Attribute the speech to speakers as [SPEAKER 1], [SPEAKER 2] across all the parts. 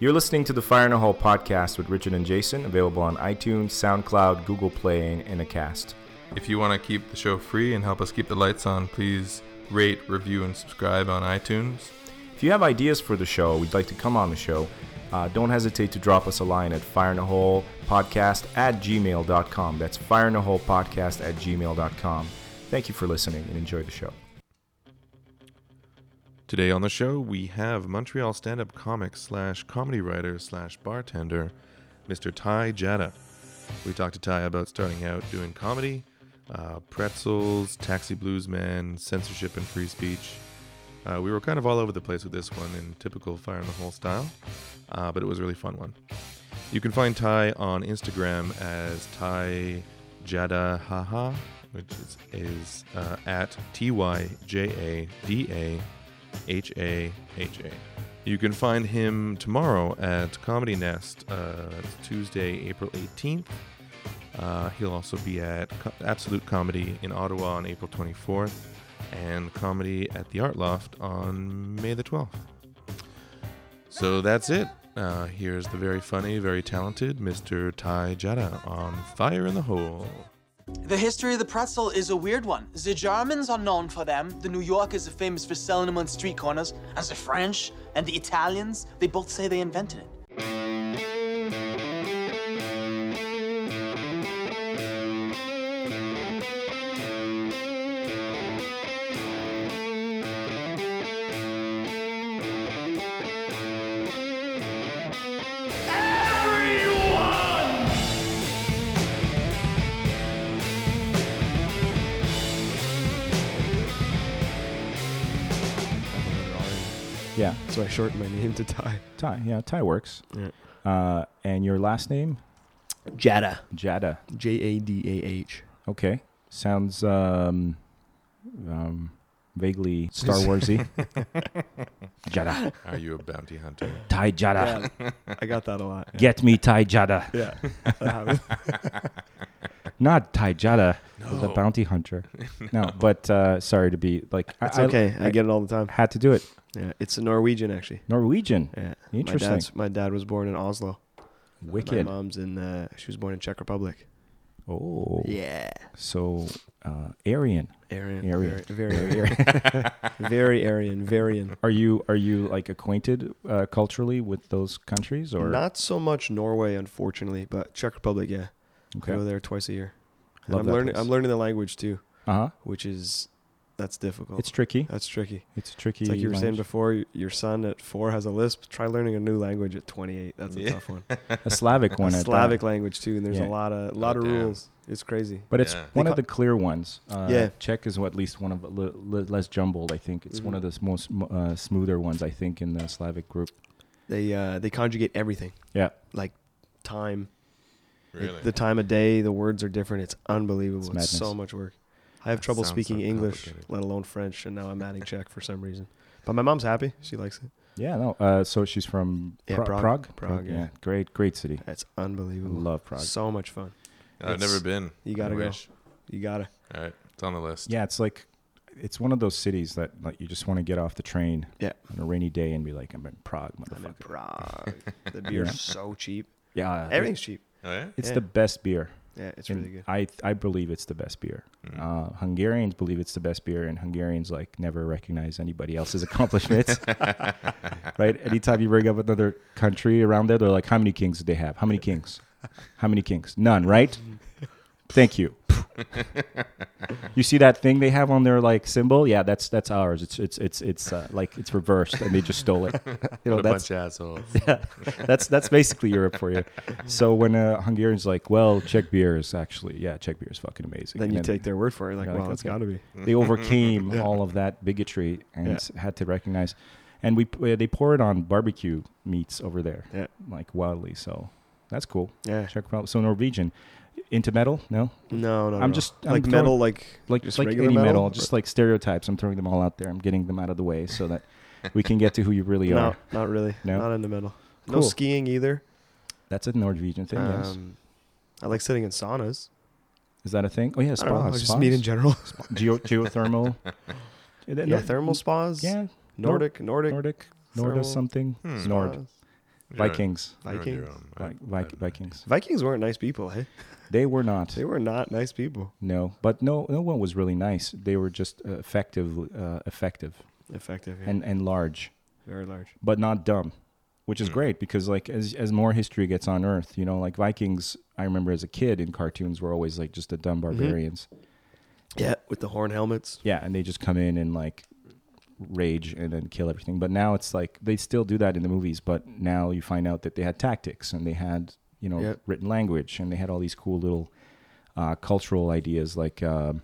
[SPEAKER 1] You're listening to the Fire in a Hole podcast with Richard and Jason, available on iTunes, SoundCloud, Google Play, and Acast.
[SPEAKER 2] If you want to keep the show free and help us keep the lights on, please rate, review, and subscribe on iTunes.
[SPEAKER 1] If you have ideas for the show, we'd like to come on the show, uh, don't hesitate to drop us a line at fireinaholepodcast at gmail.com. That's fireinaholepodcast at gmail.com. Thank you for listening and enjoy the show.
[SPEAKER 2] Today on the show, we have Montreal stand up comic slash comedy writer slash bartender, Mr. Ty Jada. We talked to Ty about starting out doing comedy, uh, pretzels, taxi blues man, censorship and free speech. Uh, we were kind of all over the place with this one in typical Fire in the Hole style, uh, but it was a really fun one. You can find Ty on Instagram as Ty Jada Haha, which is, is uh, at T Y J A D A H A H A. You can find him tomorrow at Comedy Nest. Uh, it's Tuesday, April 18th. Uh, he'll also be at Co- Absolute Comedy in Ottawa on April 24th and Comedy at the Art Loft on May the 12th. So that's it. Uh, here's the very funny, very talented Mr. Ty Jada on Fire in the Hole.
[SPEAKER 3] The history of the pretzel is a weird one. The Germans are known for them, the New Yorkers are famous for selling them on street corners, and the French and the Italians, they both say they invented it.
[SPEAKER 1] Yeah,
[SPEAKER 4] So I shortened my name to Ty.
[SPEAKER 1] Ty. Yeah, Ty works.
[SPEAKER 4] Yeah.
[SPEAKER 1] Uh, and your last name?
[SPEAKER 4] Jada.
[SPEAKER 1] Jada.
[SPEAKER 4] J A D A H.
[SPEAKER 1] Okay. Sounds um, um, vaguely Star Warsy. Jada.
[SPEAKER 2] Are you a bounty hunter?
[SPEAKER 1] Ty Jada.
[SPEAKER 4] Yeah, I got that a lot.
[SPEAKER 1] Get me Ty Jada.
[SPEAKER 4] Yeah. That happened.
[SPEAKER 1] Not Ty Jada, the bounty hunter. No, but uh, sorry to be like.
[SPEAKER 4] It's okay. I, get it all the time.
[SPEAKER 1] had to do it.
[SPEAKER 4] Yeah. It's a Norwegian actually.
[SPEAKER 1] Norwegian.
[SPEAKER 4] Yeah.
[SPEAKER 1] Interesting.
[SPEAKER 4] My, dad's, my dad was born in Oslo.
[SPEAKER 1] Wicked.
[SPEAKER 4] My mom's in uh, she was born in Czech Republic.
[SPEAKER 1] Oh.
[SPEAKER 4] Yeah.
[SPEAKER 1] So, uh, Aryan.
[SPEAKER 4] Aryan.
[SPEAKER 1] Aryan.
[SPEAKER 4] Very very Aryan. very Aryan. Varian.
[SPEAKER 1] Are you are you like acquainted uh, culturally with those countries or
[SPEAKER 4] Not so much Norway, unfortunately, but Czech Republic, yeah.
[SPEAKER 1] Okay.
[SPEAKER 4] I go there twice a year. And
[SPEAKER 1] Love
[SPEAKER 4] I'm
[SPEAKER 1] that
[SPEAKER 4] learning
[SPEAKER 1] place.
[SPEAKER 4] I'm learning the language too,
[SPEAKER 1] Uh-huh.
[SPEAKER 4] which is that's difficult.
[SPEAKER 1] It's tricky.
[SPEAKER 4] that's tricky.
[SPEAKER 1] It's tricky.
[SPEAKER 4] It's like you were saying
[SPEAKER 1] language.
[SPEAKER 4] before, y- your son at four has a lisp. Try learning a new language at 28. That's a
[SPEAKER 2] Yeah.
[SPEAKER 4] tough one.
[SPEAKER 1] a Slavic one. at
[SPEAKER 4] a
[SPEAKER 1] that.
[SPEAKER 4] Slavic language too, and there's
[SPEAKER 1] Yeah.
[SPEAKER 4] a lot of lot
[SPEAKER 2] Oh,
[SPEAKER 4] of
[SPEAKER 2] damn.
[SPEAKER 4] rules. It's crazy.
[SPEAKER 1] But it's
[SPEAKER 2] Yeah.
[SPEAKER 1] one
[SPEAKER 4] They
[SPEAKER 1] of the
[SPEAKER 4] ca-
[SPEAKER 1] clear ones. Uh,
[SPEAKER 4] Yeah.
[SPEAKER 1] Czech is at least one of the le- le- less jumbled. I think it's
[SPEAKER 4] Mm-hmm.
[SPEAKER 1] one of the s- most m- uh, smoother ones. I think in the Slavic group.
[SPEAKER 4] They uh, they conjugate everything,
[SPEAKER 1] Yeah.
[SPEAKER 4] like time, like,
[SPEAKER 2] Really?
[SPEAKER 4] the time of day. The words are different. It's unbelievable.
[SPEAKER 1] It's
[SPEAKER 4] It's, so
[SPEAKER 1] madness.
[SPEAKER 4] much work. I have
[SPEAKER 2] That
[SPEAKER 4] trouble
[SPEAKER 2] sounds so
[SPEAKER 4] speaking English,
[SPEAKER 2] complicated.
[SPEAKER 4] let alone French, and now I'm adding Czech for some reason. But my mom's happy. She likes it.
[SPEAKER 1] Yeah. No. Uh, so she's from
[SPEAKER 4] Yeah,
[SPEAKER 1] Pro-
[SPEAKER 4] Prague.
[SPEAKER 1] Prague.
[SPEAKER 4] Prague, yeah.
[SPEAKER 1] Great. Great city.
[SPEAKER 4] It's unbelievable.
[SPEAKER 1] Love Prague.
[SPEAKER 4] So much fun.
[SPEAKER 2] I've never
[SPEAKER 4] It's-
[SPEAKER 2] been.
[SPEAKER 4] You
[SPEAKER 2] I
[SPEAKER 4] gotta go.
[SPEAKER 2] wish.
[SPEAKER 4] You gotta.
[SPEAKER 2] All right. It's on the list.
[SPEAKER 1] Yeah. It's like it's one of those cities that like you just want to get off the train
[SPEAKER 4] Yeah.
[SPEAKER 1] on a rainy day and be like, I'm in Prague,
[SPEAKER 4] I'm in
[SPEAKER 1] motherfucker.
[SPEAKER 4] Prague. the beer's so cheap.
[SPEAKER 1] Yeah.
[SPEAKER 4] Everything's cheap.
[SPEAKER 2] Oh, yeah?
[SPEAKER 1] It's
[SPEAKER 4] yeah.
[SPEAKER 1] the best beer.
[SPEAKER 4] Yeah, it's
[SPEAKER 1] and
[SPEAKER 4] really good.
[SPEAKER 1] I I believe it's the best beer. Uh, Hungarians believe it's the best beer, and Hungarians like never recognize anybody else's accomplishments. right? Anytime you bring up another country around there, they're like, "How many kings did they have? How many kings? How many kings? None, right? Thank you." you see that thing they have on their like symbol? Yeah, that's that's ours. It's it's it's it's uh, like it's reversed, and they just stole it. You know,
[SPEAKER 2] What a
[SPEAKER 1] that's
[SPEAKER 2] bunch of assholes.
[SPEAKER 1] that's that's basically Europe for you. So when a Hungarian's like, well, Czech beer is actually yeah, Czech beer is fucking amazing.
[SPEAKER 4] then
[SPEAKER 1] And
[SPEAKER 4] you take their word for it. Like,
[SPEAKER 1] Yeah,
[SPEAKER 4] wow,
[SPEAKER 1] like,
[SPEAKER 4] it's
[SPEAKER 1] okay.
[SPEAKER 4] got to be.
[SPEAKER 1] they overcame all of that bigotry and
[SPEAKER 4] Yeah.
[SPEAKER 1] s- had to recognize. And we uh, they pour it on barbecue meats over there,
[SPEAKER 4] Yeah.
[SPEAKER 1] like wildly. So that's cool.
[SPEAKER 4] Yeah.
[SPEAKER 1] Czech Republic. So Norwegian into metal? No,
[SPEAKER 4] No, no.
[SPEAKER 1] Mm. I'm
[SPEAKER 4] no.
[SPEAKER 1] just- I'm
[SPEAKER 4] like
[SPEAKER 1] throwing-
[SPEAKER 4] metal, like
[SPEAKER 1] like
[SPEAKER 4] Just
[SPEAKER 1] like any
[SPEAKER 4] regular
[SPEAKER 1] metal,
[SPEAKER 4] metal?
[SPEAKER 1] just like stereotypes. I'm throwing them all out there. I'm getting them out of the way so that we can get to who you really
[SPEAKER 4] no,
[SPEAKER 1] are.
[SPEAKER 4] not really.
[SPEAKER 1] No?
[SPEAKER 4] Not into metal. No
[SPEAKER 1] Cool.
[SPEAKER 4] skiing either.
[SPEAKER 1] That's a Norwegian thing. yes.
[SPEAKER 4] Um, I like sitting in saunas.
[SPEAKER 1] Is that a thing? Oh yeah,
[SPEAKER 4] I don't know.
[SPEAKER 1] spas.
[SPEAKER 4] I just meet in
[SPEAKER 1] spas.
[SPEAKER 4] general.
[SPEAKER 1] Geo- geothermal.
[SPEAKER 4] yeah, thermal spas.
[SPEAKER 1] Yeah,
[SPEAKER 4] Nordic, Nordic,
[SPEAKER 1] Nordic, Nordic
[SPEAKER 4] thermal
[SPEAKER 1] something.
[SPEAKER 2] Hmm.
[SPEAKER 1] Nord.
[SPEAKER 4] spas.
[SPEAKER 1] Vikings.
[SPEAKER 2] You're on your
[SPEAKER 4] Vikings?
[SPEAKER 2] own. I-
[SPEAKER 1] Vi- Vi-
[SPEAKER 2] I-
[SPEAKER 1] Vikings.
[SPEAKER 4] Vikings weren't nice people. Hey,
[SPEAKER 1] They were not.
[SPEAKER 4] they were not nice people.
[SPEAKER 1] No, but no, no one was really nice. They were just uh, effective, uh, effective,
[SPEAKER 4] Effective yeah.
[SPEAKER 1] and and large,
[SPEAKER 4] very large.
[SPEAKER 1] but not dumb, which
[SPEAKER 4] Hmm.
[SPEAKER 1] is great because like as as more history gets unearthed, you know, like Vikings. I remember as a kid in cartoons were always like just the dumb
[SPEAKER 4] Mm-hmm.
[SPEAKER 1] barbarians.
[SPEAKER 4] Yeah, with the horn helmets.
[SPEAKER 1] Yeah, and they just come in and like rage and then kill everything. But now it's like they still do that in the movies, but now you find out that they had tactics and they had you know
[SPEAKER 4] Yep.
[SPEAKER 1] written language and they had all these cool little uh, cultural ideas like. um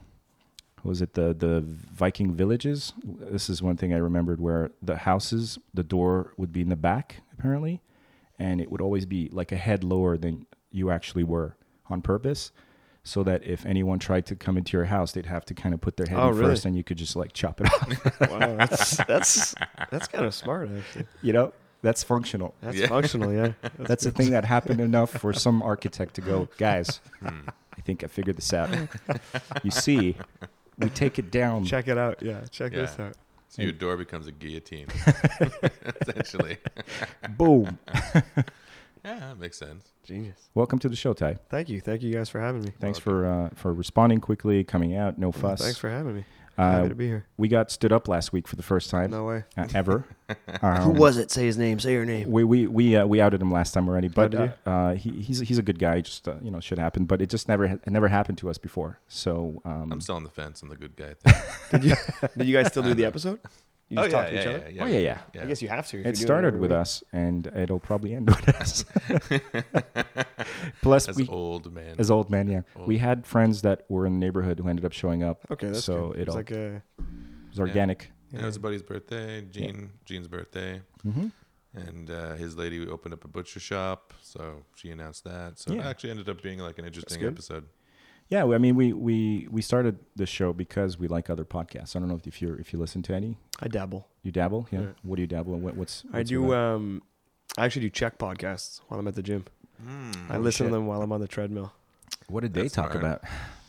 [SPEAKER 1] what was it the the Viking villages? This is one thing I remembered where the houses, the door would be in the back apparently, and it would always be like a head lower than you actually were on purpose, so that if anyone tried to come into your house, they'd have to kind of put their head
[SPEAKER 4] Oh,
[SPEAKER 1] in
[SPEAKER 4] really?
[SPEAKER 1] first, and you could just like chop it off.
[SPEAKER 4] Wow, that's that's that's kind of smart actually.
[SPEAKER 1] you know, that's functional.
[SPEAKER 4] That's functional, yeah.
[SPEAKER 1] That's a thing that happened enough for some architect to go, guys.
[SPEAKER 4] Hmm.
[SPEAKER 1] I think I figured this out. you see, we take it down.
[SPEAKER 4] Check it out. Yeah, check
[SPEAKER 2] Yeah.
[SPEAKER 4] this out.
[SPEAKER 2] So your door becomes a guillotine, essentially.
[SPEAKER 1] Boom.
[SPEAKER 2] Yeah, that makes sense.
[SPEAKER 4] Genius.
[SPEAKER 1] Welcome to the show, Ty.
[SPEAKER 4] Thank you. Thank you guys for having me.
[SPEAKER 1] Thanks for uh, for responding quickly, coming out, no fuss.
[SPEAKER 4] Thanks for having me.
[SPEAKER 1] Uh,
[SPEAKER 4] Happy to be here.
[SPEAKER 1] We got stood up last week for the first time.
[SPEAKER 4] No way.
[SPEAKER 1] uh, ever. Um,
[SPEAKER 4] it? Say his name. Say your name.
[SPEAKER 1] We we we, uh, we outed him last time already, but
[SPEAKER 4] Oh, did
[SPEAKER 1] uh, uh, he, he's he's a good guy. Just uh, you know, shit happened, but it just never ha- it never happened to us before. So um,
[SPEAKER 2] I'm still on the fence on the good guy thing.
[SPEAKER 4] Did you did you guys still do the episode? You just talk to each other?
[SPEAKER 1] Oh, yeah, yeah.
[SPEAKER 4] I guess you have to. if you're doing
[SPEAKER 1] it started
[SPEAKER 4] every
[SPEAKER 1] with
[SPEAKER 4] week.
[SPEAKER 1] us, and it'll probably end with us. Plus,
[SPEAKER 2] As
[SPEAKER 1] we
[SPEAKER 2] old man.
[SPEAKER 1] as old man, yeah, we had friends that were in the neighborhood who ended up showing up.
[SPEAKER 4] Okay, that's
[SPEAKER 1] so
[SPEAKER 4] good.
[SPEAKER 1] it
[SPEAKER 4] it's
[SPEAKER 1] all
[SPEAKER 4] like a
[SPEAKER 1] was organic.
[SPEAKER 2] Yeah, it was a buddy's birthday, Gene, Gene's birthday.
[SPEAKER 1] Mm-hmm.
[SPEAKER 2] And uh, his lady opened up a butcher shop, so she announced that. So it
[SPEAKER 1] Yeah.
[SPEAKER 2] actually ended up being like an interesting
[SPEAKER 4] good.
[SPEAKER 2] episode.
[SPEAKER 1] Yeah, well, I mean, we we we started the show because we like other podcasts. I don't know if, if you if you listen to any,
[SPEAKER 4] I dabble.
[SPEAKER 1] you dabble. Yeah, what do you dabble? in? What, what's,
[SPEAKER 4] I
[SPEAKER 1] what's your
[SPEAKER 4] do.
[SPEAKER 1] vibe?
[SPEAKER 4] Um, I actually do check podcasts while I'm at the gym. I listen
[SPEAKER 1] shit.
[SPEAKER 4] to them while I'm on the treadmill.
[SPEAKER 1] What did they
[SPEAKER 2] That's
[SPEAKER 1] talk
[SPEAKER 2] smart.
[SPEAKER 1] about?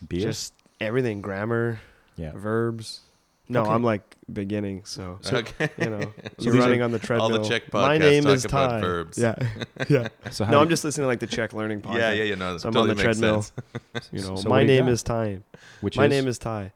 [SPEAKER 1] Beer.
[SPEAKER 4] Just everything, grammar,
[SPEAKER 1] yeah.
[SPEAKER 4] verbs. No,
[SPEAKER 1] Okay.
[SPEAKER 4] I'm like beginning, so, so,
[SPEAKER 2] okay.
[SPEAKER 4] you know,
[SPEAKER 1] these
[SPEAKER 4] you're
[SPEAKER 1] are-
[SPEAKER 4] running on the treadmill.
[SPEAKER 2] all the Czech
[SPEAKER 4] My
[SPEAKER 2] podcasts
[SPEAKER 4] name
[SPEAKER 2] talk
[SPEAKER 4] is
[SPEAKER 2] about
[SPEAKER 4] Ty.
[SPEAKER 2] verbs.
[SPEAKER 4] Yeah, yeah.
[SPEAKER 1] So
[SPEAKER 4] no,
[SPEAKER 1] did-
[SPEAKER 4] I'm just listening to like the Czech learning podcast.
[SPEAKER 2] Yeah, yeah, yeah. No, that
[SPEAKER 4] So I'm on
[SPEAKER 2] totally
[SPEAKER 4] the
[SPEAKER 2] makes
[SPEAKER 4] treadmill.
[SPEAKER 2] sense.
[SPEAKER 4] You know,
[SPEAKER 1] So what
[SPEAKER 4] my
[SPEAKER 1] do you
[SPEAKER 4] name
[SPEAKER 1] got?
[SPEAKER 4] is Ty.
[SPEAKER 1] Which
[SPEAKER 4] My name is Ty.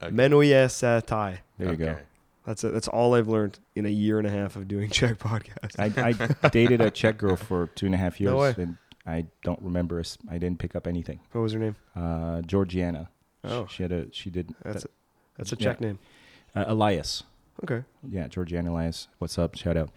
[SPEAKER 2] Okay.
[SPEAKER 4] Menuje se Ty.
[SPEAKER 1] There you go.
[SPEAKER 2] Okay.
[SPEAKER 4] That's it. That's all I've learned in a year and a half of doing Czech podcasts.
[SPEAKER 1] I, I dated a Czech girl for two and a half years,
[SPEAKER 4] No way.
[SPEAKER 1] and I don't remember. a s- I didn't pick up anything.
[SPEAKER 4] What was her name?
[SPEAKER 1] Uh, Georgiana. Sh-
[SPEAKER 4] Oh.
[SPEAKER 1] she had a. She did.
[SPEAKER 4] That's a, that's a
[SPEAKER 1] Yeah.
[SPEAKER 4] Czech name.
[SPEAKER 1] uh, Elias.
[SPEAKER 4] Okay.
[SPEAKER 1] Yeah, Georgiana Elias. What's up? Shout out.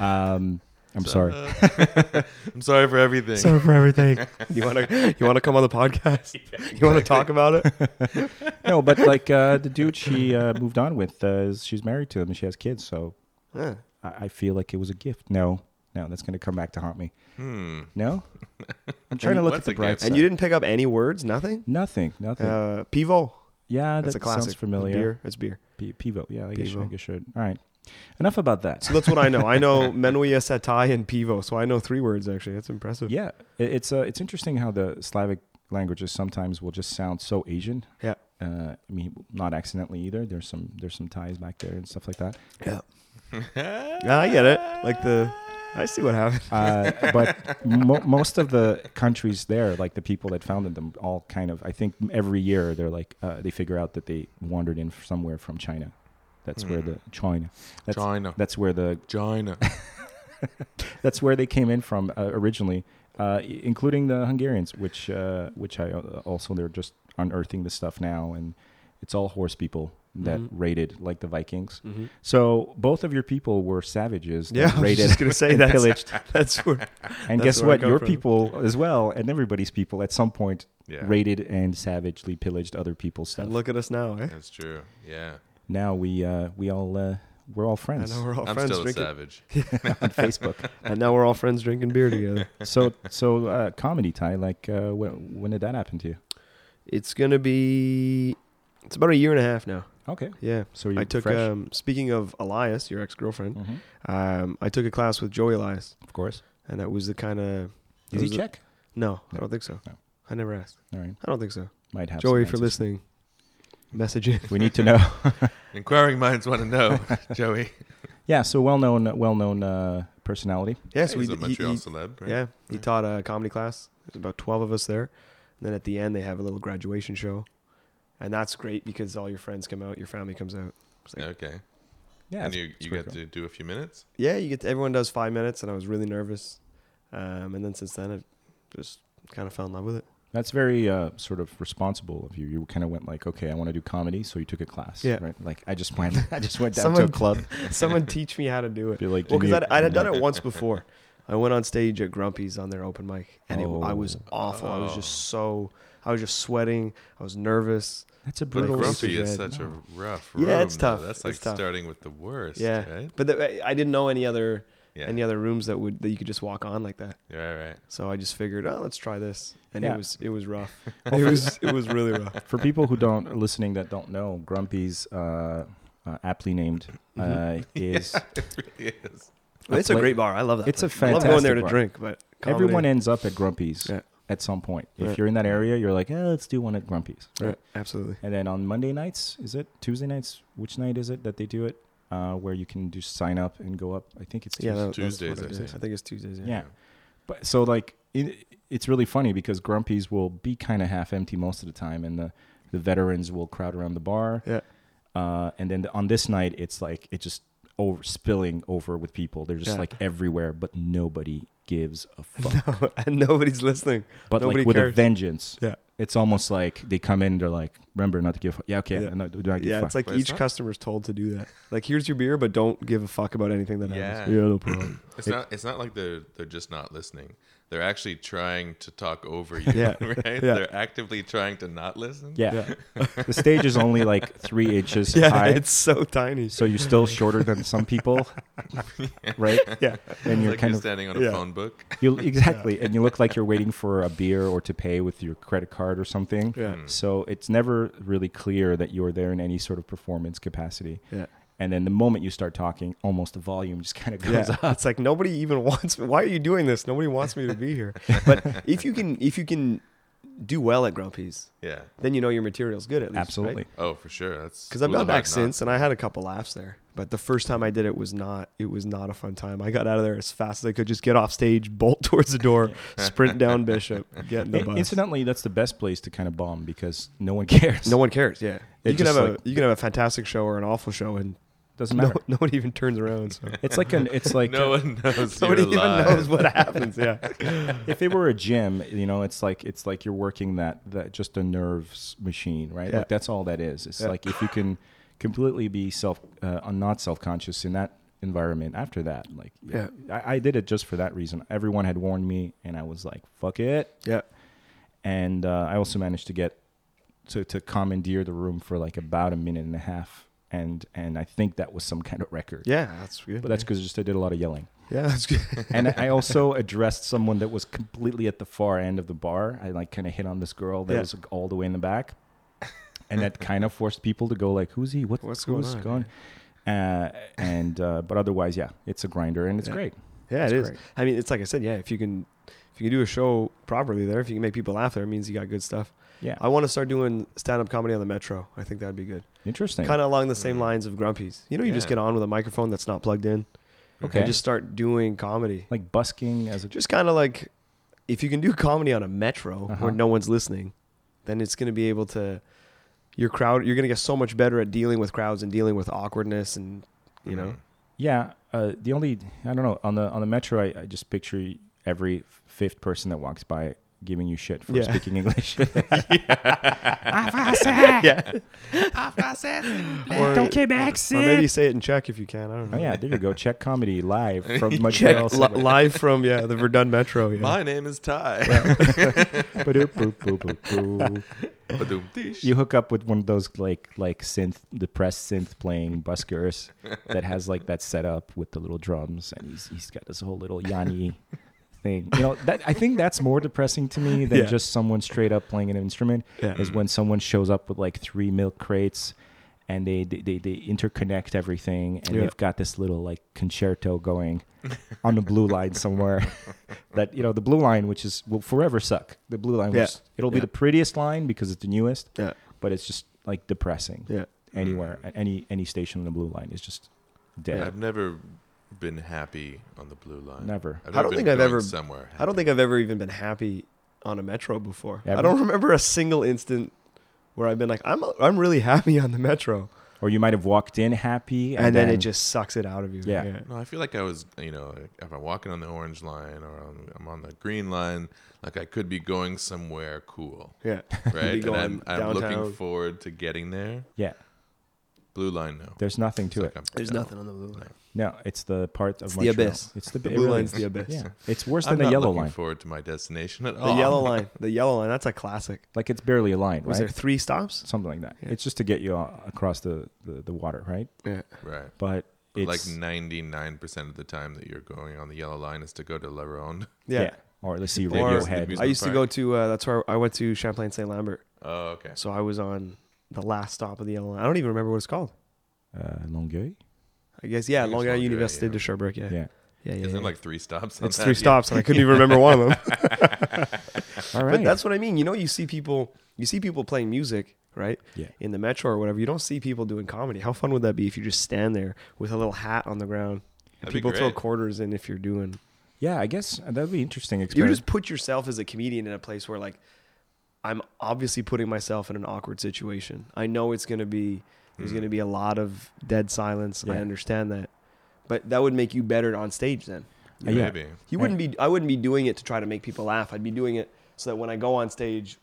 [SPEAKER 1] Um, I'm sorry.
[SPEAKER 2] uh, I'm sorry for everything.
[SPEAKER 4] for everything. you want to you want to come on the podcast? You want to talk about it?
[SPEAKER 1] no, but like uh, the dude she uh, moved on with, uh, is- she's married to him and she has kids. So
[SPEAKER 4] Yeah.
[SPEAKER 1] I, I feel like it was a gift. No, no, that's gonna come back to haunt me.
[SPEAKER 2] Hmm.
[SPEAKER 1] No, I'm trying to look at
[SPEAKER 2] what's
[SPEAKER 1] the
[SPEAKER 2] a
[SPEAKER 1] bright
[SPEAKER 2] gift?
[SPEAKER 1] side.
[SPEAKER 4] And you didn't pick up any words, nothing.
[SPEAKER 1] nothing, nothing.
[SPEAKER 4] Uh, Pivo.
[SPEAKER 1] yeah, that
[SPEAKER 4] That's a classic.
[SPEAKER 1] sounds familiar.
[SPEAKER 4] Beer. It's beer.
[SPEAKER 1] P- Pivo. Yeah, I guess, I
[SPEAKER 4] Pivo.
[SPEAKER 1] guess should. All right. Enough about that.
[SPEAKER 4] So that's what I know. I know Menuya Satai and Pivo. So I know three words actually. That's impressive.
[SPEAKER 1] Yeah, it, it's uh, it's interesting how the Slavic languages sometimes will just sound so Asian.
[SPEAKER 4] Yeah.
[SPEAKER 1] Uh, I mean, not accidentally either. There's some there's some ties back there and stuff like that.
[SPEAKER 4] Yeah. Ah, I get it. Like the, I see what happened.
[SPEAKER 1] Uh, but mo- most of the countries there, like the people that founded them, all kind of I think every year they're like uh, they figure out that they wandered in somewhere from China. That's where
[SPEAKER 4] Hmm.
[SPEAKER 1] the China. That's,
[SPEAKER 2] China.
[SPEAKER 1] That's where the
[SPEAKER 2] China.
[SPEAKER 1] that's where they came in from uh, originally, uh, i- including the Hungarians, which uh, which I uh, also they're just unearthing this stuff now, and it's all horse people that
[SPEAKER 4] Mm-hmm.
[SPEAKER 1] raided like the Vikings. So both of your people were savages. that
[SPEAKER 4] Yeah. I was
[SPEAKER 1] raided
[SPEAKER 4] just gonna say
[SPEAKER 1] and
[SPEAKER 4] that's
[SPEAKER 1] pillaged,
[SPEAKER 4] that's where.
[SPEAKER 1] and
[SPEAKER 4] that's
[SPEAKER 1] guess
[SPEAKER 4] where I
[SPEAKER 1] what?
[SPEAKER 4] come
[SPEAKER 1] Your
[SPEAKER 4] from.
[SPEAKER 1] people as well, and everybody's people at some point
[SPEAKER 2] Yeah.
[SPEAKER 1] raided and savagely pillaged other people's stuff.
[SPEAKER 4] And look at us now. Eh?
[SPEAKER 2] That's true. Yeah.
[SPEAKER 1] now we uh, we all uh, we're all
[SPEAKER 4] I
[SPEAKER 1] friends
[SPEAKER 4] know we're all
[SPEAKER 2] I'm
[SPEAKER 4] friends
[SPEAKER 2] still a
[SPEAKER 4] drinking.
[SPEAKER 2] savage.
[SPEAKER 1] on Facebook.
[SPEAKER 4] And now we're all friends drinking beer together.
[SPEAKER 1] So so uh, comedy, Ty. Like uh, when, when did that happen to you?
[SPEAKER 4] It's gonna be. It's about a year and a half now.
[SPEAKER 1] Okay.
[SPEAKER 4] Yeah.
[SPEAKER 1] So you
[SPEAKER 4] I took.
[SPEAKER 1] fresh?
[SPEAKER 4] Um, speaking of Elias, your ex-girlfriend,
[SPEAKER 1] Mhm.
[SPEAKER 4] um, I took a class with Joey Elias,
[SPEAKER 1] Of course.
[SPEAKER 4] and that was the kind of.
[SPEAKER 1] Is he Czech?
[SPEAKER 4] No, I don't think so.
[SPEAKER 1] No.
[SPEAKER 4] I never asked.
[SPEAKER 1] All right.
[SPEAKER 4] I don't think so.
[SPEAKER 1] Might have
[SPEAKER 4] Joey,
[SPEAKER 1] some
[SPEAKER 4] if you're
[SPEAKER 1] answers.
[SPEAKER 4] listening, message in.
[SPEAKER 1] We need to know.
[SPEAKER 2] Inquiring minds want to know, Joey.
[SPEAKER 1] yeah. So well known, well known uh, personality.
[SPEAKER 4] Yes,
[SPEAKER 2] He's
[SPEAKER 4] we
[SPEAKER 2] a
[SPEAKER 4] he-
[SPEAKER 2] Montreal
[SPEAKER 4] he-
[SPEAKER 2] celeb, right?
[SPEAKER 4] Yeah, he taught a comedy class. There's about twelve of us there, and then at the end they have a little graduation show, and that's great because all your friends come out, your family comes out. It's like-
[SPEAKER 2] Okay.
[SPEAKER 1] Yeah, it's-
[SPEAKER 2] And you,
[SPEAKER 1] it's
[SPEAKER 2] you
[SPEAKER 1] pretty
[SPEAKER 2] get
[SPEAKER 1] cool.
[SPEAKER 2] to do a few minutes.
[SPEAKER 4] yeah, you get to, everyone does five minutes, and I was really nervous, um, and then since then I just kind of fell in love with it.
[SPEAKER 1] That's very uh, sort of responsible of you. You kind of went like, okay, I want to do comedy, so you took a class.
[SPEAKER 4] Yeah.
[SPEAKER 1] Right? Like I just went, I just went down to a
[SPEAKER 4] Someone-
[SPEAKER 1] club.
[SPEAKER 4] Someone teach me how to do it.
[SPEAKER 1] Be like,
[SPEAKER 4] Well,
[SPEAKER 1] give
[SPEAKER 4] because
[SPEAKER 1] me
[SPEAKER 4] I'd,
[SPEAKER 1] a-
[SPEAKER 4] I'd done it once before. I went on stage at Grumpy's on their open mic, and it, I was
[SPEAKER 1] Oh.
[SPEAKER 4] awful. I was just so, I was just sweating. I was nervous.
[SPEAKER 1] That's a
[SPEAKER 2] But
[SPEAKER 1] brutal.
[SPEAKER 2] grumpy is
[SPEAKER 4] red.
[SPEAKER 2] such a rough room.
[SPEAKER 4] Yeah, it's
[SPEAKER 2] though.
[SPEAKER 4] tough.
[SPEAKER 2] That's like
[SPEAKER 4] It's tough.
[SPEAKER 2] starting with the worst.
[SPEAKER 4] Yeah,
[SPEAKER 2] Right?
[SPEAKER 4] but the, I didn't know any other
[SPEAKER 2] Yeah.
[SPEAKER 4] any other rooms that would that you could just walk on like that.
[SPEAKER 2] Yeah, right, right.
[SPEAKER 4] So I just figured, oh, let's try this, and
[SPEAKER 1] Yeah.
[SPEAKER 4] it was it was rough. it was it was really rough.
[SPEAKER 1] For people who don't are listening that don't know, Grumpy's uh, uh, aptly named uh, is
[SPEAKER 2] It is.
[SPEAKER 4] It's a
[SPEAKER 1] like-
[SPEAKER 4] great bar. I love that.
[SPEAKER 1] it's a
[SPEAKER 4] place. I love going there
[SPEAKER 1] fantastic
[SPEAKER 4] to
[SPEAKER 1] bar.
[SPEAKER 4] drink, but comedy-
[SPEAKER 1] everyone ends up at Grumpy's
[SPEAKER 4] Yeah.
[SPEAKER 1] at some point. If
[SPEAKER 4] Right.
[SPEAKER 1] you're in that area, you're like, eh, let's do one at Grumpy's.
[SPEAKER 4] Right, absolutely.
[SPEAKER 1] And then on Monday nights, is it Tuesday nights? Which night is it that they do it? Uh, where you can just sign up and go up. I think it's
[SPEAKER 4] Yeah,
[SPEAKER 1] Tuesday.
[SPEAKER 4] that, that's
[SPEAKER 2] Tuesdays,
[SPEAKER 4] what it
[SPEAKER 2] I
[SPEAKER 4] is.
[SPEAKER 2] think.
[SPEAKER 4] I think it's Tuesdays. Yeah.
[SPEAKER 1] Yeah. But so like it, it's really funny because Grumpy's will be kind of half empty most of the time, and the the veterans will crowd around the bar.
[SPEAKER 4] Yeah.
[SPEAKER 1] Uh, and then on this night, it's like it just over spilling over with people. They're just
[SPEAKER 4] Yeah.
[SPEAKER 1] like everywhere, but nobody gives a fuck.
[SPEAKER 4] and nobody's listening.
[SPEAKER 1] But
[SPEAKER 4] Nobody
[SPEAKER 1] like with
[SPEAKER 4] cares.
[SPEAKER 1] a vengeance.
[SPEAKER 4] Yeah.
[SPEAKER 1] It's almost like they come in. They're like, remember not to give. a fuck." Yeah. Okay.
[SPEAKER 4] Yeah.
[SPEAKER 1] I know- do not give a
[SPEAKER 4] Yeah,
[SPEAKER 1] fuck.
[SPEAKER 4] it's like
[SPEAKER 2] Wait, it's
[SPEAKER 4] each
[SPEAKER 2] not?
[SPEAKER 4] customer's told to do that. Like, here's your beer, but don't give a fuck about anything that happens.
[SPEAKER 2] Yeah.
[SPEAKER 4] Yeah, no problem.
[SPEAKER 2] It's not. It's not like they're they're just not listening. They're actually trying to talk over you.
[SPEAKER 4] Yeah.
[SPEAKER 2] Right.
[SPEAKER 4] Yeah.
[SPEAKER 2] They're actively trying to not listen.
[SPEAKER 1] yeah. the stage is only like three inches
[SPEAKER 4] yeah,
[SPEAKER 1] high.
[SPEAKER 4] it's so tiny.
[SPEAKER 1] so you're still shorter than some people, right?
[SPEAKER 4] yeah,
[SPEAKER 1] And
[SPEAKER 2] It's
[SPEAKER 1] you're
[SPEAKER 2] like
[SPEAKER 1] kind of
[SPEAKER 2] you're standing on a
[SPEAKER 4] yeah.
[SPEAKER 2] phone book.
[SPEAKER 1] You exactly, and you look like you're waiting for a beer or to pay with your credit card or something.
[SPEAKER 4] Yeah.
[SPEAKER 1] So it's never really clear that you're there in any sort of performance capacity.
[SPEAKER 4] Yeah.
[SPEAKER 1] And then the moment you start talking, almost the volume just kind of goes
[SPEAKER 4] yeah.
[SPEAKER 1] up.
[SPEAKER 4] It's like nobody even wants. Me. Why are you doing this? Nobody wants me to be here. But if you can, if you can do well at Grumpy's,
[SPEAKER 2] Yeah.
[SPEAKER 4] then you know your material's good. At least,
[SPEAKER 1] Absolutely.
[SPEAKER 2] Oh, for sure. That's
[SPEAKER 4] Because I've
[SPEAKER 2] well,
[SPEAKER 4] gone back
[SPEAKER 2] not-
[SPEAKER 4] since, and I had a couple laughs there. But the first time I did it was not. It was not a fun time. I got out of there as fast as I could. Just get off stage, bolt towards the door, sprint down Bishop, get in the
[SPEAKER 1] In-
[SPEAKER 4] bus.
[SPEAKER 1] Incidentally, that's the best place to kind of bomb because no one cares.
[SPEAKER 4] No one cares. Yeah,
[SPEAKER 1] It
[SPEAKER 4] you can
[SPEAKER 1] just
[SPEAKER 4] have
[SPEAKER 1] like-
[SPEAKER 4] a you can have a fantastic show or an awful show, and
[SPEAKER 1] doesn't
[SPEAKER 4] no,
[SPEAKER 1] matter.
[SPEAKER 4] no one even turns around. So
[SPEAKER 1] It's like an it's like
[SPEAKER 2] No one knows. you're
[SPEAKER 4] nobody even
[SPEAKER 2] alive.
[SPEAKER 4] knows what happens. Yeah,
[SPEAKER 1] if it were a gym, you know, it's like it's like you're working that that just a nerves machine, right?
[SPEAKER 4] Yeah.
[SPEAKER 1] Like that's all that is. It's
[SPEAKER 4] Yeah.
[SPEAKER 1] like if you can completely be self, uh, not self conscious in that environment. After that, like
[SPEAKER 4] Yeah.
[SPEAKER 1] I, I did it just for that reason. Everyone had warned me, and I was like, "Fuck it."
[SPEAKER 4] yeah,
[SPEAKER 1] And uh, I also managed to get to to commandeer the room for like about a minute and a half, and and I think that was some kind of record.
[SPEAKER 4] yeah. That's good.
[SPEAKER 1] But that's because just I did a lot of yelling
[SPEAKER 4] yeah, that's good.
[SPEAKER 1] and I also addressed someone that was completely at the far end of the bar. I like kind of hit on this girl that
[SPEAKER 4] Yeah.
[SPEAKER 1] was like, all the way in the back, and that kind of forced people to go like, "Who's he? What,
[SPEAKER 4] What's going
[SPEAKER 1] who's
[SPEAKER 4] on?"
[SPEAKER 1] going?" Uh, and uh, but otherwise, yeah, it's a grinder and it's great.
[SPEAKER 4] Yeah, it
[SPEAKER 1] That's
[SPEAKER 4] is.
[SPEAKER 1] great.
[SPEAKER 4] I mean, it's like I said. Yeah, if you can, if you can do a show properly there, if you can make people laugh there, it means you got good stuff.
[SPEAKER 1] Yeah,
[SPEAKER 4] I want to start doing stand up comedy on the metro. I think that'd be good.
[SPEAKER 1] interesting.
[SPEAKER 4] Kind of along the same lines of Grumpy's. You know, you just
[SPEAKER 2] Yeah.
[SPEAKER 4] get on with a microphone that's not plugged in
[SPEAKER 1] okay,
[SPEAKER 4] and just start doing comedy.
[SPEAKER 1] like busking as a
[SPEAKER 4] just kind of like if you can do comedy on a metro
[SPEAKER 1] Uh-huh.
[SPEAKER 4] where no one's listening, then it's going to be able to your crowd. You're going to get so much better at dealing with crowds and dealing with awkwardness and you know.
[SPEAKER 1] yeah. Uh, the only I don't know on the on the metro, I, I just picture every fifth person that walks by giving you shit for
[SPEAKER 4] Yeah.
[SPEAKER 1] speaking English. Ah,
[SPEAKER 4] yeah. or, or maybe say it in Czech if you can. I don't know.
[SPEAKER 1] oh yeah, there you go. Check comedy live from
[SPEAKER 4] Czech
[SPEAKER 1] Montreal.
[SPEAKER 4] li- live from yeah the Verdun Metro. Yeah.
[SPEAKER 2] My name is Ty.
[SPEAKER 1] Ba-doop-boop-boop-boop-boo.
[SPEAKER 2] Ba-doom-deesh.
[SPEAKER 1] you hook up with one of those like like synth depressed synth playing buskers that has like that setup with the little drums and he's he's got this whole little Yanni thing. You know, that I think that's more depressing to me than
[SPEAKER 4] Yeah.
[SPEAKER 1] just someone straight up playing an instrument
[SPEAKER 4] Yeah.
[SPEAKER 1] is when someone shows up with like three milk crates and they they, they, they interconnect everything and
[SPEAKER 4] Yeah.
[SPEAKER 1] they've got this little like concerto going on the blue line somewhere that you know the blue line which is will forever suck the blue line
[SPEAKER 4] Yeah.
[SPEAKER 1] was, it'll be
[SPEAKER 4] Yeah.
[SPEAKER 1] the prettiest line because it's the newest
[SPEAKER 4] Yeah.
[SPEAKER 1] but it's just like depressing
[SPEAKER 4] Yeah.
[SPEAKER 1] anywhere at any any station on the blue line is just dead
[SPEAKER 2] I've never been happy on the blue line.
[SPEAKER 1] Never.
[SPEAKER 2] I've
[SPEAKER 4] I don't
[SPEAKER 2] been
[SPEAKER 4] think I've
[SPEAKER 2] going
[SPEAKER 4] ever-
[SPEAKER 2] somewhere.
[SPEAKER 4] I don't
[SPEAKER 2] happy.
[SPEAKER 4] think I've ever even been happy on a metro before.
[SPEAKER 1] Ever?
[SPEAKER 4] I don't remember a single instant where I've been like, I'm I'm really happy on the metro,
[SPEAKER 1] Or you might have walked in happy,
[SPEAKER 4] and, then, it just sucks it out of you.
[SPEAKER 1] Yeah.
[SPEAKER 2] No, I feel like I was, you know, if I'm walking on the orange line or on, I'm on the green line, like I could be going somewhere cool,
[SPEAKER 4] yeah.
[SPEAKER 2] right? and
[SPEAKER 4] going
[SPEAKER 2] I'm, I'm looking
[SPEAKER 4] downtown.
[SPEAKER 2] forward to getting there.
[SPEAKER 1] yeah.
[SPEAKER 2] Blue line, no.
[SPEAKER 1] There's nothing to it.
[SPEAKER 2] Like I'm-
[SPEAKER 4] There's
[SPEAKER 2] no.
[SPEAKER 4] nothing on the blue line.
[SPEAKER 1] No, it's the part of
[SPEAKER 4] It's the
[SPEAKER 1] Montreal.
[SPEAKER 4] abyss.
[SPEAKER 1] It's the,
[SPEAKER 4] The
[SPEAKER 1] it
[SPEAKER 4] blue
[SPEAKER 1] really
[SPEAKER 4] line's
[SPEAKER 1] is.
[SPEAKER 4] the abyss.
[SPEAKER 1] Yeah, it's worse
[SPEAKER 2] I'm
[SPEAKER 1] than the
[SPEAKER 2] not
[SPEAKER 1] yellow
[SPEAKER 2] looking
[SPEAKER 1] line.
[SPEAKER 2] forward to my destination at
[SPEAKER 4] The
[SPEAKER 2] all.
[SPEAKER 4] yellow line. The yellow line. That's a classic.
[SPEAKER 1] like it's barely a line,
[SPEAKER 4] Was
[SPEAKER 1] right?
[SPEAKER 4] there three stops?
[SPEAKER 1] Something like that.
[SPEAKER 4] Yeah.
[SPEAKER 1] It's just to get you a- across the, the, the water, right?
[SPEAKER 4] Yeah.
[SPEAKER 2] Right.
[SPEAKER 1] But it's
[SPEAKER 2] like 99% of the time that you're going on the yellow line is to go to La Ronde.
[SPEAKER 4] Yeah.
[SPEAKER 1] Or let's see,
[SPEAKER 2] They use the
[SPEAKER 1] Radiohead.
[SPEAKER 2] music-
[SPEAKER 4] I used to
[SPEAKER 2] Park.
[SPEAKER 4] go to. Uh, that's where I went to Champlain Saint Lambert.
[SPEAKER 2] Oh, okay.
[SPEAKER 4] So I was on the last stop of the yellow line. I don't even remember what it's called.
[SPEAKER 1] Uh, Longueuil.
[SPEAKER 4] I guess yeah,
[SPEAKER 2] I guess
[SPEAKER 4] Long Island
[SPEAKER 2] Longueuil,
[SPEAKER 4] Université
[SPEAKER 2] yeah.
[SPEAKER 4] de Sherbrooke. Yeah.
[SPEAKER 1] Yeah.
[SPEAKER 4] Yeah. Yeah.
[SPEAKER 2] Isn't
[SPEAKER 4] yeah.
[SPEAKER 2] it like three stops? on
[SPEAKER 4] it's
[SPEAKER 2] that?
[SPEAKER 4] three
[SPEAKER 2] Yeah.
[SPEAKER 4] stops, and I couldn't even remember one of them.
[SPEAKER 1] All right.
[SPEAKER 4] But that's what I mean. You know, you see people, you see people playing music, right?
[SPEAKER 1] Yeah.
[SPEAKER 4] In the metro or whatever. You don't see people doing comedy. How fun would that be if you just stand there with a little hat on the ground? and
[SPEAKER 2] That'd be
[SPEAKER 4] people throw
[SPEAKER 2] great.
[SPEAKER 4] quarters in if you're doing.
[SPEAKER 1] yeah, I guess uh, that'd be interesting
[SPEAKER 4] You
[SPEAKER 1] experience.
[SPEAKER 4] just put yourself as a comedian in a place where like I'm obviously putting myself in an awkward situation. I know it's gonna be there's gonna be a lot of dead silence. I
[SPEAKER 1] Mm. Yeah.
[SPEAKER 4] understand that. But that would make you better on stage then.
[SPEAKER 1] Uh, yeah.
[SPEAKER 2] Maybe.
[SPEAKER 4] You wouldn't be. I wouldn't be doing it to try to make people laugh. I'd be doing it so that when I go on stage,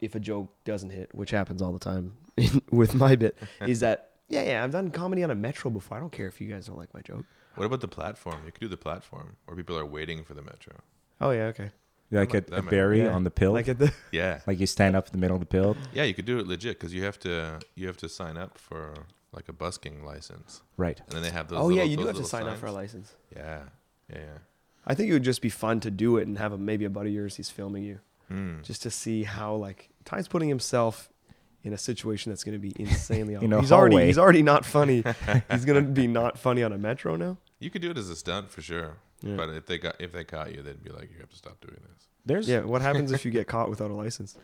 [SPEAKER 4] if a joke doesn't hit, which happens all the time with my bit, is that yeah, yeah. I've done comedy on a metro before. I don't care if you guys don't like my joke.
[SPEAKER 2] What about the platform? You could do the platform where people are waiting for the metro.
[SPEAKER 4] Oh yeah, okay.
[SPEAKER 1] like a,
[SPEAKER 2] that
[SPEAKER 1] a
[SPEAKER 2] might-
[SPEAKER 1] berry
[SPEAKER 4] Yeah.
[SPEAKER 1] on the pill.
[SPEAKER 4] Like
[SPEAKER 1] Like,
[SPEAKER 4] at the
[SPEAKER 2] Yeah.
[SPEAKER 1] you stand up in the middle of the pill.
[SPEAKER 2] Yeah, you could do it legit because you have to you have to sign up for like a busking license,
[SPEAKER 1] Right.
[SPEAKER 2] and then they have those.
[SPEAKER 4] oh
[SPEAKER 2] little,
[SPEAKER 4] yeah, you do
[SPEAKER 2] those
[SPEAKER 4] have to
[SPEAKER 2] little
[SPEAKER 4] sign up for a
[SPEAKER 2] signs.
[SPEAKER 4] license.
[SPEAKER 2] Yeah, yeah, yeah.
[SPEAKER 4] I think it would just be fun to do it and have a, maybe a buddy of yours he's filming you
[SPEAKER 2] Hmm.
[SPEAKER 4] just to see how like Ty's putting himself. In a situation that's going to be insanely awkward.
[SPEAKER 1] a
[SPEAKER 4] he's already
[SPEAKER 1] hallway.
[SPEAKER 4] he's already not funny. he's going to be not funny on a metro now.
[SPEAKER 2] You could do it as a stunt for sure,
[SPEAKER 4] Yeah.
[SPEAKER 2] but if they got if they caught you, they'd be like, you have to stop doing this.
[SPEAKER 1] There's
[SPEAKER 4] Yeah, what happens if you get caught without a license?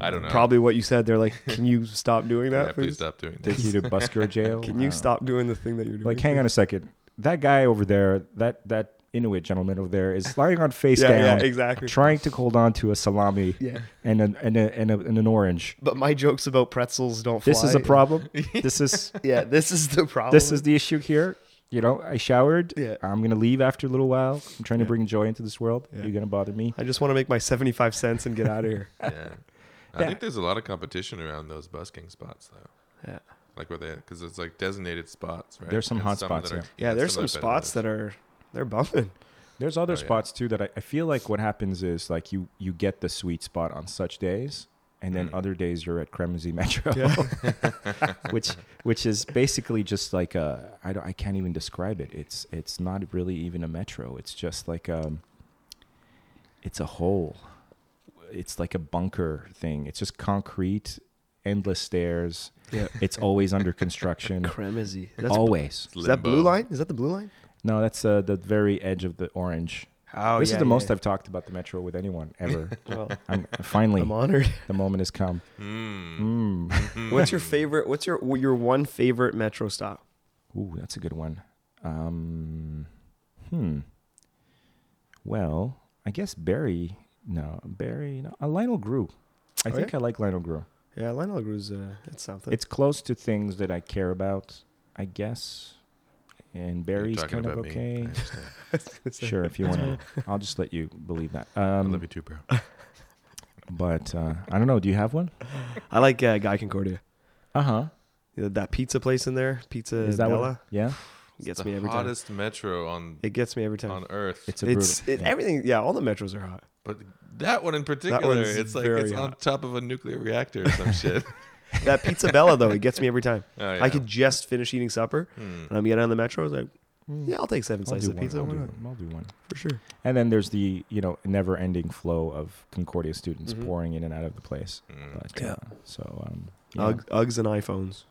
[SPEAKER 2] I don't know.
[SPEAKER 4] Probably what you said. They're like, "Can you stop doing
[SPEAKER 2] Yeah,
[SPEAKER 4] that,
[SPEAKER 2] please
[SPEAKER 4] please?
[SPEAKER 2] stop doing
[SPEAKER 1] take
[SPEAKER 2] this.
[SPEAKER 1] you to busker jail.
[SPEAKER 4] Can
[SPEAKER 1] I
[SPEAKER 4] you
[SPEAKER 1] don't know.
[SPEAKER 4] stop doing the thing that you're doing?"
[SPEAKER 1] Like, hang on a second. That guy over there, that that Inuit gentleman over there, is lying on face
[SPEAKER 4] Yeah,
[SPEAKER 1] down,
[SPEAKER 4] yeah, exactly.
[SPEAKER 1] trying to hold on to a salami
[SPEAKER 4] Yeah.
[SPEAKER 1] and, a, and, a, and, a, and an orange.
[SPEAKER 4] But my jokes about pretzels don't fly.
[SPEAKER 1] This is a problem. this is
[SPEAKER 4] Yeah, this is the problem.
[SPEAKER 1] this is the issue here. You know, I showered.
[SPEAKER 4] Yeah.
[SPEAKER 1] I'm gonna leave after a little while. I'm trying to bring joy into this world.
[SPEAKER 4] Yeah.
[SPEAKER 1] You're gonna bother me.
[SPEAKER 4] I just want to make my seventy-five cents and get out of here.
[SPEAKER 2] yeah. I
[SPEAKER 1] Yeah.
[SPEAKER 2] think there's a lot of competition around those busking spots though.
[SPEAKER 4] Yeah,
[SPEAKER 2] Like where they, because it's like designated spots, right?
[SPEAKER 1] There's some hot
[SPEAKER 2] that
[SPEAKER 1] spots,
[SPEAKER 2] are-
[SPEAKER 1] yeah.
[SPEAKER 4] yeah. There's
[SPEAKER 2] are
[SPEAKER 4] some
[SPEAKER 2] better
[SPEAKER 4] spots
[SPEAKER 2] than
[SPEAKER 4] that are they're bumping.
[SPEAKER 1] There's other
[SPEAKER 2] Oh, yeah.
[SPEAKER 1] spots too that I, I feel like what happens is like you you get the sweet spot on such days, and then
[SPEAKER 2] Mm.
[SPEAKER 1] other days you're at Kremzy Metro,
[SPEAKER 4] Yeah.
[SPEAKER 1] which which is basically just like a I don't I can't even describe it. It's it's not really even a metro. It's just like um, it's a hole. It's like a bunker thing. It's just concrete, endless stairs.
[SPEAKER 4] yeah,
[SPEAKER 1] It's always under construction.
[SPEAKER 4] crazy.
[SPEAKER 1] always.
[SPEAKER 2] It's
[SPEAKER 4] Is that blue
[SPEAKER 2] limbo.
[SPEAKER 4] line? Is that the blue line?
[SPEAKER 1] No, that's uh, the very edge of the orange.
[SPEAKER 4] Oh,
[SPEAKER 1] this is the most I've talked about the metro with anyone ever.
[SPEAKER 4] Well,
[SPEAKER 1] I'm, finally,
[SPEAKER 4] I'm honored.
[SPEAKER 1] the moment has come.
[SPEAKER 2] Mm.
[SPEAKER 1] Mm.
[SPEAKER 4] What's your favorite? What's your your one favorite metro stop?
[SPEAKER 1] Ooh, that's a good one. Um, hmm. Well, I guess Barry. No, Barry. No, uh, Lionel Grew. I
[SPEAKER 4] Oh,
[SPEAKER 1] think I like Lionel Grew.
[SPEAKER 4] Yeah, Lionel Gru's. Uh, it's something.
[SPEAKER 1] It's close to things that I care about, I guess. And
[SPEAKER 2] You're
[SPEAKER 1] Barry's
[SPEAKER 2] talking
[SPEAKER 1] kind of
[SPEAKER 2] about me. I
[SPEAKER 1] okay.
[SPEAKER 2] understand.
[SPEAKER 1] Sure, if you want to. I'll just let you believe that.
[SPEAKER 2] I
[SPEAKER 1] Um,
[SPEAKER 2] love you too, bro.
[SPEAKER 1] but uh, I don't know. Do you have one?
[SPEAKER 4] I like uh, Guy Concordia.
[SPEAKER 1] Uh huh.
[SPEAKER 4] You know, that pizza place in there, Pizza
[SPEAKER 1] Is that
[SPEAKER 4] Bella,
[SPEAKER 1] one? Yeah.
[SPEAKER 4] gets
[SPEAKER 2] the
[SPEAKER 4] me every time.
[SPEAKER 2] hottest metro on
[SPEAKER 4] It gets me every time.
[SPEAKER 2] on earth.
[SPEAKER 1] It's a brutal.
[SPEAKER 4] it's it,
[SPEAKER 1] yeah.
[SPEAKER 4] everything. Yeah, all the metros are hot.
[SPEAKER 2] but that one in particular,
[SPEAKER 4] one's
[SPEAKER 2] it's like
[SPEAKER 4] very
[SPEAKER 2] it's on
[SPEAKER 4] hot.
[SPEAKER 2] top of a nuclear reactor or some shit.
[SPEAKER 4] That Pizza Bella though, it gets me every time.
[SPEAKER 2] Oh, yeah.
[SPEAKER 4] I could just finish eating supper,
[SPEAKER 2] Hmm.
[SPEAKER 4] and I'm getting on the metro. It's like,
[SPEAKER 1] Mm.
[SPEAKER 4] yeah, I'll take 7
[SPEAKER 1] I'll
[SPEAKER 4] slices
[SPEAKER 1] do
[SPEAKER 4] of
[SPEAKER 1] one,
[SPEAKER 4] pizza
[SPEAKER 1] I'll
[SPEAKER 4] why
[SPEAKER 1] do
[SPEAKER 4] not?
[SPEAKER 1] one, I'll do one.
[SPEAKER 4] for sure.
[SPEAKER 1] And then there's the you know never-ending flow of Concordia students
[SPEAKER 4] Mhm.
[SPEAKER 1] pouring in and out of the place.
[SPEAKER 2] Mm.
[SPEAKER 1] But,
[SPEAKER 4] Yeah.
[SPEAKER 1] uh, so um, yeah.
[SPEAKER 4] Ugg, Uggs and iPhones.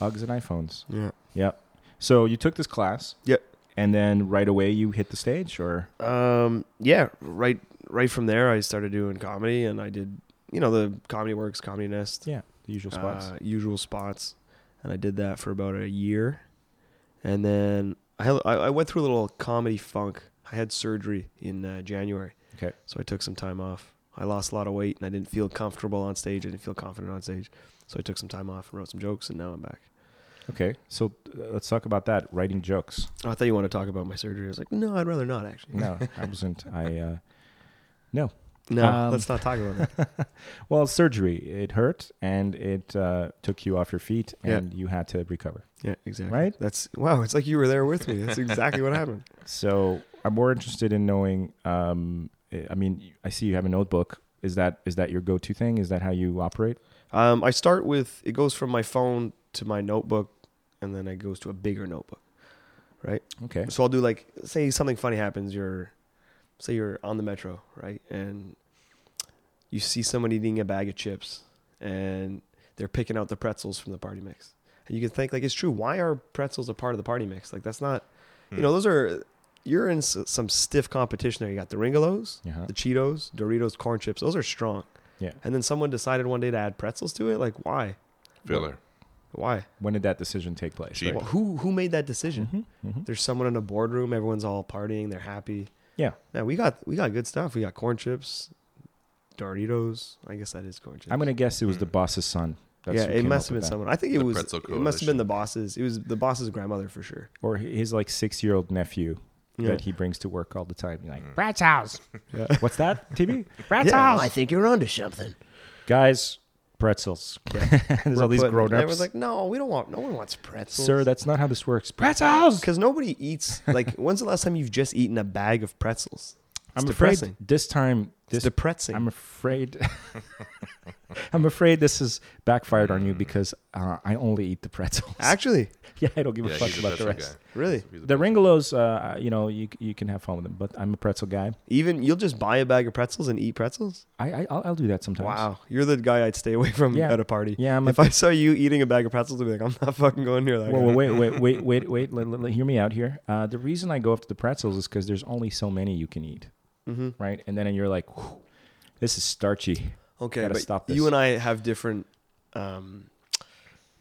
[SPEAKER 1] Uggs and iPhones.
[SPEAKER 4] Yeah.
[SPEAKER 1] Yep. So you took this class.
[SPEAKER 4] Yep.
[SPEAKER 1] And then right away you hit the stage, or
[SPEAKER 4] Um. Yeah. Right. Right from there, I started doing comedy, and I did you know the Comedy Works, Comedy Nest.
[SPEAKER 1] yeah, the usual spots.
[SPEAKER 4] Uh, usual spots. And I did that for about a year. And then I, had- I I went through a little comedy funk. I had surgery in uh, January,
[SPEAKER 1] Okay.
[SPEAKER 4] so I took some time off. I lost a lot of weight, and I didn't feel comfortable on stage. I didn't feel confident on stage, so I took some time off and wrote some jokes, and now I'm back.
[SPEAKER 1] Okay. So uh, let's talk about that. Writing jokes.
[SPEAKER 4] Oh, I thought you wanted to talk about my surgery. I was like, no, I'd rather not actually.
[SPEAKER 1] No, I wasn't. I uh, no.
[SPEAKER 4] No,
[SPEAKER 1] Um,
[SPEAKER 4] let's not talk about that.
[SPEAKER 1] Well, surgery. It hurt, and it uh, took you off your feet,
[SPEAKER 4] Yeah.
[SPEAKER 1] and you had to recover.
[SPEAKER 4] yeah, exactly.
[SPEAKER 1] Right?
[SPEAKER 4] That's wow. It's like you were there with me. That's exactly what happened.
[SPEAKER 1] So I'm more interested in knowing. Um, I mean, I see you have a notebook. Is that is that your go-to thing? Is that how you operate?
[SPEAKER 4] Um, I start with it goes from my phone to my notebook, and then it goes to a bigger notebook, right?
[SPEAKER 1] Okay.
[SPEAKER 4] So I'll do like say something funny happens. You're say you're on the metro, right, and you see someone eating a bag of chips, and they're picking out the pretzels from the party mix, and you can think like it's true. Why are pretzels a part of the party mix? Like that's not, you know, those are you're in s- some stiff competition there. You got the Ringolos,
[SPEAKER 1] Uh-huh.
[SPEAKER 4] the Cheetos, Doritos, corn chips. Those are strong.
[SPEAKER 1] Yeah.
[SPEAKER 4] And then someone decided one day to add pretzels to it. Like, why?
[SPEAKER 2] Filler.
[SPEAKER 4] Why?
[SPEAKER 1] When did that decision take place?
[SPEAKER 2] Cheap.
[SPEAKER 4] Well, who who made that decision?
[SPEAKER 1] mhm.
[SPEAKER 4] There's someone in a boardroom. Everyone's all partying. They're happy.
[SPEAKER 1] Yeah.
[SPEAKER 4] Now we got we got good stuff. We got corn chips, Doritos. I guess that is corn chips.
[SPEAKER 1] I'm gonna guess it was the boss's son.
[SPEAKER 4] yeah,
[SPEAKER 1] who
[SPEAKER 4] it
[SPEAKER 1] came
[SPEAKER 4] must
[SPEAKER 1] up with
[SPEAKER 4] have been
[SPEAKER 1] that.
[SPEAKER 4] someone. I think it
[SPEAKER 2] The
[SPEAKER 4] was.
[SPEAKER 2] pretzel
[SPEAKER 4] It must have
[SPEAKER 2] coalition.
[SPEAKER 4] been the boss's. It was the boss's grandmother for sure.
[SPEAKER 1] or his like six-year-old nephew
[SPEAKER 4] Yeah. Mm.
[SPEAKER 1] that he brings to work all the time. You're like,
[SPEAKER 5] Brat's house.
[SPEAKER 1] what's that, TB?
[SPEAKER 5] Brat's
[SPEAKER 4] Yeah,
[SPEAKER 5] house.
[SPEAKER 4] I
[SPEAKER 5] think you're onto something.
[SPEAKER 1] Guys, pretzels. There's all these
[SPEAKER 4] But
[SPEAKER 1] grown-ups.
[SPEAKER 4] Everyone's like, no, we don't want. No one wants pretzels.
[SPEAKER 1] Sir, that's not how this works.
[SPEAKER 5] Brat's house.
[SPEAKER 4] because nobody eats. Like, when's the last time you've just eaten a bag of pretzels? It's
[SPEAKER 1] I'm
[SPEAKER 4] depressing.
[SPEAKER 1] afraid this time.
[SPEAKER 4] It's
[SPEAKER 1] This
[SPEAKER 4] depressing.
[SPEAKER 1] I'm afraid. I'm afraid this has backfired on you
[SPEAKER 2] Mm-hmm.
[SPEAKER 1] because uh, I only eat the pretzels.
[SPEAKER 4] Actually,
[SPEAKER 1] yeah, I don't give a
[SPEAKER 2] Yeah,
[SPEAKER 1] fuck
[SPEAKER 2] he's a
[SPEAKER 1] about the
[SPEAKER 2] pretzel
[SPEAKER 1] rest.
[SPEAKER 2] guy.
[SPEAKER 4] really.
[SPEAKER 2] He's a
[SPEAKER 1] The Ringolos, uh, you know, you you can have fun with them, but I'm a pretzel guy.
[SPEAKER 4] Even you'll just buy a bag of pretzels and eat pretzels.
[SPEAKER 1] I, I I'll, I'll do that sometimes.
[SPEAKER 4] Wow, you're the guy I'd stay away from
[SPEAKER 1] Yeah.
[SPEAKER 4] at a party.
[SPEAKER 1] Yeah, I'm a-
[SPEAKER 4] if I saw you eating a bag of pretzels, I'd be like, I'm not fucking going near that.
[SPEAKER 1] Whoa,
[SPEAKER 4] guy.
[SPEAKER 1] whoa, wait, wait, wait, wait, wait. Let, let- let- hear me out here. Uh, the reason I go after the pretzels is because there's only so many you can eat,
[SPEAKER 4] Mm-hmm.
[SPEAKER 1] right? And then you're like, "Whew, this is starchy.
[SPEAKER 4] Okay,
[SPEAKER 1] Gotta
[SPEAKER 4] but
[SPEAKER 1] stop this.
[SPEAKER 4] you and I have different, um,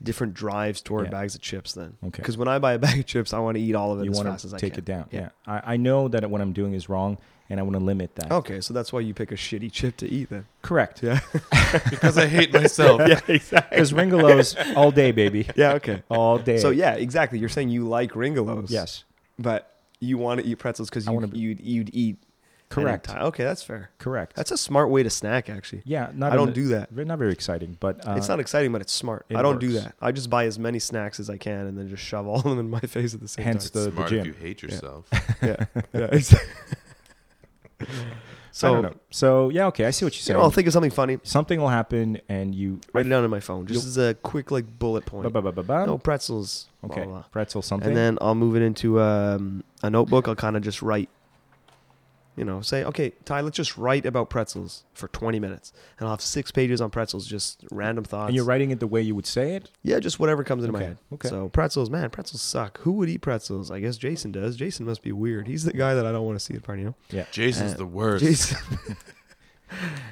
[SPEAKER 4] different drives toward
[SPEAKER 1] Yeah.
[SPEAKER 4] bags of chips. Then,
[SPEAKER 1] Okay.
[SPEAKER 4] because when I buy a bag of chips, I want to eat all of it
[SPEAKER 1] You
[SPEAKER 4] as
[SPEAKER 1] want
[SPEAKER 4] fast as
[SPEAKER 1] to
[SPEAKER 4] I
[SPEAKER 1] take
[SPEAKER 4] can.
[SPEAKER 1] it down.
[SPEAKER 4] Yeah.
[SPEAKER 1] Yeah, I, I know that what I'm doing is wrong, and I want to limit that.
[SPEAKER 4] Okay, so that's why you pick a shitty chip to eat then.
[SPEAKER 1] correct. Yeah,
[SPEAKER 2] because I hate myself.
[SPEAKER 4] exactly.
[SPEAKER 1] because Ringolos all day, baby,
[SPEAKER 4] Yeah. Okay.
[SPEAKER 1] all day.
[SPEAKER 4] So yeah, exactly. You're saying you like Ringolos.
[SPEAKER 1] Oh, yes,
[SPEAKER 4] But you want to eat pretzels because
[SPEAKER 1] I
[SPEAKER 4] you
[SPEAKER 1] wanna be-
[SPEAKER 4] you'd you'd eat. an
[SPEAKER 1] Correct.
[SPEAKER 4] entire- okay, that's fair.
[SPEAKER 1] correct.
[SPEAKER 4] That's a smart way to snack, actually.
[SPEAKER 1] yeah, not
[SPEAKER 4] I
[SPEAKER 1] in
[SPEAKER 4] don't
[SPEAKER 1] the-
[SPEAKER 4] do that.
[SPEAKER 1] Very- Not very exciting, but uh,
[SPEAKER 4] it's not exciting, but it's smart.
[SPEAKER 1] it
[SPEAKER 4] I don't do
[SPEAKER 1] works.
[SPEAKER 4] that. I just buy as many snacks as I can and then just shove all of them in my face at the same
[SPEAKER 1] Hence
[SPEAKER 4] time.
[SPEAKER 1] the, the
[SPEAKER 2] Smart if you
[SPEAKER 1] gym.
[SPEAKER 2] hate yourself.
[SPEAKER 4] yeah. yeah it's-
[SPEAKER 1] So, I don't
[SPEAKER 4] so
[SPEAKER 1] know. so yeah, okay, I see what you're
[SPEAKER 4] you
[SPEAKER 1] saying.
[SPEAKER 4] know, I'll think of something funny.
[SPEAKER 1] Something will happen, and you.
[SPEAKER 4] Write it down in my phone, just as a quick like bullet point.
[SPEAKER 1] Ba-ba-ba-ba-ba.
[SPEAKER 4] No pretzels. blah,
[SPEAKER 1] Okay,
[SPEAKER 4] blah, blah.
[SPEAKER 1] pretzel something.
[SPEAKER 4] And then I'll move it into um, a notebook. I'll kind of just write, you know, say, okay, Ty, let's just write about pretzels for 20 minutes. And I'll have six pages on pretzels, just random thoughts.
[SPEAKER 1] and you're writing it the way you would say it.
[SPEAKER 4] Yeah, just whatever comes into my
[SPEAKER 1] Okay,
[SPEAKER 4] head.
[SPEAKER 1] okay.
[SPEAKER 4] So pretzels, man, pretzels suck. Who would eat pretzels? I guess Jason does. Jason must be weird. He's the guy that I don't want to see at a party, you know?
[SPEAKER 2] Jason's
[SPEAKER 4] Uh,
[SPEAKER 2] the worst.
[SPEAKER 4] Jason.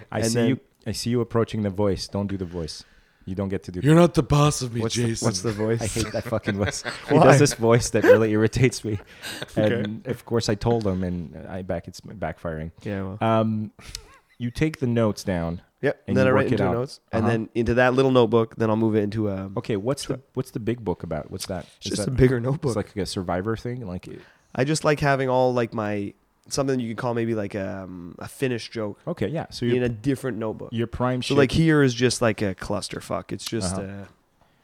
[SPEAKER 1] I
[SPEAKER 4] And
[SPEAKER 1] see
[SPEAKER 4] then-
[SPEAKER 1] you. I see you approaching the voice. Don't do the voice. You don't get to do.
[SPEAKER 2] You're not the boss of me,
[SPEAKER 4] What's the,
[SPEAKER 2] Jason.
[SPEAKER 4] what's the voice?
[SPEAKER 1] I hate that fucking voice. he
[SPEAKER 4] Why?
[SPEAKER 1] does this voice that really irritates me, and
[SPEAKER 4] Okay.
[SPEAKER 1] of course I told him, and I back it's backfiring.
[SPEAKER 4] Yeah, well.
[SPEAKER 1] Um, you take the notes down.
[SPEAKER 4] Yep.
[SPEAKER 1] and
[SPEAKER 4] And then
[SPEAKER 1] you
[SPEAKER 4] I
[SPEAKER 1] work
[SPEAKER 4] write
[SPEAKER 1] it
[SPEAKER 4] into
[SPEAKER 1] out.
[SPEAKER 4] notes. And
[SPEAKER 1] Uh-huh.
[SPEAKER 4] then into that little notebook, then I'll move it into a,
[SPEAKER 1] Okay, what's the what's the big book about? What's that? Is
[SPEAKER 4] just
[SPEAKER 1] that
[SPEAKER 4] a bigger
[SPEAKER 1] it's
[SPEAKER 4] notebook.
[SPEAKER 1] like a survivor thing. Like it-
[SPEAKER 4] I just like having all like my, something you could call maybe like um, a finished joke
[SPEAKER 1] okay, yeah. So
[SPEAKER 4] in
[SPEAKER 1] your
[SPEAKER 4] a different notebook.
[SPEAKER 1] your prime
[SPEAKER 4] So
[SPEAKER 1] shit,
[SPEAKER 4] like here is just like a clusterfuck. It's just, uh
[SPEAKER 1] Uh-huh.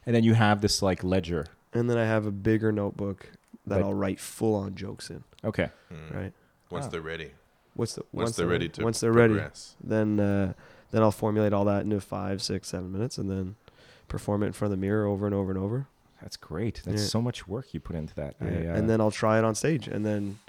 [SPEAKER 1] and then you have this like ledger.
[SPEAKER 4] and then I have a bigger notebook that
[SPEAKER 1] But-
[SPEAKER 4] I'll write full on jokes in,
[SPEAKER 1] Okay,
[SPEAKER 2] Mm.
[SPEAKER 4] right?
[SPEAKER 2] Once
[SPEAKER 1] Oh.
[SPEAKER 2] they're ready.
[SPEAKER 4] What's the
[SPEAKER 2] Once, they're ready to
[SPEAKER 4] once they're ready,
[SPEAKER 2] progress.
[SPEAKER 4] then uh, then I'll formulate all that into five, six, seven minutes, and then perform it in front of the mirror over and over and over.
[SPEAKER 1] that's great. That's
[SPEAKER 4] Yeah.
[SPEAKER 1] so much work you put into that. I, uh,
[SPEAKER 4] and then I'll try it on stage, and then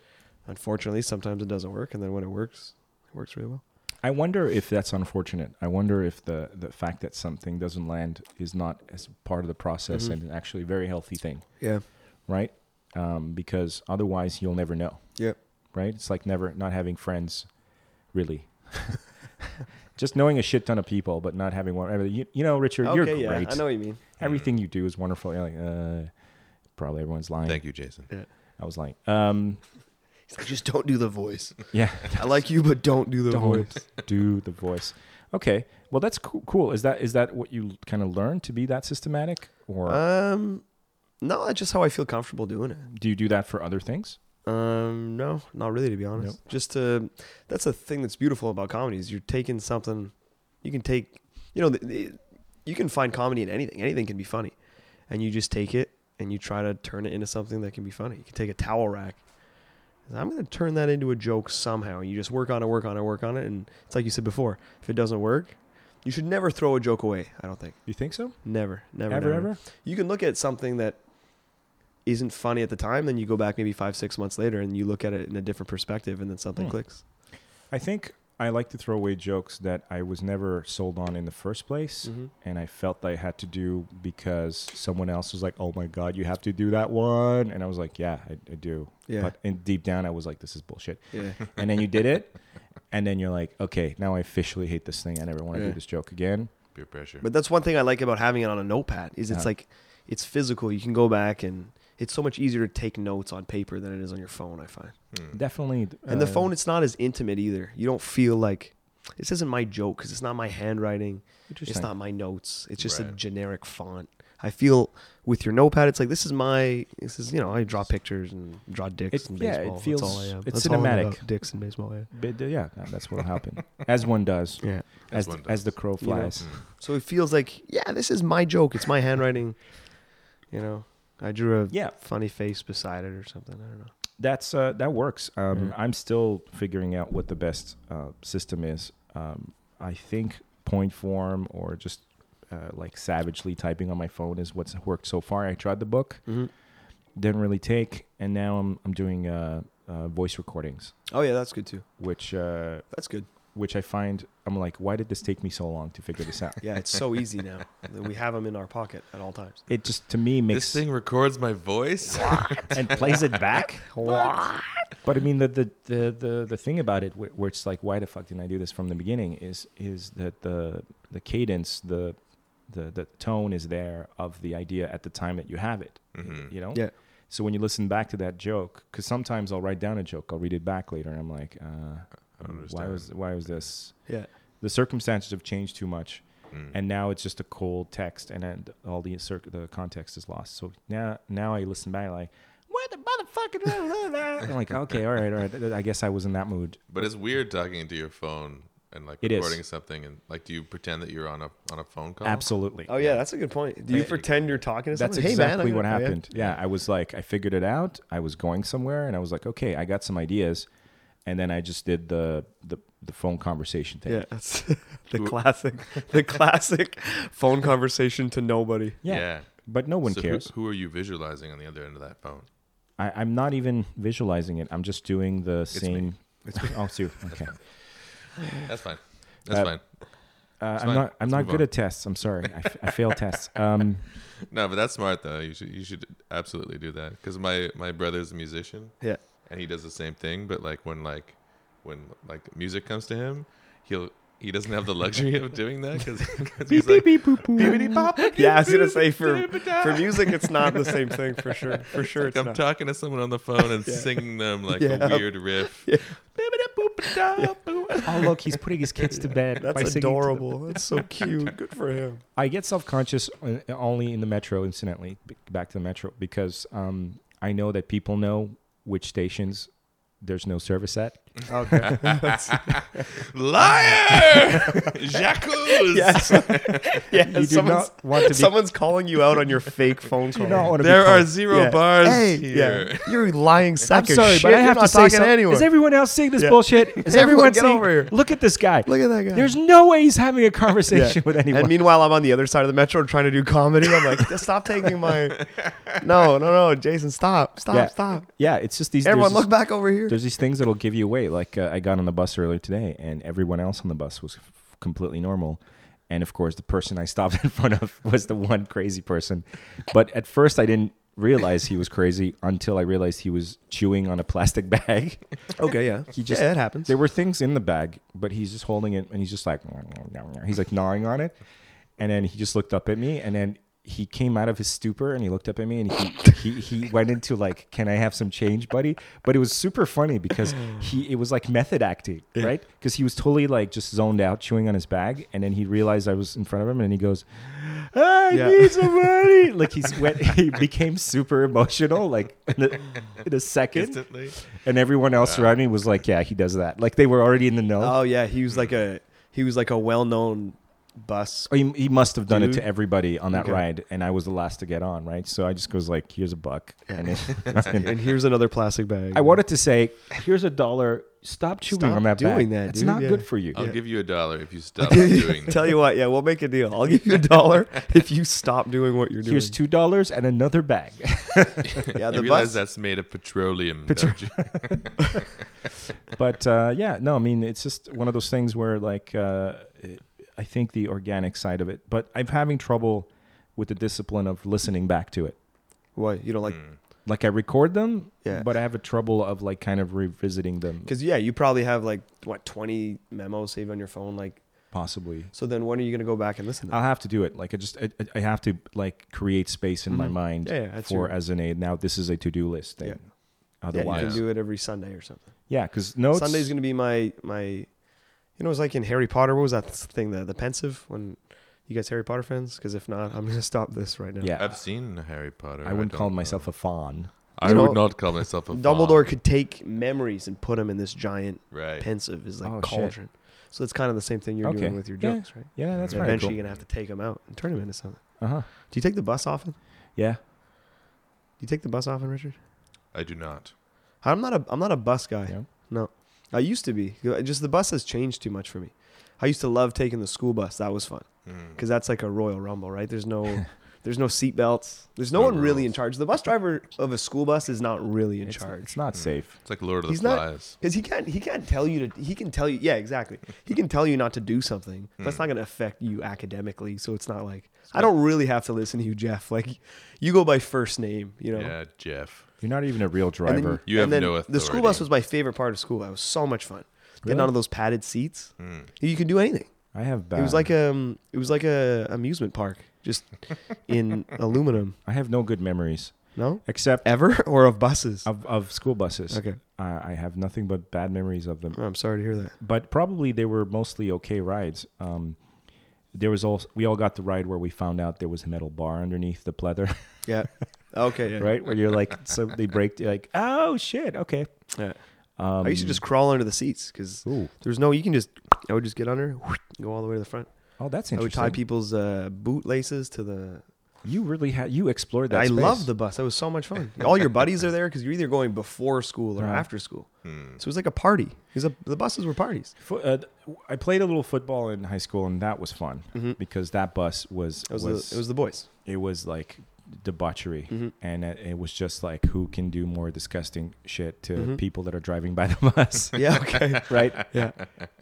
[SPEAKER 4] unfortunately sometimes it doesn't work, and then when it works, it works really well.
[SPEAKER 1] I wonder if that's unfortunate. I wonder if the, the fact that something doesn't land is not as part of the process
[SPEAKER 4] Mhm.
[SPEAKER 1] and actually a very healthy thing,
[SPEAKER 4] Yeah,
[SPEAKER 1] right? Um, because otherwise you'll never know,
[SPEAKER 4] yeah.
[SPEAKER 1] right? It's like never not having friends, really. Just knowing a shit ton of people, but not having one. I mean, You, you know, Richard, you're
[SPEAKER 4] okay,
[SPEAKER 1] great.
[SPEAKER 4] yeah. I know what you mean.
[SPEAKER 1] Everything you do is wonderful. You're like, uh, probably everyone's lying.
[SPEAKER 2] Thank you, Jason.
[SPEAKER 1] I was like, um,
[SPEAKER 4] He's like, just don't do the voice.
[SPEAKER 1] yeah,
[SPEAKER 4] I like you, but don't do the voice.
[SPEAKER 1] don't do the voice. Okay, well that's cool. Cool. Is that is that what you kind of learned to be that systematic, or
[SPEAKER 4] Um, no, that's just how I feel comfortable doing it.
[SPEAKER 1] do you do that for other things?
[SPEAKER 4] Um, no, not really, to be honest. Just to, that's the thing that's beautiful about comedy is you're taking something, you can take, you know, the, the, you can find comedy in anything. Anything can be funny, and you just take it and you try to turn it into something that can be funny. You can take a towel rack. I'm gonna turn that into a joke somehow. You just work on it, work on it, work on it, and it's like you said before. If it doesn't work, you should never throw a joke away. I don't think.
[SPEAKER 1] You think so?
[SPEAKER 4] Never, never,
[SPEAKER 1] ever,
[SPEAKER 4] never.
[SPEAKER 1] ever?
[SPEAKER 4] you can look at something that isn't funny at the time, then you go back maybe five, six months later and you look at it in a different perspective and then something
[SPEAKER 1] Hmm.
[SPEAKER 4] clicks.
[SPEAKER 1] I think I like to throw away jokes that I was never sold on in the first place,
[SPEAKER 4] Mm-hmm.
[SPEAKER 1] and I felt I had to do because someone else was like, "Oh my god, you have to do that one," and I was like, "Yeah, I, I do."
[SPEAKER 4] Yeah.
[SPEAKER 1] But in deep down, I was like, "This is bullshit."
[SPEAKER 4] Yeah.
[SPEAKER 1] And then you did it, and then you're like, "Okay, now I officially hate this thing. I never want to
[SPEAKER 4] Yeah.
[SPEAKER 1] do this joke again."
[SPEAKER 2] Peer pressure.
[SPEAKER 4] But that's one thing I like about having it on a notepad is it's
[SPEAKER 1] Yeah.
[SPEAKER 4] like it's physical. You can go back and it's so much easier to take notes on paper than it is on your phone, I find.
[SPEAKER 2] Mm.
[SPEAKER 1] Definitely.
[SPEAKER 4] And the
[SPEAKER 1] uh,
[SPEAKER 4] phone it's not as intimate either. You don't feel like this isn't my joke because it's not my handwriting. It's
[SPEAKER 1] Interesting.
[SPEAKER 4] not my notes. It's just a
[SPEAKER 2] Right.
[SPEAKER 4] generic font. I feel with your notepad, it's like this is my this is you know I draw pictures and draw dicks
[SPEAKER 1] It-
[SPEAKER 4] and
[SPEAKER 1] yeah, it
[SPEAKER 4] baseball.
[SPEAKER 1] feels-
[SPEAKER 4] That's all I am.
[SPEAKER 1] it's
[SPEAKER 4] That's all I'm
[SPEAKER 1] cinematic.
[SPEAKER 4] about, dicks and baseball. Yeah.
[SPEAKER 1] But, uh, yeah, no, that's what'll happen, as one does,
[SPEAKER 4] Yeah.
[SPEAKER 1] as
[SPEAKER 2] As
[SPEAKER 1] th-
[SPEAKER 2] one
[SPEAKER 1] as,
[SPEAKER 2] does.
[SPEAKER 1] the crow
[SPEAKER 4] You know.
[SPEAKER 1] flies.
[SPEAKER 4] So it feels like yeah, this is my joke. It's my handwriting. You know, I drew a
[SPEAKER 1] Yeah.
[SPEAKER 4] funny face beside it or something. I don't know.
[SPEAKER 1] that's uh, that works. Um,
[SPEAKER 2] Mm-hmm.
[SPEAKER 4] Yeah.
[SPEAKER 1] I'm still figuring out what the best uh, system is. Um, I think point form or just uh, like savagely typing on my phone is what's worked so far. I tried the book,
[SPEAKER 2] Mm-hmm.
[SPEAKER 1] didn't really take, and now I'm I'm doing uh, uh, voice recordings,
[SPEAKER 4] Oh yeah, that's good too.
[SPEAKER 1] which uh,
[SPEAKER 4] That's good.
[SPEAKER 1] which I find I'm like, why did this take me so long to figure this out?
[SPEAKER 4] Yeah, it's so easy now. we have them in our pocket at all times.
[SPEAKER 1] It just to me
[SPEAKER 2] This
[SPEAKER 1] makes
[SPEAKER 2] thing records my voice.
[SPEAKER 1] and plays it back. But I mean, the the the the, the thing about it, where, where it's like, why the fuck didn't I do this from the beginning? Is is that the the cadence, the the the tone is there of the idea at the time that you have it. You know.
[SPEAKER 4] Yeah.
[SPEAKER 1] So when you listen back to that joke, because sometimes I'll write down a joke, I'll read it back later, and I'm like, uh, why
[SPEAKER 2] understand.
[SPEAKER 1] was why was this?
[SPEAKER 4] Yeah.
[SPEAKER 1] The circumstances have changed too much,
[SPEAKER 4] Mm.
[SPEAKER 1] and now it's just a cold text, and then all the cir- the context is lost. So now now I listen back like, what the motherfucker? blah, blah, blah?" I'm like, okay, all right, all right. I guess I was in that mood.
[SPEAKER 2] But it's weird talking into your phone and like
[SPEAKER 1] It is.
[SPEAKER 2] recording something and like do you pretend that you're on a on a phone call?
[SPEAKER 1] Absolutely.
[SPEAKER 4] Oh yeah, that's a good point. Do you pretend you're talking to someone?
[SPEAKER 1] That's
[SPEAKER 4] Hey, man, I
[SPEAKER 1] exactly
[SPEAKER 4] got-
[SPEAKER 1] what
[SPEAKER 4] oh, yeah.
[SPEAKER 1] happened. yeah. I was like, I figured it out. I was going somewhere, and I was like, okay, I got some ideas, and then I just did the the, the phone conversation thing.
[SPEAKER 4] Yeah, that's the classic, the classic phone conversation to nobody.
[SPEAKER 1] Yeah. But no one
[SPEAKER 2] So who,
[SPEAKER 1] cares.
[SPEAKER 2] who are you visualizing on the other end of that phone?
[SPEAKER 1] I, I'm not even visualizing it. I'm just doing the same. oh, it's you. Okay.
[SPEAKER 2] That's fine. That's
[SPEAKER 1] Uh,
[SPEAKER 2] fine.
[SPEAKER 1] Uh, I'm
[SPEAKER 2] fine.
[SPEAKER 1] not. I'm
[SPEAKER 2] Let's
[SPEAKER 1] not
[SPEAKER 2] move
[SPEAKER 1] good
[SPEAKER 2] on.
[SPEAKER 1] at tests. I'm sorry. I, f- I fail tests. Um,
[SPEAKER 2] No, but that's smart though. You should you should absolutely do that because my my brother's a musician
[SPEAKER 4] Yeah,
[SPEAKER 2] and he does the same thing. But like when like when like music comes to him, he'll he doesn't have the luxury of doing that because he's like
[SPEAKER 5] Mm.
[SPEAKER 2] "Bibbidi bop,
[SPEAKER 4] yeah. I was gonna say for for music, it's not the same thing for sure. For sure, it's
[SPEAKER 2] I'm
[SPEAKER 4] not.
[SPEAKER 2] talking to someone on the phone and singing them like
[SPEAKER 4] Yeah.
[SPEAKER 2] a weird riff.
[SPEAKER 1] oh look, he's putting his kids to bed. by
[SPEAKER 4] That's
[SPEAKER 1] singing to them.
[SPEAKER 4] adorable. That's so cute. Good for him.
[SPEAKER 1] I get self conscious only in the metro, incidentally, b- back to the metro, because um, I know that people know which stations there's no service at.
[SPEAKER 4] Okay.
[SPEAKER 2] Liar! Jacques!
[SPEAKER 4] Yes. yeah.
[SPEAKER 1] do
[SPEAKER 4] someone's,
[SPEAKER 1] not want to be-
[SPEAKER 4] someone's calling you out on your fake phone call.
[SPEAKER 2] There are zero
[SPEAKER 4] Yeah.
[SPEAKER 2] bars
[SPEAKER 4] Hey,
[SPEAKER 2] here.
[SPEAKER 4] yeah. You're lying
[SPEAKER 1] I'm
[SPEAKER 4] sack of
[SPEAKER 1] sorry,
[SPEAKER 4] shit.
[SPEAKER 1] but I
[SPEAKER 4] You're
[SPEAKER 1] have
[SPEAKER 4] not
[SPEAKER 1] to say
[SPEAKER 4] talking
[SPEAKER 1] so-
[SPEAKER 4] anyone.
[SPEAKER 1] Is everyone else seeing this
[SPEAKER 4] Yeah.
[SPEAKER 1] bullshit? Is
[SPEAKER 4] Everyone
[SPEAKER 1] everyone
[SPEAKER 4] get
[SPEAKER 1] seeing?
[SPEAKER 4] over here.
[SPEAKER 1] Look at this guy.
[SPEAKER 4] Look at that guy.
[SPEAKER 1] There's no way he's having a
[SPEAKER 4] Yeah.
[SPEAKER 1] conversation with anyone.
[SPEAKER 4] And meanwhile, I'm on the other side of the metro trying to do comedy. I'm like, stop taking my. No, no, no, Jason, stop, stop,
[SPEAKER 1] yeah.
[SPEAKER 4] stop.
[SPEAKER 1] Yeah, it's just these.
[SPEAKER 4] Everyone,
[SPEAKER 1] there's
[SPEAKER 4] look back over here.
[SPEAKER 1] There's these things that'll give you away. Like uh, I got on the bus earlier today, and everyone else on the bus was f- completely normal. And of course, the person I stopped in front of was the one crazy person. But at first, I didn't realize he was crazy until I realized he was chewing on a plastic bag.
[SPEAKER 4] Okay, yeah,
[SPEAKER 1] He just
[SPEAKER 4] yeah, it happens.
[SPEAKER 1] There were things in the bag, but he's just holding it, and he's just like he's like gnawing on it. And then he just looked up at me, and then he came out of his stupor and he looked up at me and he, he, he went into like, "Can I have some change, buddy?" But it was super funny because he it was like method acting, right? Because he was totally like just zoned out, chewing on his bag, and then he realized I was in front of him, and he goes, "I
[SPEAKER 4] Yeah.
[SPEAKER 1] need some money." Like he's went, he became super emotional, like in a, in a second,
[SPEAKER 2] Instantly.
[SPEAKER 1] and everyone else around me was like, "Yeah, he does that." Like they were already in the know.
[SPEAKER 4] Oh yeah, he was like a he was like a well-known bus.
[SPEAKER 1] Oh, he, he must have done it
[SPEAKER 4] Dude.
[SPEAKER 1] to everybody on that
[SPEAKER 4] Okay.
[SPEAKER 1] ride, and I was the last to get on, right? So I just goes like, "Here's a buck," and then nothing.
[SPEAKER 4] And here's another plastic bag.
[SPEAKER 1] I wanted to say, "Here's a dollar. Stop chewing
[SPEAKER 4] Stop
[SPEAKER 1] on that
[SPEAKER 4] doing
[SPEAKER 1] bag.
[SPEAKER 4] that,
[SPEAKER 1] It's
[SPEAKER 4] dude.
[SPEAKER 1] not
[SPEAKER 4] Yeah.
[SPEAKER 1] good for you."
[SPEAKER 2] I'll give you a dollar if you stop doing that.
[SPEAKER 4] Tell you what, yeah, we'll make a deal. I'll give you a dollar if you stop doing what you're doing.
[SPEAKER 1] Here's two dollars and another bag.
[SPEAKER 4] yeah,
[SPEAKER 2] You
[SPEAKER 4] the
[SPEAKER 2] realize
[SPEAKER 4] bus.
[SPEAKER 2] that's made of petroleum. don't you?
[SPEAKER 1] but uh, yeah, no, I mean, it's just one of those things where like uh, I think the organic side of it, but I'm having trouble with the discipline of listening back to it.
[SPEAKER 4] Why you don't like?
[SPEAKER 2] Hmm.
[SPEAKER 1] Like I record them,
[SPEAKER 4] Yeah.
[SPEAKER 1] Mm. but I have a trouble of like kind of revisiting them,
[SPEAKER 4] Because yeah, you probably have like what 20 memos saved on your phone. Like,
[SPEAKER 1] possibly.
[SPEAKER 4] so then when are you gonna go back and listen? to them?
[SPEAKER 1] I'll have to do it. Like I just I, I have to like create space in my mind
[SPEAKER 4] Mm-hmm. Yeah, yeah, that's
[SPEAKER 1] for
[SPEAKER 4] your-
[SPEAKER 1] as an aid. Now this is a to do list thing.
[SPEAKER 4] Yeah. yeah, you
[SPEAKER 1] Otherwise,
[SPEAKER 4] can do it every Sunday or something.
[SPEAKER 1] yeah, because notes.
[SPEAKER 4] Sunday's gonna be my my. You know, it's like in Harry Potter. What was that thing? The the pensive when. You guys Harry Potter fans? Because if not, I'm gonna stop this right now.
[SPEAKER 1] yeah.
[SPEAKER 2] I've seen Harry Potter.
[SPEAKER 1] I wouldn't
[SPEAKER 2] don't
[SPEAKER 1] call
[SPEAKER 2] know.
[SPEAKER 1] myself a fawn.
[SPEAKER 2] I
[SPEAKER 4] You know,
[SPEAKER 2] would not call myself a fawn.
[SPEAKER 4] Dumbledore could take memories and put them in this giant
[SPEAKER 2] Right.
[SPEAKER 4] pensive, is like
[SPEAKER 1] Oh, shit.
[SPEAKER 4] cauldron. So it's kind of the same thing you're
[SPEAKER 1] Okay.
[SPEAKER 4] doing with your
[SPEAKER 1] Yeah.
[SPEAKER 4] jokes, right?
[SPEAKER 1] Yeah, that's
[SPEAKER 2] Yeah.
[SPEAKER 1] right.
[SPEAKER 4] Eventually,
[SPEAKER 1] Cool.
[SPEAKER 4] you're gonna have to take them out and turn them into something.
[SPEAKER 1] Uh huh.
[SPEAKER 4] Do you take the bus often? Do
[SPEAKER 1] Yeah.
[SPEAKER 4] you take the bus often, Richard?
[SPEAKER 2] I do not.
[SPEAKER 4] I'm not a I'm not a bus guy.
[SPEAKER 1] Yeah.
[SPEAKER 4] No, I used to be. Just the bus has changed too much for me. I used to love taking the school bus. That was fun because that's like a royal rumble, right? There's no there's no seatbelts. There's no
[SPEAKER 2] No
[SPEAKER 4] one really
[SPEAKER 2] rules.
[SPEAKER 4] in charge. The bus driver of a school bus is not really in
[SPEAKER 1] It's,
[SPEAKER 4] charge. Hmm.
[SPEAKER 1] it's not safe.
[SPEAKER 2] It's like Lord of the
[SPEAKER 4] He's not
[SPEAKER 2] Flies.
[SPEAKER 4] because he can't. He can't tell you to. He can tell you. Yeah, exactly. He can tell you not to do something. But it's not going to affect you academically. So it's not like I don't really have to listen to you, Jeff. Like you go by first name. You know.
[SPEAKER 2] Yeah, Jeff.
[SPEAKER 1] You're not even a real
[SPEAKER 4] And then
[SPEAKER 1] driver.
[SPEAKER 2] You have
[SPEAKER 4] and then
[SPEAKER 2] no
[SPEAKER 4] The school bus
[SPEAKER 2] authority.
[SPEAKER 4] was my favorite part of school. That was so much fun. Getting
[SPEAKER 1] Really? Hmm.
[SPEAKER 4] out of those padded seats, you could do anything.
[SPEAKER 1] I have. Bad.
[SPEAKER 4] It was like um, it was like a amusement park, just in aluminum.
[SPEAKER 1] I have no good memories
[SPEAKER 4] No,
[SPEAKER 1] except
[SPEAKER 4] ever or of buses.
[SPEAKER 1] of of school buses.
[SPEAKER 4] Okay.
[SPEAKER 1] Uh, I have nothing but bad memories of them.
[SPEAKER 4] Oh, I'm sorry to hear that.
[SPEAKER 1] but probably they were mostly okay rides. Um, there was all we all got the ride where we found out there was a metal bar underneath the pleather,
[SPEAKER 4] Yeah. Okay. Yeah.
[SPEAKER 1] right? Where you're like, so they break, you're like, oh shit, okay.
[SPEAKER 4] Yeah. I used to just crawl under the seats because
[SPEAKER 1] Um, Ooh.
[SPEAKER 4] there's no. You can just. I would just get under, go all the way to the front.
[SPEAKER 1] Oh, that's
[SPEAKER 4] I would
[SPEAKER 1] interesting.
[SPEAKER 4] tie people's uh, boot laces to the.
[SPEAKER 1] you really had you explored that.
[SPEAKER 4] I
[SPEAKER 1] space.
[SPEAKER 4] love the bus. That was so much fun. All your buddies are there because you're either going before school or
[SPEAKER 1] Right.
[SPEAKER 4] after school. So it was like a party. It was a, the buses were parties.
[SPEAKER 1] Fo- uh, I played a little football in high school, and that was fun because that bus was
[SPEAKER 4] Mm-hmm. It was,
[SPEAKER 1] was Mm-hmm.
[SPEAKER 4] the, it was Mm. the boys.
[SPEAKER 1] it was like debauchery and it, it was just like who can do more disgusting shit to
[SPEAKER 4] Mm-hmm.
[SPEAKER 1] people that are driving by the bus
[SPEAKER 4] Yeah. Okay.
[SPEAKER 1] right
[SPEAKER 4] yeah.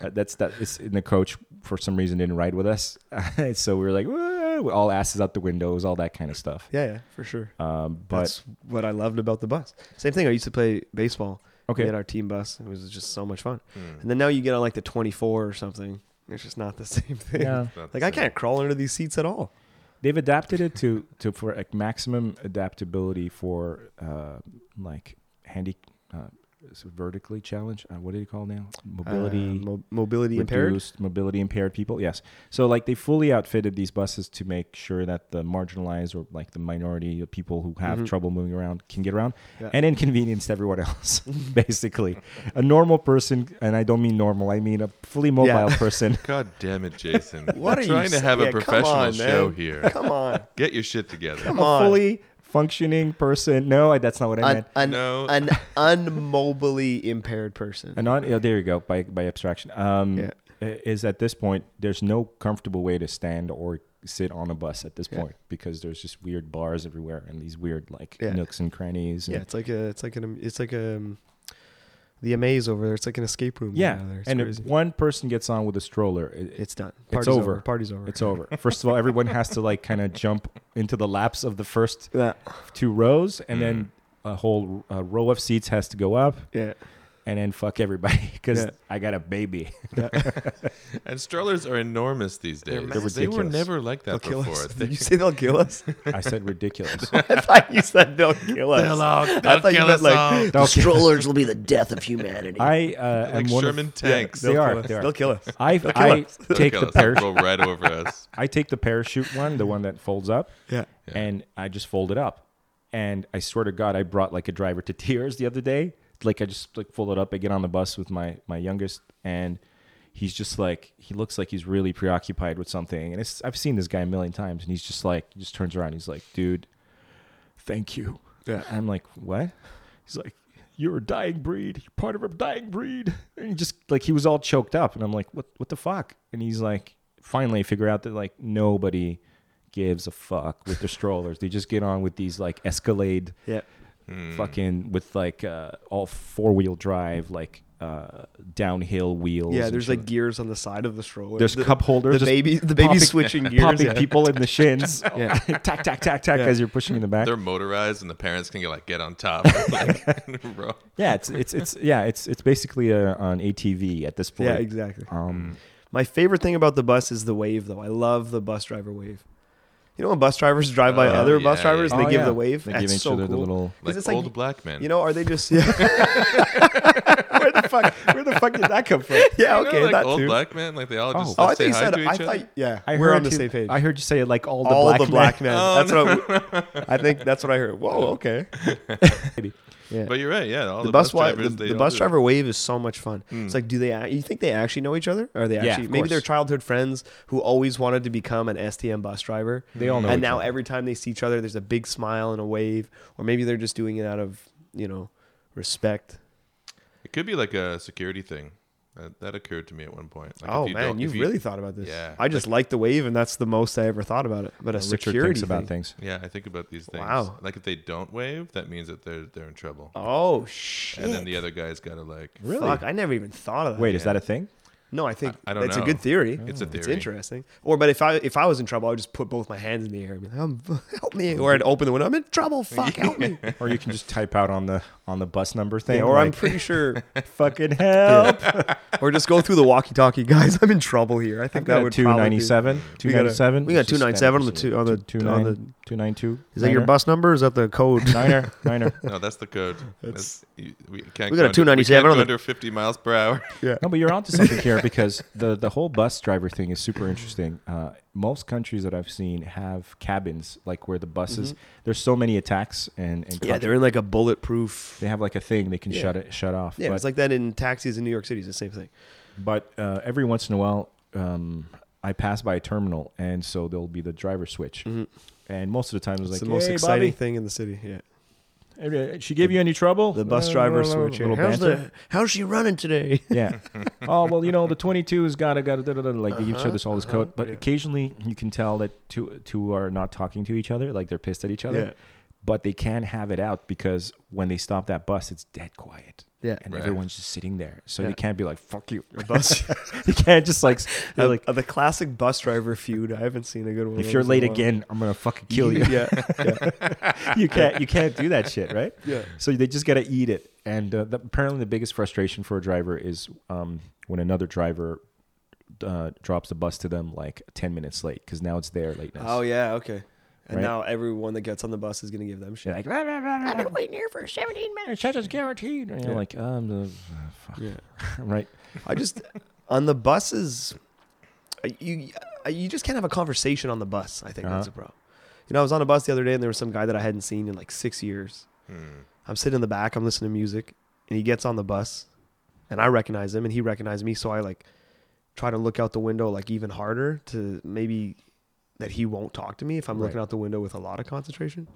[SPEAKER 1] Uh, that's that. It's, and the coach, for some reason, didn't ride with us, so we were like, "Whoa," all asses out the windows, all that kind of stuff.
[SPEAKER 4] Yeah. Yeah. For sure.
[SPEAKER 1] Um, but
[SPEAKER 4] That's what I loved about the bus. Same thing. I used to play baseball.
[SPEAKER 1] Okay.
[SPEAKER 4] We had our team bus. It was just so much fun.
[SPEAKER 2] Hmm.
[SPEAKER 4] And then now you get on like the 24 or something. It's just not the same thing.
[SPEAKER 1] Yeah. It's
[SPEAKER 2] not the
[SPEAKER 4] Like I
[SPEAKER 2] same.
[SPEAKER 4] can't crawl under these seats at all.
[SPEAKER 1] they've adapted it to to for like maximum adaptability for uh, like handy, uh, is it vertically challenged. Uh, what do you call it now? Mobility.
[SPEAKER 4] Uh, mo- mobility impaired.
[SPEAKER 1] reduced mobility impaired people yes so like they fully outfitted these buses to make sure that the marginalized or like the minority of people who have trouble moving around can get around
[SPEAKER 4] Mm-hmm. Yeah.
[SPEAKER 1] and inconvenienced everyone else basically a normal person and i don't mean normal i mean a fully mobile
[SPEAKER 4] Yeah.
[SPEAKER 1] person
[SPEAKER 2] God damn it, Jason.
[SPEAKER 4] What
[SPEAKER 2] We're
[SPEAKER 4] are
[SPEAKER 2] trying
[SPEAKER 4] you
[SPEAKER 2] to
[SPEAKER 4] sa-
[SPEAKER 2] have
[SPEAKER 4] yeah,
[SPEAKER 2] a
[SPEAKER 4] come
[SPEAKER 2] professional
[SPEAKER 4] on,
[SPEAKER 2] show
[SPEAKER 4] man.
[SPEAKER 2] here.
[SPEAKER 4] Come on.
[SPEAKER 2] Get your shit together.
[SPEAKER 4] Come
[SPEAKER 1] a
[SPEAKER 4] on.
[SPEAKER 1] fully functioning person no I, that's not what i
[SPEAKER 4] An,
[SPEAKER 1] meant
[SPEAKER 4] an,
[SPEAKER 2] No.
[SPEAKER 4] an unmobily impaired person.
[SPEAKER 1] and on yeah, oh, there you go by by abstraction um
[SPEAKER 4] Yeah.
[SPEAKER 1] i- is at this point there's no comfortable way to stand or sit on a bus at this
[SPEAKER 4] Yeah.
[SPEAKER 1] point because there's just weird bars everywhere and these weird like
[SPEAKER 4] Yeah.
[SPEAKER 1] nooks and crannies and
[SPEAKER 4] yeah, it's like a, it's like an, it's like um, the amaze over there. It's like an escape room.
[SPEAKER 1] Yeah,
[SPEAKER 4] over there. It's
[SPEAKER 1] and
[SPEAKER 4] crazy.
[SPEAKER 1] if one person gets on with a stroller, it,
[SPEAKER 4] it's done.
[SPEAKER 1] it's
[SPEAKER 4] Party's
[SPEAKER 1] over.
[SPEAKER 4] Party's over.
[SPEAKER 1] it's over. First of all, everyone has to like kind of jump into the laps of the first
[SPEAKER 4] Yeah. Mm.
[SPEAKER 1] two rows, and then a whole uh, row of seats has to go up,
[SPEAKER 4] Yeah.
[SPEAKER 1] and then fuck everybody because
[SPEAKER 4] Yeah.
[SPEAKER 1] I got a baby.
[SPEAKER 2] And strollers are enormous these days.
[SPEAKER 1] They're
[SPEAKER 2] they were
[SPEAKER 1] ridiculous.
[SPEAKER 2] never like that
[SPEAKER 4] They'll kill
[SPEAKER 2] before.
[SPEAKER 4] us.
[SPEAKER 2] They-
[SPEAKER 4] Did you say they'll kill us?
[SPEAKER 1] I said ridiculous.
[SPEAKER 4] I thought you said they'll kill us.
[SPEAKER 2] They'll all-
[SPEAKER 4] I
[SPEAKER 2] they'll
[SPEAKER 4] thought you
[SPEAKER 2] kill
[SPEAKER 4] meant
[SPEAKER 2] us
[SPEAKER 4] like
[SPEAKER 2] all.
[SPEAKER 4] the
[SPEAKER 1] They'll kill-
[SPEAKER 4] strollers will be the death of humanity.
[SPEAKER 1] I uh, am
[SPEAKER 2] like
[SPEAKER 1] one
[SPEAKER 2] Sherman
[SPEAKER 1] of,
[SPEAKER 2] tanks.
[SPEAKER 1] They
[SPEAKER 4] They'll
[SPEAKER 1] are.
[SPEAKER 4] kill us.
[SPEAKER 1] They are.
[SPEAKER 4] They'll kill us.
[SPEAKER 1] I I
[SPEAKER 4] us.
[SPEAKER 2] They'll
[SPEAKER 1] take
[SPEAKER 2] kill
[SPEAKER 1] the
[SPEAKER 2] us. They'll
[SPEAKER 1] parachute.
[SPEAKER 2] go right over us.
[SPEAKER 1] I take the parachute one, the one that folds up,
[SPEAKER 4] Yeah.
[SPEAKER 1] and I just fold it up. And I swear to God, I brought like a driver to tears the other day. Like I just like fold it up. I get on the bus with my my youngest, and he's just like he looks like he's really preoccupied with something. And it's I've seen this guy a million times, and he's just like he just turns around. He's like, dude, thank you.
[SPEAKER 4] Yeah.
[SPEAKER 1] I'm like, what? He's like, you're a dying breed. You're part of a dying breed. And he just like he was all choked up, and I'm like, what? What the fuck? And he's like, finally figure out that like nobody gives a fuck with their strollers. They just get on with these like Escalade,
[SPEAKER 4] Yeah.
[SPEAKER 1] fucking with like uh, all four wheel drive, like uh, downhill wheels.
[SPEAKER 4] Yeah,
[SPEAKER 1] and
[SPEAKER 4] there's
[SPEAKER 1] shit
[SPEAKER 4] like gears on the side of the stroller.
[SPEAKER 1] there's
[SPEAKER 4] the,
[SPEAKER 1] cup holders.
[SPEAKER 4] The
[SPEAKER 1] just
[SPEAKER 4] baby, the baby's
[SPEAKER 1] popping-
[SPEAKER 4] switching gears.
[SPEAKER 1] popping
[SPEAKER 4] yeah.
[SPEAKER 1] people in the shins.
[SPEAKER 4] Yeah.
[SPEAKER 1] tack, tack, tack, tack,
[SPEAKER 4] Yeah.
[SPEAKER 1] as you're pushing in the back.
[SPEAKER 2] They're motorized, and the parents can get like get on top. Like, roll.
[SPEAKER 1] yeah, it's it's it's yeah, it's it's basically uh on ATV at this point.
[SPEAKER 4] Yeah, exactly. Mm.
[SPEAKER 1] Um,
[SPEAKER 4] My favorite thing about the bus is the wave, though. I love the bus driver wave. You know when bus drivers drive by
[SPEAKER 2] Oh,
[SPEAKER 4] other
[SPEAKER 2] yeah,
[SPEAKER 4] bus
[SPEAKER 2] yeah.
[SPEAKER 4] drivers and they
[SPEAKER 1] Oh,
[SPEAKER 4] give
[SPEAKER 1] yeah.
[SPEAKER 4] the wave?
[SPEAKER 1] They
[SPEAKER 4] That's
[SPEAKER 1] give each
[SPEAKER 4] so
[SPEAKER 1] other the
[SPEAKER 4] cool.
[SPEAKER 1] little-
[SPEAKER 2] like
[SPEAKER 4] 'Cause it's
[SPEAKER 2] old black men.
[SPEAKER 4] You know, are they just yeah? where the fuck? Where the fuck did that come from? Yeah,
[SPEAKER 2] You know,
[SPEAKER 4] okay,
[SPEAKER 2] like
[SPEAKER 4] that
[SPEAKER 2] old
[SPEAKER 4] too.
[SPEAKER 2] black men, like they all
[SPEAKER 1] Oh.
[SPEAKER 2] just
[SPEAKER 4] oh,
[SPEAKER 2] oh,
[SPEAKER 4] I
[SPEAKER 2] say
[SPEAKER 4] think you
[SPEAKER 2] hi
[SPEAKER 4] said.
[SPEAKER 2] to each
[SPEAKER 4] I
[SPEAKER 2] other.
[SPEAKER 4] thought yeah,
[SPEAKER 1] I
[SPEAKER 4] we're
[SPEAKER 1] heard
[SPEAKER 4] on the
[SPEAKER 1] you-
[SPEAKER 4] same page.
[SPEAKER 1] I heard you say like all the
[SPEAKER 4] all
[SPEAKER 1] black
[SPEAKER 4] the black men.
[SPEAKER 2] Oh,
[SPEAKER 4] That's what I- I think. That's what I heard. Whoa, okay.
[SPEAKER 1] men.
[SPEAKER 4] Yeah.
[SPEAKER 2] But you're right, yeah. All
[SPEAKER 4] the bus, wi-
[SPEAKER 2] drivers,
[SPEAKER 4] the,
[SPEAKER 2] they
[SPEAKER 4] the
[SPEAKER 2] all
[SPEAKER 4] bus
[SPEAKER 2] do Hmm. it.
[SPEAKER 4] driver wave is so much fun. It's like, do they? ac- You think they actually know each other? Are they
[SPEAKER 1] Yeah,
[SPEAKER 4] actually?
[SPEAKER 1] of
[SPEAKER 4] maybe
[SPEAKER 1] course.
[SPEAKER 4] they're childhood friends who always wanted to become an STM bus driver.
[SPEAKER 1] They all know
[SPEAKER 4] And
[SPEAKER 1] each
[SPEAKER 4] now
[SPEAKER 1] other.
[SPEAKER 4] every time they see each other, there's a big smile and a wave. Or maybe they're just doing it out of you know respect.
[SPEAKER 2] It could be like a security thing. That, that occurred to me at one point. Like, if
[SPEAKER 4] oh
[SPEAKER 2] you
[SPEAKER 4] man,
[SPEAKER 2] don't-
[SPEAKER 4] you've
[SPEAKER 2] if you-
[SPEAKER 4] really thought about this.
[SPEAKER 2] Yeah.
[SPEAKER 4] I just like the wave, and that's the most I ever thought about it. But a
[SPEAKER 1] Richard
[SPEAKER 4] security
[SPEAKER 1] thinks about
[SPEAKER 4] thing.
[SPEAKER 1] things.
[SPEAKER 2] Yeah, I think about these things.
[SPEAKER 4] Wow.
[SPEAKER 2] Like if they don't wave, that means that they're they're in trouble.
[SPEAKER 4] Oh shit!
[SPEAKER 2] And then the other guy's got to like.
[SPEAKER 1] Really?
[SPEAKER 4] Fuck, I never even thought of that.
[SPEAKER 1] Wait, is that a thing?
[SPEAKER 4] No, I think
[SPEAKER 2] I- I don't
[SPEAKER 4] that's
[SPEAKER 2] know.
[SPEAKER 4] a good theory.
[SPEAKER 2] It's a
[SPEAKER 4] It's
[SPEAKER 2] theory.
[SPEAKER 4] interesting. Or, but if I if I was in trouble, I would just put both my hands in the air and be like, um, "Help me!" Or I'd open the window. I'm in trouble. Fuck, help me!
[SPEAKER 1] Or you can just type out on the on the bus number thing.
[SPEAKER 4] Yeah, or I'm
[SPEAKER 1] like,
[SPEAKER 4] pretty sure,
[SPEAKER 1] fucking help.
[SPEAKER 4] or just go through the walkie-talkie, guys. I'm in trouble here. I think that would
[SPEAKER 1] two ninety seven. Two ninety seven.
[SPEAKER 4] we got 297 on the two- on the-
[SPEAKER 1] two
[SPEAKER 4] on the-
[SPEAKER 1] nine two nine two.
[SPEAKER 4] Is that your bus number? Or is that the code?
[SPEAKER 1] Niner, niner.
[SPEAKER 2] No, that's the code. That's, you, we can't
[SPEAKER 4] We got a
[SPEAKER 2] go under-
[SPEAKER 4] 297
[SPEAKER 2] we
[SPEAKER 4] on
[SPEAKER 2] can't
[SPEAKER 4] the-
[SPEAKER 2] go under 50 miles per hour.
[SPEAKER 1] No, but you're onto something here because the the whole bus driver thing is super interesting. Uh, most countries that I've seen have cabins, like where the buses. There's so many attacks and and
[SPEAKER 4] Mm-hmm. yeah, they're in like a bulletproof.
[SPEAKER 1] they have like a thing they can shut it shut off.
[SPEAKER 4] Yeah,
[SPEAKER 1] but,
[SPEAKER 4] it's like that in taxis in New York City. It's the same thing.
[SPEAKER 1] but uh, every once in a while, um, I pass by a terminal, and so there'll be the driver switch. And most of the time, it's,
[SPEAKER 4] Mm-hmm. It's
[SPEAKER 1] like,
[SPEAKER 4] the most
[SPEAKER 1] "Hey,
[SPEAKER 4] exciting thing in the city. Yeah,
[SPEAKER 1] Bobby, uh, she give you any trouble?
[SPEAKER 4] the bus
[SPEAKER 1] Uh,
[SPEAKER 4] driver
[SPEAKER 1] blah, blah,
[SPEAKER 4] switch.
[SPEAKER 1] blah,
[SPEAKER 4] yeah.
[SPEAKER 1] little
[SPEAKER 4] How's
[SPEAKER 1] banter.
[SPEAKER 4] the how's she running today?
[SPEAKER 1] Yeah. oh well, you know the twenty-two's got to got to like they give
[SPEAKER 4] Uh-huh.
[SPEAKER 1] each other all this code, but occasionally you can tell that two two are not talking to each other, like they're pissed at each other.
[SPEAKER 4] Yeah.
[SPEAKER 1] But they can have it out because when they stop that bus, it's dead quiet.
[SPEAKER 4] Yeah.
[SPEAKER 1] and
[SPEAKER 2] Right.
[SPEAKER 1] everyone's just sitting there, so
[SPEAKER 4] Yeah.
[SPEAKER 1] they can't be like "fuck you."
[SPEAKER 4] bus.
[SPEAKER 1] they can't just like s- they're
[SPEAKER 4] Uh,
[SPEAKER 1] like
[SPEAKER 4] uh, the classic bus driver feud. I haven't seen a good one.
[SPEAKER 1] if
[SPEAKER 4] of
[SPEAKER 1] you're
[SPEAKER 4] those in
[SPEAKER 1] late
[SPEAKER 4] a while.
[SPEAKER 1] again, I'm gonna fucking kill you.
[SPEAKER 4] yeah, yeah,
[SPEAKER 1] you can't you can't do that shit, right?
[SPEAKER 4] Yeah.
[SPEAKER 1] So they just gotta eat it. And uh, the, apparently, the biggest frustration for a driver is um, when another driver uh, drops the bus to them like ten minutes late because now it's their lateness.
[SPEAKER 4] Oh yeah, okay. And
[SPEAKER 1] Right.
[SPEAKER 4] now everyone that gets on the bus is gonna give them shit.
[SPEAKER 1] You're like, "Rah, rah, rah, rah, rah, such is guaranteed. And you're like, um, the, fuck.
[SPEAKER 4] Yeah.
[SPEAKER 1] right?
[SPEAKER 4] I just on the buses, uh, you uh, you just can't have a conversation on the bus. I think that's a problem. You know, I was on a bus the other day and there was some guy that I hadn't seen in like six years. I'm sitting in the back, I'm listening to music, and he gets on the bus, and I recognize him, and he recognized me, so I like try to look out the window like even harder to maybe that he won't talk to me if I'm looking
[SPEAKER 1] Right.
[SPEAKER 4] out the window with a lot of concentration.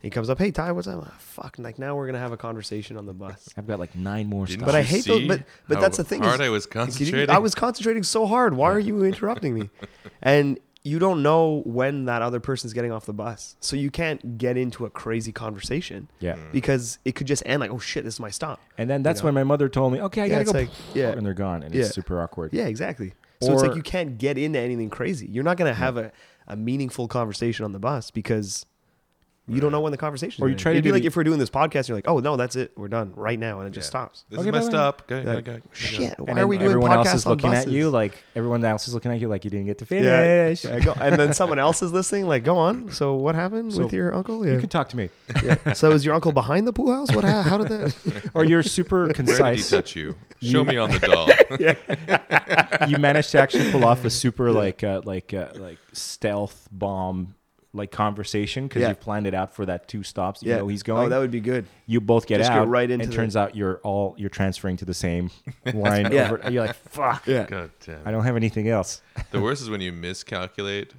[SPEAKER 4] He comes up, hey Ty, what's up? Ah, fuck, like now we're gonna have a conversation on the bus.
[SPEAKER 1] I've got like nine more
[SPEAKER 2] Didn't
[SPEAKER 1] stops.
[SPEAKER 4] But I
[SPEAKER 2] you
[SPEAKER 4] hate those-
[SPEAKER 2] see
[SPEAKER 4] but- but
[SPEAKER 2] how
[SPEAKER 4] that's the thing is-
[SPEAKER 2] Hard I was
[SPEAKER 4] Could you-
[SPEAKER 2] concentrating.
[SPEAKER 4] I was concentrating so hard. Why are you interrupting me? And you don't know when that other person's getting off the bus. So you can't get into a crazy conversation.
[SPEAKER 1] Yeah.
[SPEAKER 4] Because it could just end like, oh shit, this is my stop.
[SPEAKER 1] and then that's
[SPEAKER 4] you know.
[SPEAKER 1] when my mother told me, okay, I
[SPEAKER 4] Yeah,
[SPEAKER 1] gotta go.
[SPEAKER 4] it's like- yeah.
[SPEAKER 1] and they're gone, and
[SPEAKER 4] Yeah.
[SPEAKER 1] it's super awkward.
[SPEAKER 4] Yeah, exactly. So it's like
[SPEAKER 1] Or-
[SPEAKER 4] you can't get into anything crazy. You're not going to have a, a meaningful conversation on the bus because You don't know when the conversation.
[SPEAKER 1] Or you try to
[SPEAKER 4] It'd be
[SPEAKER 1] do
[SPEAKER 4] like
[SPEAKER 1] the-
[SPEAKER 4] if we're doing this podcast, you're like, oh no, that's it, we're done right now, and it just
[SPEAKER 2] Yeah.
[SPEAKER 4] stops.
[SPEAKER 2] This
[SPEAKER 1] Okay,
[SPEAKER 2] is messed
[SPEAKER 1] bye-bye.
[SPEAKER 2] up. Go, go,
[SPEAKER 4] Like,
[SPEAKER 2] go, go.
[SPEAKER 4] Shit, why
[SPEAKER 1] and
[SPEAKER 4] are
[SPEAKER 1] then
[SPEAKER 4] we doing
[SPEAKER 1] everyone else is
[SPEAKER 4] podcasts on
[SPEAKER 1] looking at
[SPEAKER 4] buses?
[SPEAKER 1] you like everyone else is looking at you like you didn't get to
[SPEAKER 4] Yeah,
[SPEAKER 1] finish.
[SPEAKER 4] yeah, go- and then someone else is listening. Like, go on. So what happened
[SPEAKER 1] So
[SPEAKER 4] with your uncle? Yeah.
[SPEAKER 1] You can talk to me,
[SPEAKER 4] so is your uncle behind the pool house? What? How, how did that?
[SPEAKER 1] or you're super
[SPEAKER 2] Where did he
[SPEAKER 1] concise.
[SPEAKER 2] touch you? Show me on the doll.
[SPEAKER 1] you managed to actually pull off a super like uh, like uh, like stealth bomb like conversation because
[SPEAKER 4] Yeah.
[SPEAKER 1] you've planned it out for that two stops. You know he's going.
[SPEAKER 4] Oh, that would be good.
[SPEAKER 1] you both get
[SPEAKER 4] Just go
[SPEAKER 1] out.
[SPEAKER 4] right into
[SPEAKER 1] and
[SPEAKER 4] the-
[SPEAKER 1] turns out you're all you're transferring to the same line.
[SPEAKER 4] Yeah.
[SPEAKER 1] over, you're like fuck.
[SPEAKER 4] Yeah.
[SPEAKER 2] God damn.
[SPEAKER 1] I don't have anything else.
[SPEAKER 2] The worst is when you miscalculate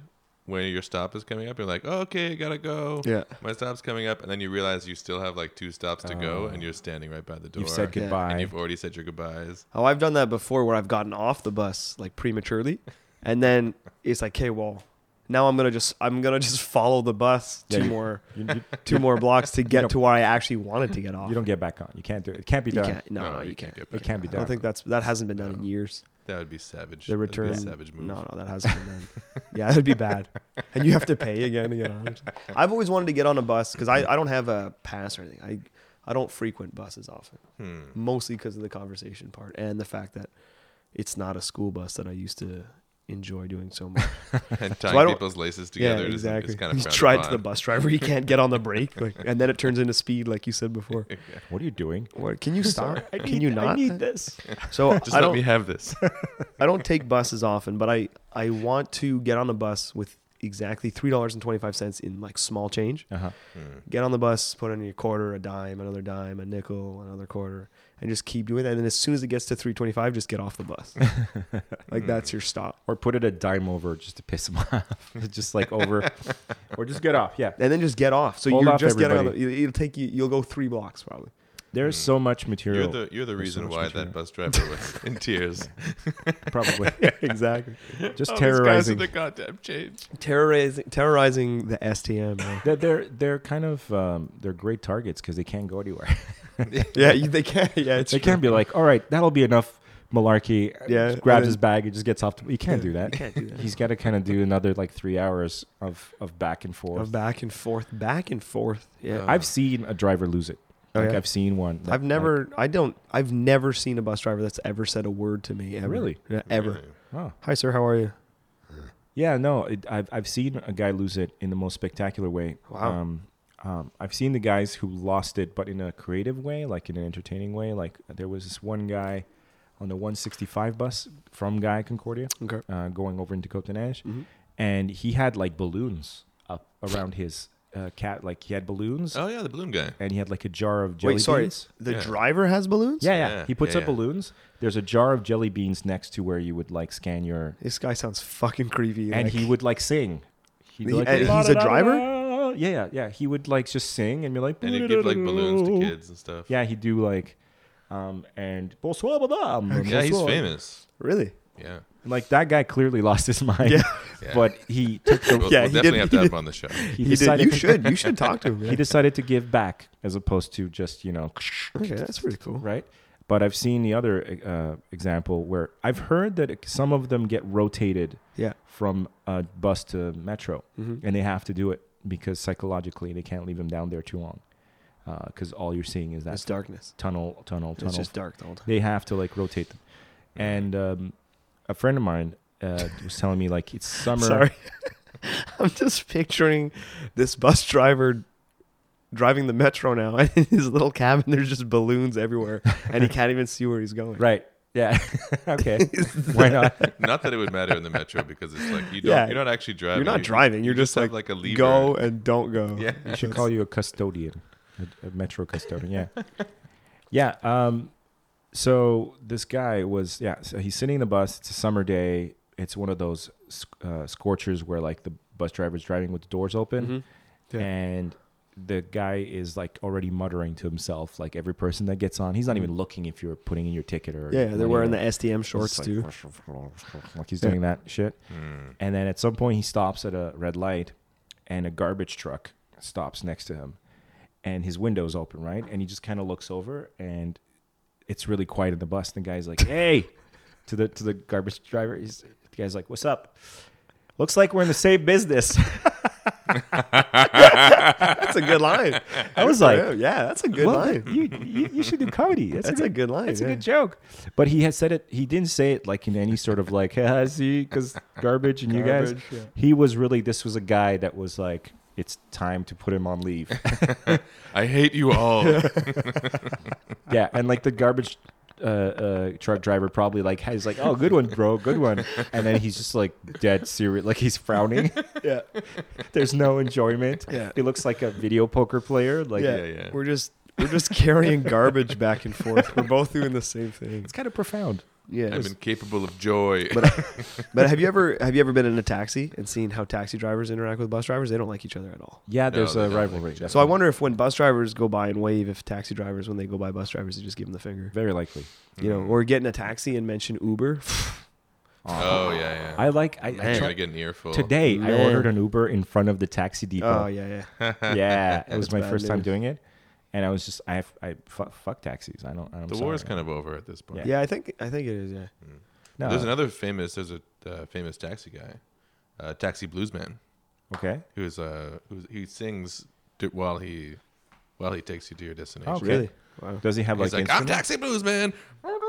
[SPEAKER 2] when your stop is coming up. You're like, oh, okay, gotta go.
[SPEAKER 4] Yeah.
[SPEAKER 2] My stop's coming up. And then you realize you still have like two stops to go and you're
[SPEAKER 4] Oh.
[SPEAKER 2] standing right by the door.
[SPEAKER 1] You've said
[SPEAKER 4] Yeah.
[SPEAKER 1] goodbye.
[SPEAKER 2] And you've already said your goodbyes.
[SPEAKER 4] Oh, I've done that before where I've gotten off the bus like prematurely, and then it's like, okay, well, now I'm gonna just I'm gonna just follow the bus
[SPEAKER 1] Yeah,
[SPEAKER 4] two
[SPEAKER 1] you-
[SPEAKER 4] more
[SPEAKER 1] You, you-
[SPEAKER 4] two more blocks to get
[SPEAKER 1] don't-
[SPEAKER 4] to where I actually wanted to get off.
[SPEAKER 1] you don't get back on. You can't do it. It can't be
[SPEAKER 4] You
[SPEAKER 1] done.
[SPEAKER 4] can't. No, no, Oh, you can't.
[SPEAKER 2] get
[SPEAKER 1] It
[SPEAKER 2] back.
[SPEAKER 1] can't be
[SPEAKER 4] I
[SPEAKER 1] done.
[SPEAKER 4] don't think that's that hasn't been done in years.
[SPEAKER 2] That would be savage.
[SPEAKER 1] The
[SPEAKER 2] That'd be a
[SPEAKER 1] return-
[SPEAKER 2] savage move.
[SPEAKER 4] No, no, that hasn't been done. yeah, that'd be bad. And you have to pay again to get on. I've always wanted to get on a bus because I, I don't have a pass or anything. I I don't frequent buses often,
[SPEAKER 2] Hmm.
[SPEAKER 4] mostly because of the conversation part and the fact that it's not a school bus that I used to enjoy doing so much.
[SPEAKER 2] and
[SPEAKER 4] I
[SPEAKER 2] tying
[SPEAKER 4] don't-
[SPEAKER 2] people's laces together
[SPEAKER 4] yeah,
[SPEAKER 2] is-
[SPEAKER 4] exactly.
[SPEAKER 2] is, kind of
[SPEAKER 4] you try to the bus driver, you can't get on the brake, like, and then it turns into speed, like you said before.
[SPEAKER 1] What are you doing?
[SPEAKER 4] What, can you stop? can you not?
[SPEAKER 1] I need this.
[SPEAKER 4] So
[SPEAKER 2] Just
[SPEAKER 4] I
[SPEAKER 2] let
[SPEAKER 4] don't,
[SPEAKER 2] me have this.
[SPEAKER 4] I don't take buses often, but I I want to get on a bus with exactly three dollars and twenty five cents in like small change.
[SPEAKER 1] Uh-huh.
[SPEAKER 4] Get on the bus, put in your quarter, a dime, another dime, a nickel, another quarter, and just keep doing that. And then as soon as it gets to three twenty five, just get off the bus. like that's your stop.
[SPEAKER 1] Or put it a dime over just to piss them off. just like over. or just get off. Yeah.
[SPEAKER 4] And then just get off. So
[SPEAKER 1] Hold
[SPEAKER 4] you're
[SPEAKER 1] off,
[SPEAKER 4] just getting on
[SPEAKER 1] everybody.
[SPEAKER 4] the, you- it'll take you you'll go three blocks probably.
[SPEAKER 1] There's
[SPEAKER 4] Hmm.
[SPEAKER 1] so much
[SPEAKER 2] You're
[SPEAKER 1] material.
[SPEAKER 2] the you're the
[SPEAKER 1] There's so
[SPEAKER 2] reason
[SPEAKER 1] much
[SPEAKER 2] why that
[SPEAKER 1] material.
[SPEAKER 2] bus driver was in tears.
[SPEAKER 1] Probably.
[SPEAKER 4] exactly.
[SPEAKER 1] Just
[SPEAKER 2] Oh, these guys are
[SPEAKER 1] terrorizing.
[SPEAKER 2] the goddamn change.
[SPEAKER 4] Terrorizing terrorizing the STM. man.
[SPEAKER 1] They're, they're they're kind of um, they're great targets because they can't go anywhere.
[SPEAKER 4] yeah, you, they can't. Yeah, it's
[SPEAKER 1] they can't be like, all right, that'll be enough malarkey.
[SPEAKER 4] Yeah,
[SPEAKER 1] Just grabs
[SPEAKER 4] and
[SPEAKER 1] his bag and just gets off. The, you can't do that.
[SPEAKER 4] You can't do that.
[SPEAKER 1] He's got to kind of do another like three hours of of back and forth.
[SPEAKER 4] Of back and forth, back and forth. Yeah.
[SPEAKER 1] I've seen a driver lose it.
[SPEAKER 4] Oh,
[SPEAKER 1] like
[SPEAKER 4] yeah?
[SPEAKER 1] I've seen one. that,
[SPEAKER 4] I've never, I don't, I've never seen a bus driver that's ever said a word to me ever.
[SPEAKER 1] Really?
[SPEAKER 4] Yeah, ever.
[SPEAKER 1] like, oh.
[SPEAKER 4] Hi, sir. How are you?
[SPEAKER 1] Yeah, no, it, I've I've seen a guy lose it in the most spectacular way.
[SPEAKER 4] Wow.
[SPEAKER 1] Um, um, I've seen the guys who lost it, but in a creative way, like in an entertaining way. Like there was this one guy on the 165 bus from Guy Concordia,
[SPEAKER 4] Okay.
[SPEAKER 1] uh, going over into Cotonage, and he had like balloons up around his uh, cat. Like he had balloons,
[SPEAKER 2] Oh yeah, the balloon guy.
[SPEAKER 1] and he had like a jar of jelly
[SPEAKER 4] Wait, sorry.
[SPEAKER 1] beans.
[SPEAKER 4] The
[SPEAKER 2] Yeah.
[SPEAKER 4] driver has balloons?
[SPEAKER 1] Yeah, yeah,
[SPEAKER 2] Yeah,
[SPEAKER 1] He puts
[SPEAKER 2] yeah,
[SPEAKER 1] up
[SPEAKER 2] yeah.
[SPEAKER 1] balloons. There's a jar of jelly beans next to where you would like scan your
[SPEAKER 4] This guy sounds fucking creepy.
[SPEAKER 1] and
[SPEAKER 4] like-
[SPEAKER 1] he would like sing. He'd be
[SPEAKER 4] He- and he's a driver?
[SPEAKER 1] Yeah, yeah, yeah. He would like just sing and be like,
[SPEAKER 2] And he'd give like balloons to kids and stuff.
[SPEAKER 1] Yeah, he'd do like, um, and bonsoir, madame.
[SPEAKER 2] Yeah, he's
[SPEAKER 1] bonsoir.
[SPEAKER 2] famous.
[SPEAKER 4] really.
[SPEAKER 2] Yeah.
[SPEAKER 1] And, Like that guy clearly lost his mind.
[SPEAKER 4] Yeah.
[SPEAKER 2] Yeah.
[SPEAKER 1] but he took the.
[SPEAKER 2] We'll,
[SPEAKER 4] Yeah,
[SPEAKER 2] we'll
[SPEAKER 4] he
[SPEAKER 2] definitely
[SPEAKER 4] did-
[SPEAKER 2] have
[SPEAKER 4] he
[SPEAKER 2] to have
[SPEAKER 4] did-
[SPEAKER 2] him on the show.
[SPEAKER 1] He,
[SPEAKER 4] He did.
[SPEAKER 1] decided.
[SPEAKER 4] You should. You should talk to him.
[SPEAKER 1] He decided to give back as opposed to just you know,
[SPEAKER 4] Okay, that's pretty cool.
[SPEAKER 1] right? But I've seen the other uh, example where I've heard that some of them get rotated
[SPEAKER 4] Yeah.
[SPEAKER 1] from uh, bus to metro,
[SPEAKER 4] Mm-hmm.
[SPEAKER 1] and they have to do it because psychologically they can't leave him down there too long, because all you're seeing is that
[SPEAKER 4] That's darkness.
[SPEAKER 1] tunnel, tunnel, tunnel.
[SPEAKER 4] It's just dark the whole time.
[SPEAKER 1] They have to like rotate them, and um, a friend of mine uh, was telling me like it's summer.
[SPEAKER 4] Sorry. I'm just picturing this bus driver driving the metro now and in his little cabin there's just balloons everywhere and he can't even see where he's going.
[SPEAKER 1] right? Yeah, okay. Why not?
[SPEAKER 2] Not that it would matter in the metro because it's like you don't
[SPEAKER 4] Yeah.
[SPEAKER 2] you're not actually driving.
[SPEAKER 4] You're not
[SPEAKER 2] You-
[SPEAKER 4] driving. You're
[SPEAKER 2] you
[SPEAKER 4] just, like,
[SPEAKER 2] have, like a lever.
[SPEAKER 4] go and don't go.
[SPEAKER 2] Yeah.
[SPEAKER 1] I should call you a custodian, a, a metro custodian. Yeah, yeah. Um, so this guy was yeah. So he's sitting in the bus. It's a summer day. It's one of those uh, scorchers where like the bus driver's driving with the doors open,
[SPEAKER 4] Mm-hmm. Yeah.
[SPEAKER 1] and the guy is like already muttering to himself. Like every person that gets on, he's not even looking if you're putting in your ticket or
[SPEAKER 4] Mm-hmm. Yeah, they're
[SPEAKER 1] money
[SPEAKER 4] wearing
[SPEAKER 1] or-
[SPEAKER 4] the STM shorts
[SPEAKER 1] it's like,
[SPEAKER 4] too.
[SPEAKER 1] Like he's doing that shit. And then at some point he stops at a red light and a garbage truck stops next to him and his window's open, right? And he just kind of looks over and it's really quiet in the bus. And the guy's like, Hey to the to the garbage driver. He's the guy's like, What's up? Looks like we're in the same business.
[SPEAKER 4] That's a good line.
[SPEAKER 1] I was like,
[SPEAKER 4] yeah, that's a good
[SPEAKER 1] well,
[SPEAKER 4] line.
[SPEAKER 1] You, you, you should do comedy. That's,
[SPEAKER 4] That's a good line,
[SPEAKER 1] That's
[SPEAKER 4] yeah.
[SPEAKER 1] a good joke. But he has said it. He didn't say it like in any sort of like, "Haha, see, because garbage and you guys.
[SPEAKER 4] Garbage, yeah.
[SPEAKER 1] He was really. This was a guy that was like, it's time to put him on leave.
[SPEAKER 2] I hate you all.
[SPEAKER 1] yeah, and like the garbage uh, uh, truck driver probably like has like, oh, good one, bro, good one. And then he's just like dead serious, like he's frowning.
[SPEAKER 4] Yeah.
[SPEAKER 1] There's no enjoyment.
[SPEAKER 4] Yeah.
[SPEAKER 1] He looks like a video poker player. Like
[SPEAKER 4] yeah,
[SPEAKER 2] Yeah, yeah.
[SPEAKER 4] We're just we're just carrying garbage back and forth. We're both doing the same thing.
[SPEAKER 1] it's kind of profound.
[SPEAKER 4] Yeah.
[SPEAKER 2] I'm incapable of joy.
[SPEAKER 4] But have you ever have you ever been in a taxi and seen how taxi drivers interact with bus drivers? They don't like each other at all.
[SPEAKER 1] Yeah, there's
[SPEAKER 2] they
[SPEAKER 1] a
[SPEAKER 2] don't like
[SPEAKER 1] rivalry.
[SPEAKER 4] So I wonder if when bus drivers go by and wave, if taxi drivers when they go by bus drivers, they just give them the finger.
[SPEAKER 1] Very likely.
[SPEAKER 2] Mm.
[SPEAKER 4] You know, or get in a taxi and mention Uber.
[SPEAKER 2] oh yeah, yeah.
[SPEAKER 1] I like. I, I
[SPEAKER 2] Man,
[SPEAKER 1] try-
[SPEAKER 2] I get an earful.
[SPEAKER 1] today I
[SPEAKER 4] Man.
[SPEAKER 1] ordered an Uber in front of the Taxi
[SPEAKER 4] Oh
[SPEAKER 1] Depot.
[SPEAKER 4] yeah, yeah.
[SPEAKER 1] yeah. it was my
[SPEAKER 4] bad
[SPEAKER 1] first time
[SPEAKER 4] news.
[SPEAKER 1] doing it, and I was just I have- I fuck, fuck taxis. I don't. I'm
[SPEAKER 2] The war is kind of over at this point.
[SPEAKER 4] Yeah, I think I think it is. Yeah.
[SPEAKER 1] No.
[SPEAKER 2] There's another famous. There's a uh, famous taxi guy, uh, taxi bluesman,
[SPEAKER 1] okay.
[SPEAKER 2] who is uh, who's, he sings d- while he while he takes you to your destination.
[SPEAKER 1] Okay.
[SPEAKER 4] Oh, Really. Wow.
[SPEAKER 1] Does he have like,
[SPEAKER 2] He's like, "Ah." I'm
[SPEAKER 1] instrument?
[SPEAKER 2] taxi bluesman.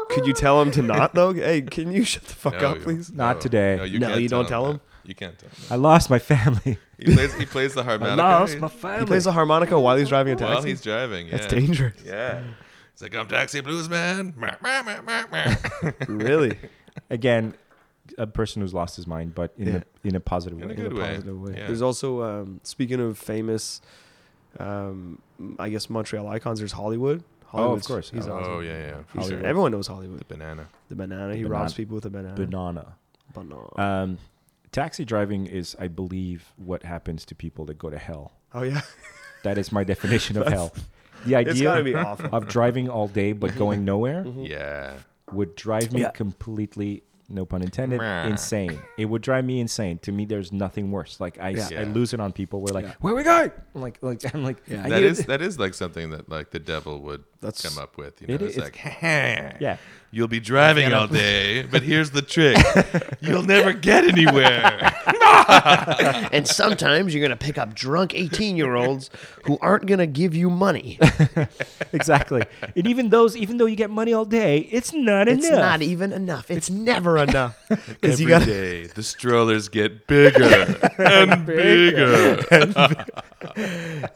[SPEAKER 4] Could you tell him to not though? Hey, can you shut the fuck
[SPEAKER 2] No,
[SPEAKER 4] up,
[SPEAKER 2] you-
[SPEAKER 4] please?
[SPEAKER 1] Not today.
[SPEAKER 4] No, you don't tell him?
[SPEAKER 2] that. You can't tell him.
[SPEAKER 1] I lost my family.
[SPEAKER 2] that. He plays. He plays the harmonica.
[SPEAKER 1] lost
[SPEAKER 2] He-
[SPEAKER 1] my
[SPEAKER 4] He
[SPEAKER 1] family.
[SPEAKER 4] plays a harmonica while he's driving a taxi.
[SPEAKER 2] while he's driving. Yeah.
[SPEAKER 4] That's dangerous.
[SPEAKER 2] Yeah. He's like, I'm taxi bluesman.
[SPEAKER 4] Really?
[SPEAKER 1] Again, a person who's lost his mind, but in
[SPEAKER 4] Yeah.
[SPEAKER 1] a in a positive
[SPEAKER 2] In a
[SPEAKER 1] way.
[SPEAKER 2] good way.
[SPEAKER 4] positive way.
[SPEAKER 2] Yeah.
[SPEAKER 4] There's also um, speaking of famous, um, I guess Montreal icons. There's Hollywood. Hollywood's-
[SPEAKER 1] course.
[SPEAKER 4] he's
[SPEAKER 2] Oh
[SPEAKER 4] awesome.
[SPEAKER 2] yeah, yeah. for
[SPEAKER 4] He's-
[SPEAKER 2] sure.
[SPEAKER 4] Everyone knows Hollywood.
[SPEAKER 2] The banana.
[SPEAKER 4] The banana. Uh, He
[SPEAKER 1] The
[SPEAKER 4] robs
[SPEAKER 1] banan-
[SPEAKER 4] people with a banana.
[SPEAKER 1] Banana.
[SPEAKER 4] Banana.
[SPEAKER 1] Um, taxi driving is, I believe, what happens to people that go to hell.
[SPEAKER 4] oh yeah.
[SPEAKER 1] That is my definition of hell. The idea
[SPEAKER 4] It's gotta be awful.
[SPEAKER 1] of driving all day but going nowhere
[SPEAKER 2] Yeah.
[SPEAKER 1] would drive me
[SPEAKER 4] Yeah.
[SPEAKER 1] completely no pun intended
[SPEAKER 2] Meh.
[SPEAKER 1] insane it would drive me insane to me there's nothing worse like i, s-
[SPEAKER 2] Yeah.
[SPEAKER 1] I lose it on people we're like
[SPEAKER 4] Yeah.
[SPEAKER 1] where we going I'm like like i'm like
[SPEAKER 4] Yeah.
[SPEAKER 1] I
[SPEAKER 2] That
[SPEAKER 1] need-
[SPEAKER 2] is that is like something that like the devil would
[SPEAKER 4] That's-
[SPEAKER 2] come up with. You know,
[SPEAKER 1] It
[SPEAKER 2] it's
[SPEAKER 1] is-
[SPEAKER 2] like, yeah,
[SPEAKER 1] yeah.
[SPEAKER 2] you'll be driving all day, but here's the trick: you'll never get anywhere.
[SPEAKER 5] And sometimes you're going to pick up drunk 18 year olds who aren't going to give you money.
[SPEAKER 1] exactly and even those even though you get money all day it's not
[SPEAKER 5] It's
[SPEAKER 1] enough
[SPEAKER 4] e-
[SPEAKER 5] not even enough. It's never enough.
[SPEAKER 2] Every day,
[SPEAKER 4] you gotta-
[SPEAKER 2] the strollers get bigger and bigger.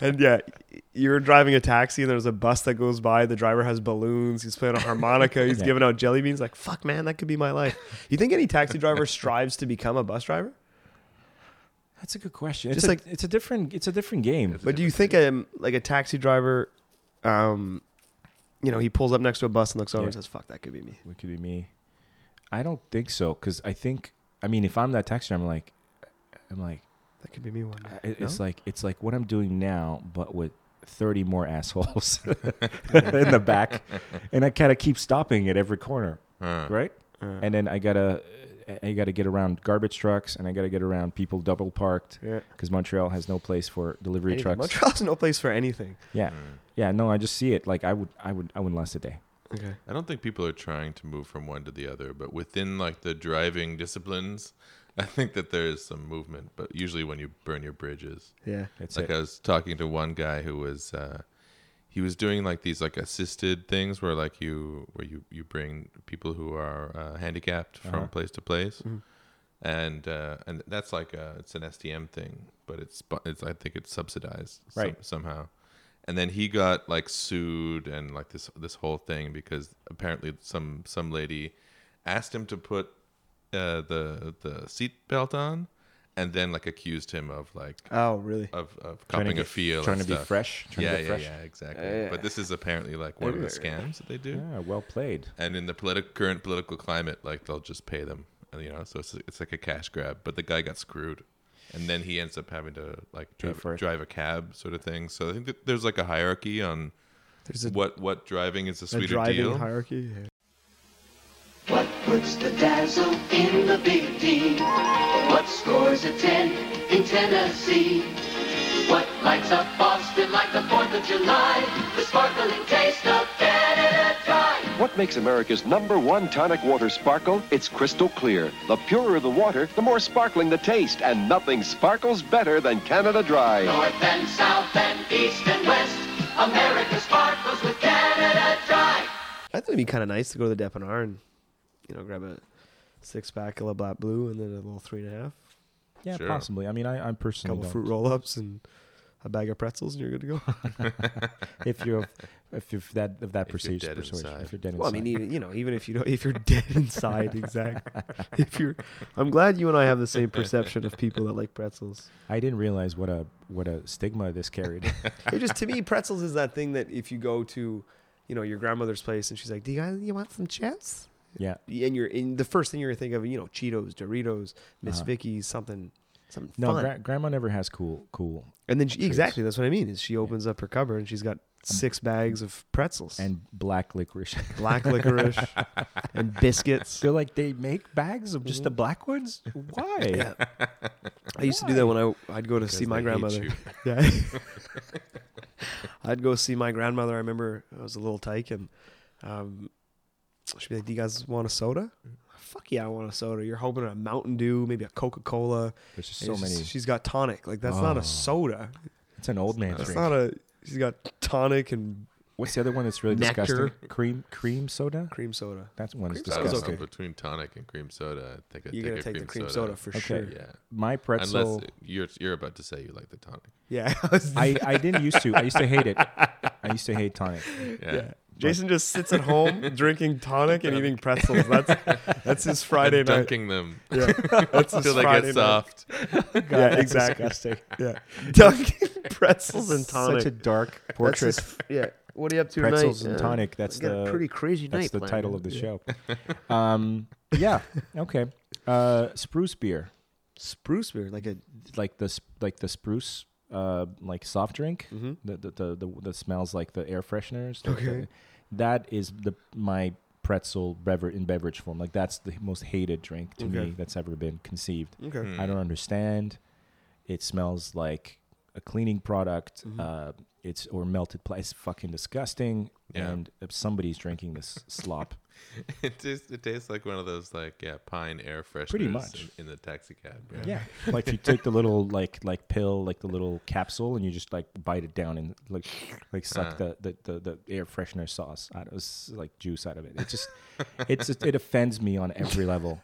[SPEAKER 4] And yeah, y- you're driving a taxi and there's a bus that goes by. The driver has balloons. He's playing a harmonica. He's giving out jelly beans. Like fuck, man, that could be my life. You think any taxi driver strives to become a bus driver?
[SPEAKER 1] that's a good question it's
[SPEAKER 4] Just
[SPEAKER 1] a,
[SPEAKER 4] like-
[SPEAKER 1] it's a different it's a different game
[SPEAKER 4] But do you think um like a taxi driver, um, you know, he pulls up next to a bus and looks over and
[SPEAKER 1] Yeah.
[SPEAKER 4] says, "Fuck, that could be me."
[SPEAKER 1] It could be me. I don't think so, because I think I mean, if I'm that texture, I'm like, I'm like,
[SPEAKER 4] That could be me one
[SPEAKER 1] I-
[SPEAKER 4] day.
[SPEAKER 1] it's like it's like what I'm doing now, but with thirty more assholes in the back, and I kind of keep stopping at every corner, right? And then I gotta, I gotta get around garbage trucks, and I gotta get around people double parked,
[SPEAKER 4] Yeah.
[SPEAKER 1] because Montreal has no place for delivery
[SPEAKER 4] Anything.
[SPEAKER 1] trucks.
[SPEAKER 4] Montreal's no place for anything.
[SPEAKER 1] Yeah,
[SPEAKER 2] Hmm.
[SPEAKER 1] yeah, no, I just see it. Like I would, I would, I wouldn't last a day.
[SPEAKER 4] Okay.
[SPEAKER 2] I don't think people are trying to move from one to the other, but within like the driving disciplines, I think that there is some movement. But usually, when you burn your bridges,
[SPEAKER 4] Yeah.
[SPEAKER 1] That's
[SPEAKER 2] like
[SPEAKER 1] it.
[SPEAKER 2] I was talking to one guy who was uh, he was doing like these like assisted things where like you where you you bring people who are uh, handicapped
[SPEAKER 1] Uh-huh.
[SPEAKER 2] from place to place,
[SPEAKER 1] Mm-hmm.
[SPEAKER 2] and uh, and that's like a, it's an STM thing, but it's bu- it's I think it's subsidized some-
[SPEAKER 1] Right.
[SPEAKER 2] somehow. And then he got like sued and like this this whole thing because apparently some some lady asked him to put uh, the the seat belt on, and then like accused him of like
[SPEAKER 4] Oh, really?
[SPEAKER 2] of,
[SPEAKER 1] Trying to
[SPEAKER 2] of cupping a
[SPEAKER 1] get-
[SPEAKER 2] feel,
[SPEAKER 1] trying
[SPEAKER 2] and
[SPEAKER 1] to be
[SPEAKER 2] stuff.
[SPEAKER 1] fresh, trying
[SPEAKER 2] yeah,
[SPEAKER 1] to get
[SPEAKER 2] yeah,
[SPEAKER 1] fresh.
[SPEAKER 2] yeah, exactly. But this is apparently like one of the scams that they do,
[SPEAKER 1] Yeah, well played.
[SPEAKER 2] and in the politi- current political climate, like they'll just pay them, and you know, so it's it's like a cash grab. But the guy got screwed, and then he ends up having to like drive,
[SPEAKER 1] for it.
[SPEAKER 2] drive a cab sort of thing. So I think that there's like a hierarchy on
[SPEAKER 4] There's a,
[SPEAKER 2] what what driving is a
[SPEAKER 4] a
[SPEAKER 2] sweeter
[SPEAKER 4] driving
[SPEAKER 2] deal.
[SPEAKER 4] hierarchy.
[SPEAKER 6] What puts the dazzle in the Big D? What scores a 10 in Tennessee? What lights up Boston like the 4th of July? The sparkling taste of Canada Dry.
[SPEAKER 7] What makes America's number one tonic water sparkle? It's crystal clear. The purer the water, the more sparkling the taste, and nothing sparkles better than Canada Dry.
[SPEAKER 6] North and south and east and west, America sparkles with Canada Dry.
[SPEAKER 4] I thought it'd be kind of nice to go to the Depanar and, you know, grab a six pack of La Black Blue and then a little three and a half,
[SPEAKER 1] Yeah,
[SPEAKER 2] Sure.
[SPEAKER 1] possibly. I mean, I, I'm
[SPEAKER 4] a
[SPEAKER 1] personally
[SPEAKER 4] couple
[SPEAKER 1] don't.
[SPEAKER 4] fruit roll ups and a bag of pretzels, and you're good to go.
[SPEAKER 1] if you're if you're that of that
[SPEAKER 2] If you're
[SPEAKER 1] persuasion,
[SPEAKER 2] dead
[SPEAKER 1] persuasion
[SPEAKER 2] inside.
[SPEAKER 1] if you're dead
[SPEAKER 4] Well, I
[SPEAKER 1] inside.
[SPEAKER 4] mean, even you know, even if you don't, if you're dead inside, exactly. If you're, I'm glad you and I have the same perception of people that like pretzels.
[SPEAKER 1] I didn't realize what a what a stigma this carried.
[SPEAKER 4] It just to me, pretzels is that thing that if you go to, you know, your grandmother's place and she's like, "Do you guys, you want some chips?"
[SPEAKER 1] yeah,
[SPEAKER 4] And you're in the first thing you're gonna think of, you know, Cheetos, Doritos, Miss Vicky's, something, something
[SPEAKER 1] no,
[SPEAKER 4] fun.
[SPEAKER 1] gra- grandma never has cool cool
[SPEAKER 4] and then she, exactly that's what I mean is she opens up her cupboard and she's got six bags of pretzels
[SPEAKER 1] and black licorice.
[SPEAKER 4] black licorice and biscuits.
[SPEAKER 1] They're like they make bags of just the black ones. Why?
[SPEAKER 4] I used to do that when I I'd go to see
[SPEAKER 2] they
[SPEAKER 4] my
[SPEAKER 2] hate
[SPEAKER 4] grandmother.
[SPEAKER 2] you.
[SPEAKER 4] Yeah. I'd go see my grandmother. I remember I was a little tyke and um, she'd be like, "Do you guys want a soda?" Fuck yeah, I want a soda. You're hoping a Mountain Dew, maybe a Coca Cola.
[SPEAKER 1] There's just so many.
[SPEAKER 4] She's got tonic. Like that's not a soda.
[SPEAKER 1] It's an old man
[SPEAKER 4] That's
[SPEAKER 1] drink.
[SPEAKER 4] not a. She's got tonic and
[SPEAKER 1] What's the other one that's really
[SPEAKER 5] Nectar.
[SPEAKER 1] disgusting? Cream cream soda.
[SPEAKER 4] cream soda.
[SPEAKER 1] That one is
[SPEAKER 4] Cream soda's
[SPEAKER 2] I don't know,
[SPEAKER 1] disgusting.
[SPEAKER 2] Between tonic and cream soda, I think I
[SPEAKER 4] You're gonna
[SPEAKER 2] take,
[SPEAKER 4] take
[SPEAKER 2] a
[SPEAKER 4] the cream soda, for
[SPEAKER 1] Okay.
[SPEAKER 4] sure.
[SPEAKER 2] Yeah.
[SPEAKER 1] My pretzel.
[SPEAKER 2] Unless you're you're about to say you like the tonic.
[SPEAKER 4] Yeah. I was-
[SPEAKER 1] I, I didn't used to. I used to hate it. I used to hate tonic.
[SPEAKER 2] Yeah.
[SPEAKER 4] Jason just sits at home drinking tonic and eating pretzels. That's that's his Friday
[SPEAKER 2] And
[SPEAKER 4] night.
[SPEAKER 2] dunking them
[SPEAKER 4] Yeah. That's his
[SPEAKER 2] until they
[SPEAKER 4] Friday
[SPEAKER 2] get
[SPEAKER 4] night.
[SPEAKER 2] soft.
[SPEAKER 4] yeah,
[SPEAKER 1] that's
[SPEAKER 4] exactly.
[SPEAKER 1] disgusting.
[SPEAKER 4] Yeah, Dunkin' pretzels and tonic.
[SPEAKER 1] Such a dark
[SPEAKER 5] That's
[SPEAKER 1] portrait.
[SPEAKER 5] his- yeah. What are you up to
[SPEAKER 1] Pretzels
[SPEAKER 5] tonight?
[SPEAKER 1] and
[SPEAKER 5] Uh,
[SPEAKER 1] tonic. That's
[SPEAKER 5] I got
[SPEAKER 1] the
[SPEAKER 5] a pretty crazy
[SPEAKER 1] That's
[SPEAKER 5] night.
[SPEAKER 1] the
[SPEAKER 5] planned.
[SPEAKER 1] title of the show. Um, yeah. Okay. Uh, spruce beer,
[SPEAKER 4] spruce beer, like a
[SPEAKER 1] like the sp- like the spruce, uh, like soft drink. The, the, the the the smells like the air fresheners. like the-
[SPEAKER 4] Mm-hmm. Okay.
[SPEAKER 1] that is the my pretzel beverage in beverage form. Like that's the most hated drink to
[SPEAKER 4] Okay.
[SPEAKER 1] me that's ever been conceived.
[SPEAKER 4] okay.
[SPEAKER 2] Hmm.
[SPEAKER 1] I don't understand. It smells like a cleaning product.
[SPEAKER 4] Mm-hmm.
[SPEAKER 1] Uh, it's or melted pla It's fucking disgusting.
[SPEAKER 2] Yeah.
[SPEAKER 1] And if somebody's drinking this slop.
[SPEAKER 2] It tastes, it tastes like one of those like yeah pine air fresheners
[SPEAKER 1] much.
[SPEAKER 2] In, in the taxi cab.
[SPEAKER 1] Yeah, like you take the little like like pill, like the little capsule, and you just like bite it down and like like suck the, the, the, the air freshener sauce out of s- like juice out of it. It just it's just, it offends me on every level.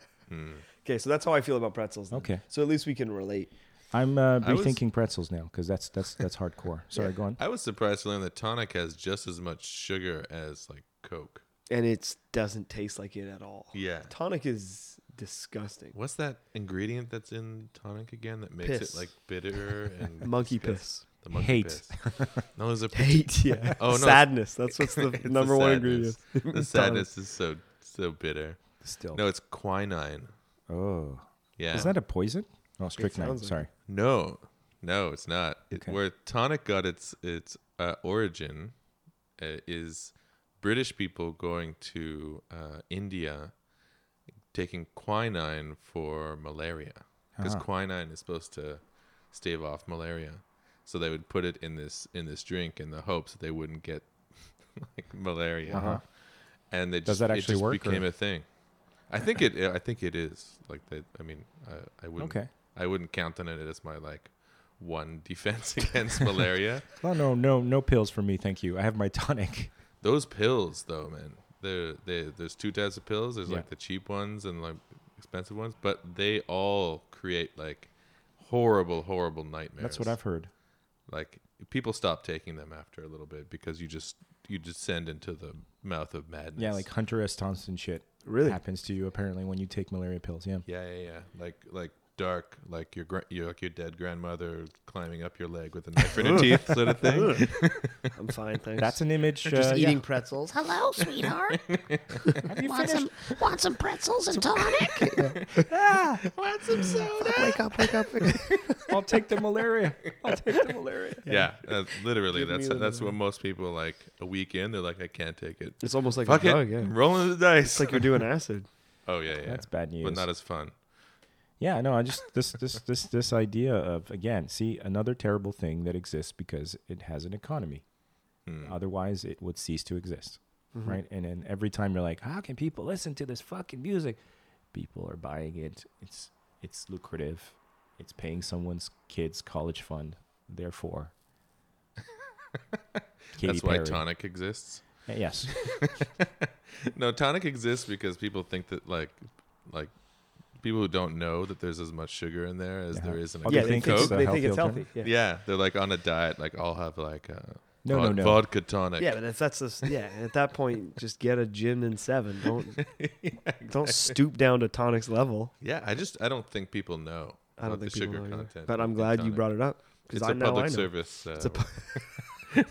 [SPEAKER 4] Okay, so that's how I feel about pretzels. then.
[SPEAKER 1] Okay.
[SPEAKER 4] so at least we can relate.
[SPEAKER 1] I'm uh,
[SPEAKER 2] I was-
[SPEAKER 1] rethinking pretzels now because that's that's that's hardcore. Sorry, go on.
[SPEAKER 2] I was surprised to learn that tonic has just as much sugar as like Coke.
[SPEAKER 4] And it doesn't taste like it at all.
[SPEAKER 2] Yeah.
[SPEAKER 4] tonic is disgusting.
[SPEAKER 2] What's that ingredient that's in tonic again that makes
[SPEAKER 4] Piss.
[SPEAKER 2] it like bitter and
[SPEAKER 4] Monkey piss.
[SPEAKER 2] The monkey
[SPEAKER 1] Hate.
[SPEAKER 2] piss. No, there's a
[SPEAKER 4] Hate, yeah.
[SPEAKER 2] Oh, no, it's-
[SPEAKER 4] sadness. That's what's the
[SPEAKER 2] it's the
[SPEAKER 4] number one ingredient.
[SPEAKER 2] sadness. The sadness is so so bitter.
[SPEAKER 1] Still,
[SPEAKER 2] No, it's quinine.
[SPEAKER 1] oh,
[SPEAKER 2] Yeah.
[SPEAKER 1] is that a poison? Oh, strychnine.
[SPEAKER 4] sounds like
[SPEAKER 1] Sorry.
[SPEAKER 2] No, no, it's not. It,
[SPEAKER 1] Okay.
[SPEAKER 2] Where tonic got its its uh, origin uh, is British people going to uh, India, taking quinine for malaria because
[SPEAKER 1] Ah.
[SPEAKER 2] quinine is supposed to stave off malaria. So they would put it in this in this drink in the hopes that they wouldn't get like malaria. And they just,
[SPEAKER 1] Uh-huh. Does that
[SPEAKER 2] it
[SPEAKER 1] actually
[SPEAKER 2] just
[SPEAKER 1] work,
[SPEAKER 2] Became
[SPEAKER 1] or-
[SPEAKER 2] a thing. I think it. I think it is like that. I mean, I, I wouldn't.
[SPEAKER 1] Okay.
[SPEAKER 2] I wouldn't count on it as my like one defense against malaria.
[SPEAKER 1] No, Oh, no, no, no pills for me, thank you. I have my tonic.
[SPEAKER 2] Those pills, though, man. They're, they there's two types of pills. There's like
[SPEAKER 1] Yeah.
[SPEAKER 2] the cheap ones and like expensive ones, but they all create like horrible, horrible nightmares.
[SPEAKER 1] That's what I've heard.
[SPEAKER 2] like. People stop taking them after a little bit because you just you descend into the mouth of madness.
[SPEAKER 1] Yeah, like Hunter S. Thompson shit.
[SPEAKER 4] Really?
[SPEAKER 1] happens to you apparently when you take malaria pills. Yeah.
[SPEAKER 2] Yeah, yeah, yeah. Like like dark, like your gra- your like your dead grandmother climbing up your leg with a knife in her teeth, sort of thing.
[SPEAKER 4] I'm fine, thanks.
[SPEAKER 1] That's an image.
[SPEAKER 5] Just
[SPEAKER 1] uh, yeah.
[SPEAKER 5] eating pretzels.
[SPEAKER 8] Hello, sweetheart. want some want some pretzels and tonic?
[SPEAKER 5] Ah, wake up! Wake up! Wake up.
[SPEAKER 1] I'll take the malaria. I'll take the malaria.
[SPEAKER 2] Yeah, that's literally that's that's what most people like a week in. They're like, I can't take it.
[SPEAKER 4] it's almost like
[SPEAKER 2] Fuck
[SPEAKER 4] a
[SPEAKER 2] it,
[SPEAKER 4] drug. Yeah.
[SPEAKER 2] I'm rolling the dice.
[SPEAKER 4] It's like you're doing acid.
[SPEAKER 2] oh yeah, yeah.
[SPEAKER 1] That's bad
[SPEAKER 2] but
[SPEAKER 1] news.
[SPEAKER 2] not as fun.
[SPEAKER 1] Yeah, no, I just this this this this idea of again, see another terrible
[SPEAKER 2] Hmm.
[SPEAKER 1] thing that exists because it has an economy. Otherwise, it would cease to exist. right? And then every time you're like, how can people listen to this fucking music? People are buying it. It's it's lucrative. It's paying someone's kids' college fund. Therefore, Katy
[SPEAKER 2] That's why
[SPEAKER 1] Perry.
[SPEAKER 2] Tonic exists.
[SPEAKER 1] Eh, Yes,
[SPEAKER 2] No, Tonic exists because people think that like like people who don't know that there's as much sugar in there as there is in a
[SPEAKER 1] Oh,
[SPEAKER 2] Coke.
[SPEAKER 1] they think it's the
[SPEAKER 4] they think
[SPEAKER 1] healthy
[SPEAKER 4] it's healthy.
[SPEAKER 1] alternative?
[SPEAKER 4] Yeah.
[SPEAKER 2] Yeah, they're like on a diet. Like I'll have like a
[SPEAKER 1] No,
[SPEAKER 2] vod-
[SPEAKER 1] no, no.
[SPEAKER 2] vodka tonic.
[SPEAKER 4] Yeah, but if that's a, yeah, at that point, just get a gin and seven. Don't don't stoop down to tonic's level.
[SPEAKER 2] Yeah, I just I don't think people know.
[SPEAKER 4] I don't
[SPEAKER 2] about
[SPEAKER 4] think
[SPEAKER 2] the
[SPEAKER 4] people
[SPEAKER 2] sugar
[SPEAKER 4] know either.
[SPEAKER 2] content.
[SPEAKER 4] But I'm
[SPEAKER 2] in
[SPEAKER 4] glad you
[SPEAKER 2] tonic.
[SPEAKER 4] brought it up because
[SPEAKER 2] It's
[SPEAKER 4] I
[SPEAKER 2] a
[SPEAKER 4] know I
[SPEAKER 2] public
[SPEAKER 4] know.
[SPEAKER 2] service. Uh,
[SPEAKER 4] a pu-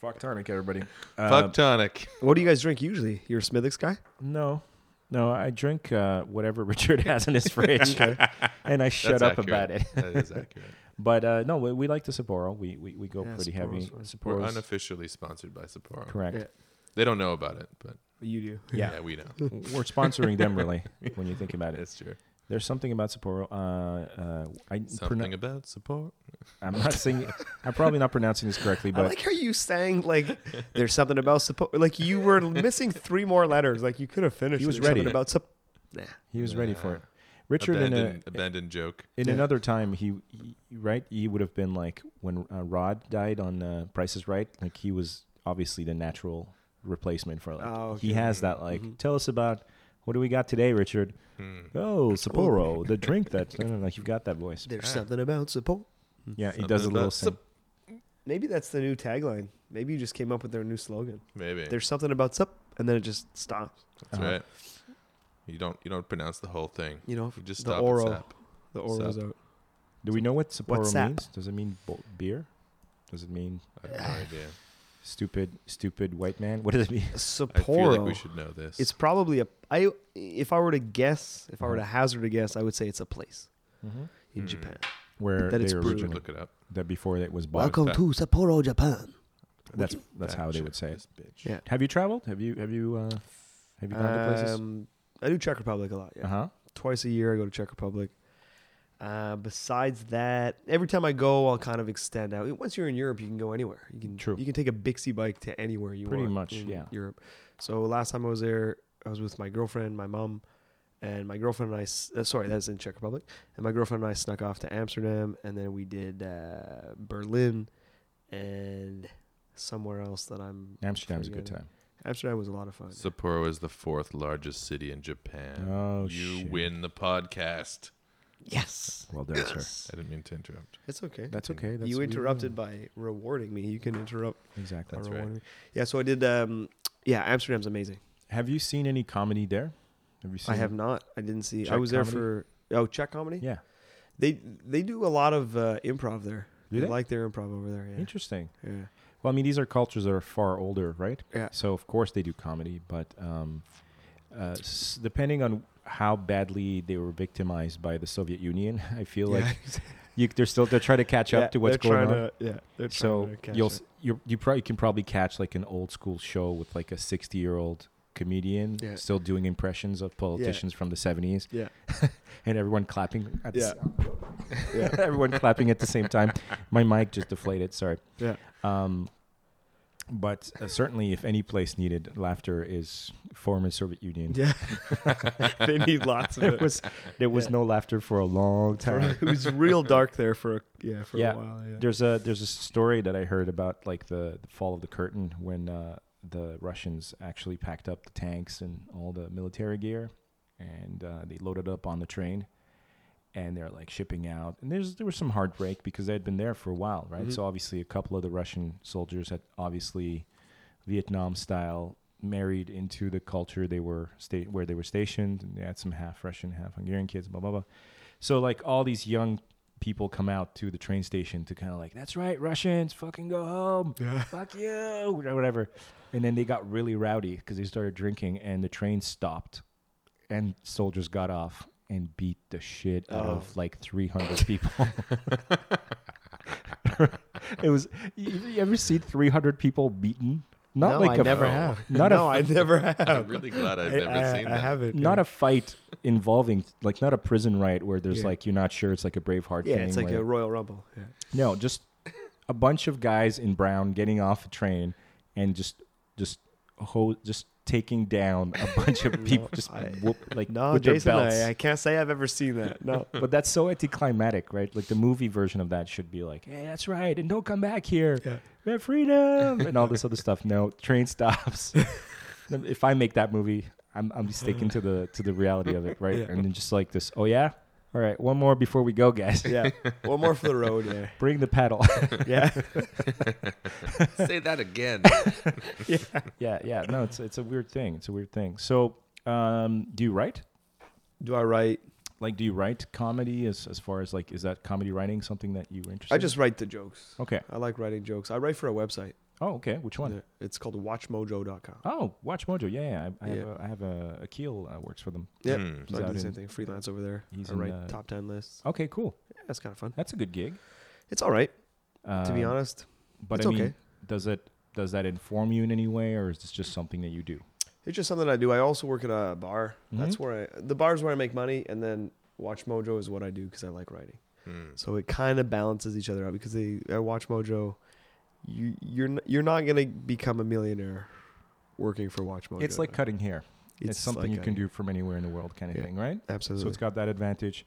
[SPEAKER 1] fuck tonic, everybody. um,
[SPEAKER 2] fuck tonic.
[SPEAKER 4] What do you guys drink usually? You're a Smithwick's guy.
[SPEAKER 1] No, no, I drink uh, whatever Richard has in his fridge, and I shut
[SPEAKER 2] That's
[SPEAKER 1] up
[SPEAKER 2] accurate.
[SPEAKER 1] about it.
[SPEAKER 2] that is accurate.
[SPEAKER 1] But uh, no, we, we like the Sapporo. We we, we go
[SPEAKER 4] Yeah,
[SPEAKER 1] pretty
[SPEAKER 4] Sapporo's
[SPEAKER 1] heavy.
[SPEAKER 4] fine.
[SPEAKER 2] We're
[SPEAKER 1] Sapporo's
[SPEAKER 2] unofficially sponsored by Sapporo.
[SPEAKER 1] correct.
[SPEAKER 4] Yeah.
[SPEAKER 2] They don't know about it, but
[SPEAKER 4] You do.
[SPEAKER 2] yeah,
[SPEAKER 1] Yeah.
[SPEAKER 2] we know.
[SPEAKER 1] We're sponsoring them really when you think about it.
[SPEAKER 2] That's true.
[SPEAKER 1] There's something about Sapporo. Uh, uh, I
[SPEAKER 2] Something
[SPEAKER 1] pronou-
[SPEAKER 2] about Sapporo.
[SPEAKER 1] I'm not saying. I'm probably not pronouncing this correctly,
[SPEAKER 4] I
[SPEAKER 1] but
[SPEAKER 4] like how you sang like there's something about suppo- like you were missing three more letters. Like you could have finished.
[SPEAKER 1] He was
[SPEAKER 4] with something
[SPEAKER 1] ready.
[SPEAKER 4] about sup- nah.
[SPEAKER 1] he was ready for it.
[SPEAKER 2] Yeah.
[SPEAKER 1] Richard uh, in a
[SPEAKER 2] Abandoned, abandoned joke.
[SPEAKER 1] in
[SPEAKER 4] Yeah.
[SPEAKER 1] another time he, he- right he would have been like when uh, Rod died on uh, Price is Right like he was obviously the natural replacement for like
[SPEAKER 4] Oh,
[SPEAKER 1] he
[SPEAKER 4] okay.
[SPEAKER 1] has that like tell us about what do we got today Richard
[SPEAKER 4] Hmm.
[SPEAKER 1] oh Sapporo the drink that no, no, no, like you've got that voice
[SPEAKER 4] There's something about support.
[SPEAKER 1] yeah he does a
[SPEAKER 2] Something
[SPEAKER 1] little
[SPEAKER 2] about
[SPEAKER 1] sing.
[SPEAKER 2] Sap-
[SPEAKER 4] Maybe that's the new tagline. Maybe you just came up with their new slogan.
[SPEAKER 2] Maybe.
[SPEAKER 4] There's something about sup, and then it just stops.
[SPEAKER 2] That's
[SPEAKER 1] Uh-huh.
[SPEAKER 2] right. You don't you don't pronounce the whole thing.
[SPEAKER 4] You know,
[SPEAKER 2] You just
[SPEAKER 4] the
[SPEAKER 2] stop
[SPEAKER 4] oral,
[SPEAKER 2] and sap.
[SPEAKER 4] the oral's
[SPEAKER 2] Sup.
[SPEAKER 4] out.
[SPEAKER 1] do we know what Sapporo
[SPEAKER 4] What's that?
[SPEAKER 1] means does it mean bo- beer does it mean
[SPEAKER 2] I have no idea.
[SPEAKER 1] stupid stupid white man what does it mean
[SPEAKER 2] I feel
[SPEAKER 4] Sapporo.
[SPEAKER 2] like we should know this.
[SPEAKER 4] It's probably a. I if I were to guess, if I were to hazard a guess, I would say it's a place in Japan.
[SPEAKER 1] where
[SPEAKER 4] That
[SPEAKER 1] they
[SPEAKER 4] it's
[SPEAKER 1] were
[SPEAKER 4] brewed.
[SPEAKER 1] originally
[SPEAKER 2] should look it up.
[SPEAKER 1] that before it was bought
[SPEAKER 5] Welcome to Sapporo, Japan.
[SPEAKER 1] that's that's how they would say it
[SPEAKER 2] This bitch.
[SPEAKER 4] Yeah.
[SPEAKER 1] Have you traveled? Have you have you uh, have you gone to places?
[SPEAKER 4] Um, I do Czech Republic a lot. Yeah.
[SPEAKER 1] Uh huh.
[SPEAKER 4] Twice a year, I go to Czech Republic. Uh, besides that, every time I go, I'll kind of extend out. Once you're in Europe, you can go anywhere. You can
[SPEAKER 1] True.
[SPEAKER 4] You can take a Bixie bike to anywhere you
[SPEAKER 1] Pretty
[SPEAKER 4] want.
[SPEAKER 1] much,
[SPEAKER 4] in
[SPEAKER 1] yeah.
[SPEAKER 4] Europe. So last time I was there, I was with my girlfriend, my mom, and my girlfriend and I. s- Uh, sorry, that's in Czech Republic. And my girlfriend and I snuck off to Amsterdam, and then we did uh, Berlin and somewhere else that I'm.
[SPEAKER 1] Amsterdam's a good
[SPEAKER 4] forgetting.
[SPEAKER 1] time.
[SPEAKER 4] Amsterdam was a lot of fun.
[SPEAKER 2] Sapporo is the fourth largest city in Japan.
[SPEAKER 1] Oh,
[SPEAKER 2] you
[SPEAKER 1] shit.
[SPEAKER 2] win the podcast.
[SPEAKER 4] yes,
[SPEAKER 1] Well done, sir.
[SPEAKER 2] I didn't mean to interrupt.
[SPEAKER 4] it's okay.
[SPEAKER 1] That's okay. That's
[SPEAKER 4] you interrupted by rewarding me. You can interrupt.
[SPEAKER 1] Exactly.
[SPEAKER 4] by
[SPEAKER 2] That's
[SPEAKER 4] rewarding
[SPEAKER 2] right.
[SPEAKER 4] me. Yeah, so I did. Um, yeah, Amsterdam's amazing.
[SPEAKER 1] Have you seen any comedy there? Have you seen?
[SPEAKER 4] I have not. I didn't see. I
[SPEAKER 1] Czech
[SPEAKER 4] was
[SPEAKER 1] comedy?
[SPEAKER 4] there for oh Czech comedy.
[SPEAKER 1] Yeah.
[SPEAKER 4] they they do a lot of uh, improv there.
[SPEAKER 1] Do
[SPEAKER 4] I
[SPEAKER 1] they?
[SPEAKER 4] like their improv over there. Yeah.
[SPEAKER 1] Interesting.
[SPEAKER 4] Yeah.
[SPEAKER 1] Well, I mean, these are cultures that are far older, right?
[SPEAKER 4] Yeah.
[SPEAKER 1] So of course they do comedy, but um, uh, s- depending on how badly they were victimized by the Soviet Union, I feel like you, they're still they're trying to catch up
[SPEAKER 4] Yeah,
[SPEAKER 1] to what's
[SPEAKER 4] they're
[SPEAKER 1] going on.
[SPEAKER 4] trying to- yeah, they're
[SPEAKER 1] so
[SPEAKER 4] trying to catch
[SPEAKER 1] you'll
[SPEAKER 4] it.
[SPEAKER 1] s- you you probably can probably catch like an old school show with like a 60 year old comedian
[SPEAKER 4] Yeah.
[SPEAKER 1] still doing impressions of politicians from the 70s
[SPEAKER 4] yeah
[SPEAKER 1] and everyone clapping at the
[SPEAKER 4] yeah
[SPEAKER 1] s- everyone clapping at the same time my mic just deflated sorry
[SPEAKER 4] yeah.
[SPEAKER 1] um but uh, certainly if any place needed laughter is former soviet union
[SPEAKER 4] Yeah. they need lots of
[SPEAKER 1] there
[SPEAKER 4] it.
[SPEAKER 1] was there was
[SPEAKER 4] Yeah.
[SPEAKER 1] no laughter for a long time
[SPEAKER 4] it was real dark there for a, yeah for
[SPEAKER 1] Yeah.
[SPEAKER 4] a while. Yeah.
[SPEAKER 1] There's a there's a story that I heard about like the, the fall of the curtain when uh, the Russians actually packed up the tanks and all the military gear, and uh, they loaded up on the train, and they're like shipping out. And there's there was some heartbreak because they had been there for a while, right? So obviously a couple of the Russian soldiers had obviously Vietnam style married into the culture they were sta- where they were stationed and they had some half Russian, half Hungarian kids, blah blah blah. So like all these young people come out to the train station to kind of like, that's right, Russians, fucking go home, fuck you, or whatever. And then they got really rowdy because they started drinking and the train stopped, and soldiers got off and beat the shit out
[SPEAKER 4] Oh.
[SPEAKER 1] of like 300 people. it was you, you ever seen 300 people beaten? Not
[SPEAKER 4] No,
[SPEAKER 1] like
[SPEAKER 4] I
[SPEAKER 1] a
[SPEAKER 4] never
[SPEAKER 1] f-
[SPEAKER 4] have.
[SPEAKER 1] Not
[SPEAKER 4] no,
[SPEAKER 1] a
[SPEAKER 4] I never
[SPEAKER 2] I'm
[SPEAKER 4] have.
[SPEAKER 2] really glad I've
[SPEAKER 4] Oh, I,
[SPEAKER 2] never
[SPEAKER 4] I,
[SPEAKER 2] seen
[SPEAKER 4] I
[SPEAKER 2] that.
[SPEAKER 4] haven't.
[SPEAKER 1] not
[SPEAKER 4] yeah.
[SPEAKER 1] a fight involving like not a prison riot where there's
[SPEAKER 4] Yeah.
[SPEAKER 1] like you're not sure it's like a Braveheart
[SPEAKER 4] yeah.
[SPEAKER 1] thing.
[SPEAKER 4] It's like
[SPEAKER 1] where-
[SPEAKER 4] a Royal Rumble. Yeah.
[SPEAKER 1] no, just a bunch of guys in brown getting off a train and just just ho- just taking down a bunch of people, just
[SPEAKER 4] I-
[SPEAKER 1] whoop, like
[SPEAKER 4] No,
[SPEAKER 1] with
[SPEAKER 4] Jason,
[SPEAKER 1] their belts.
[SPEAKER 4] I, I can't say I've ever seen that. No.
[SPEAKER 1] but that's so anticlimactic, right? Like the movie version of that should be like, "Hey, that's right, and don't come back here. We have freedom and all this other stuff." No, train stops. if I make that movie, I'm I'm sticking to the to the reality of it, right? And then just like this, oh yeah, all right, one more before we go, guys.
[SPEAKER 4] yeah. One more for the road. Yeah.
[SPEAKER 1] Bring the paddle.
[SPEAKER 4] Yeah.
[SPEAKER 9] Say that again.
[SPEAKER 1] yeah, yeah. No, it's it's a weird thing. It's a weird thing. So, um, do you write?
[SPEAKER 4] Do I write?
[SPEAKER 1] Like, do you write comedy? As as far as like, is that comedy writing something that you were interested?
[SPEAKER 4] I
[SPEAKER 1] in?
[SPEAKER 4] just write the jokes.
[SPEAKER 1] okay.
[SPEAKER 4] I like writing jokes. I write for a website.
[SPEAKER 1] Oh, okay. Which one?
[SPEAKER 4] It's called watchmojo.com.
[SPEAKER 1] Oh, Watch Mojo. Yeah, yeah. I, I have
[SPEAKER 4] Yeah.
[SPEAKER 1] a, I have a Akil uh, works for them.
[SPEAKER 4] Yeah.
[SPEAKER 2] Hmm.
[SPEAKER 4] So
[SPEAKER 1] He's
[SPEAKER 4] I
[SPEAKER 1] out
[SPEAKER 4] do the
[SPEAKER 1] in-
[SPEAKER 4] same thing. Freelance over there.
[SPEAKER 1] he's
[SPEAKER 4] I
[SPEAKER 1] in,
[SPEAKER 4] write
[SPEAKER 1] uh,
[SPEAKER 4] top 10 lists.
[SPEAKER 1] Okay, cool.
[SPEAKER 4] Yeah, that's kind of fun.
[SPEAKER 1] That's a good gig.
[SPEAKER 4] It's all right, to be
[SPEAKER 1] Um,
[SPEAKER 4] honest.
[SPEAKER 1] but
[SPEAKER 4] it's
[SPEAKER 1] I mean,
[SPEAKER 4] okay.
[SPEAKER 1] does it does that inform you in any way, or is this just something that you do?
[SPEAKER 4] It's just something I do. I also work at a bar.
[SPEAKER 1] Mm-hmm.
[SPEAKER 4] That's where I, the bar's where I make money, and then Watch Mojo is what I do because I like writing.
[SPEAKER 2] Hmm.
[SPEAKER 4] So it kind of balances each other out because they at Watch Mojo, you you're n- you're not gonna become a millionaire working for Watch Mojo.
[SPEAKER 1] It's like cutting hair. It's, something
[SPEAKER 4] like
[SPEAKER 1] you can
[SPEAKER 4] a-
[SPEAKER 1] do from anywhere in the world, kind of
[SPEAKER 4] Yeah,
[SPEAKER 1] thing, right?
[SPEAKER 4] Absolutely.
[SPEAKER 1] So it's got that advantage.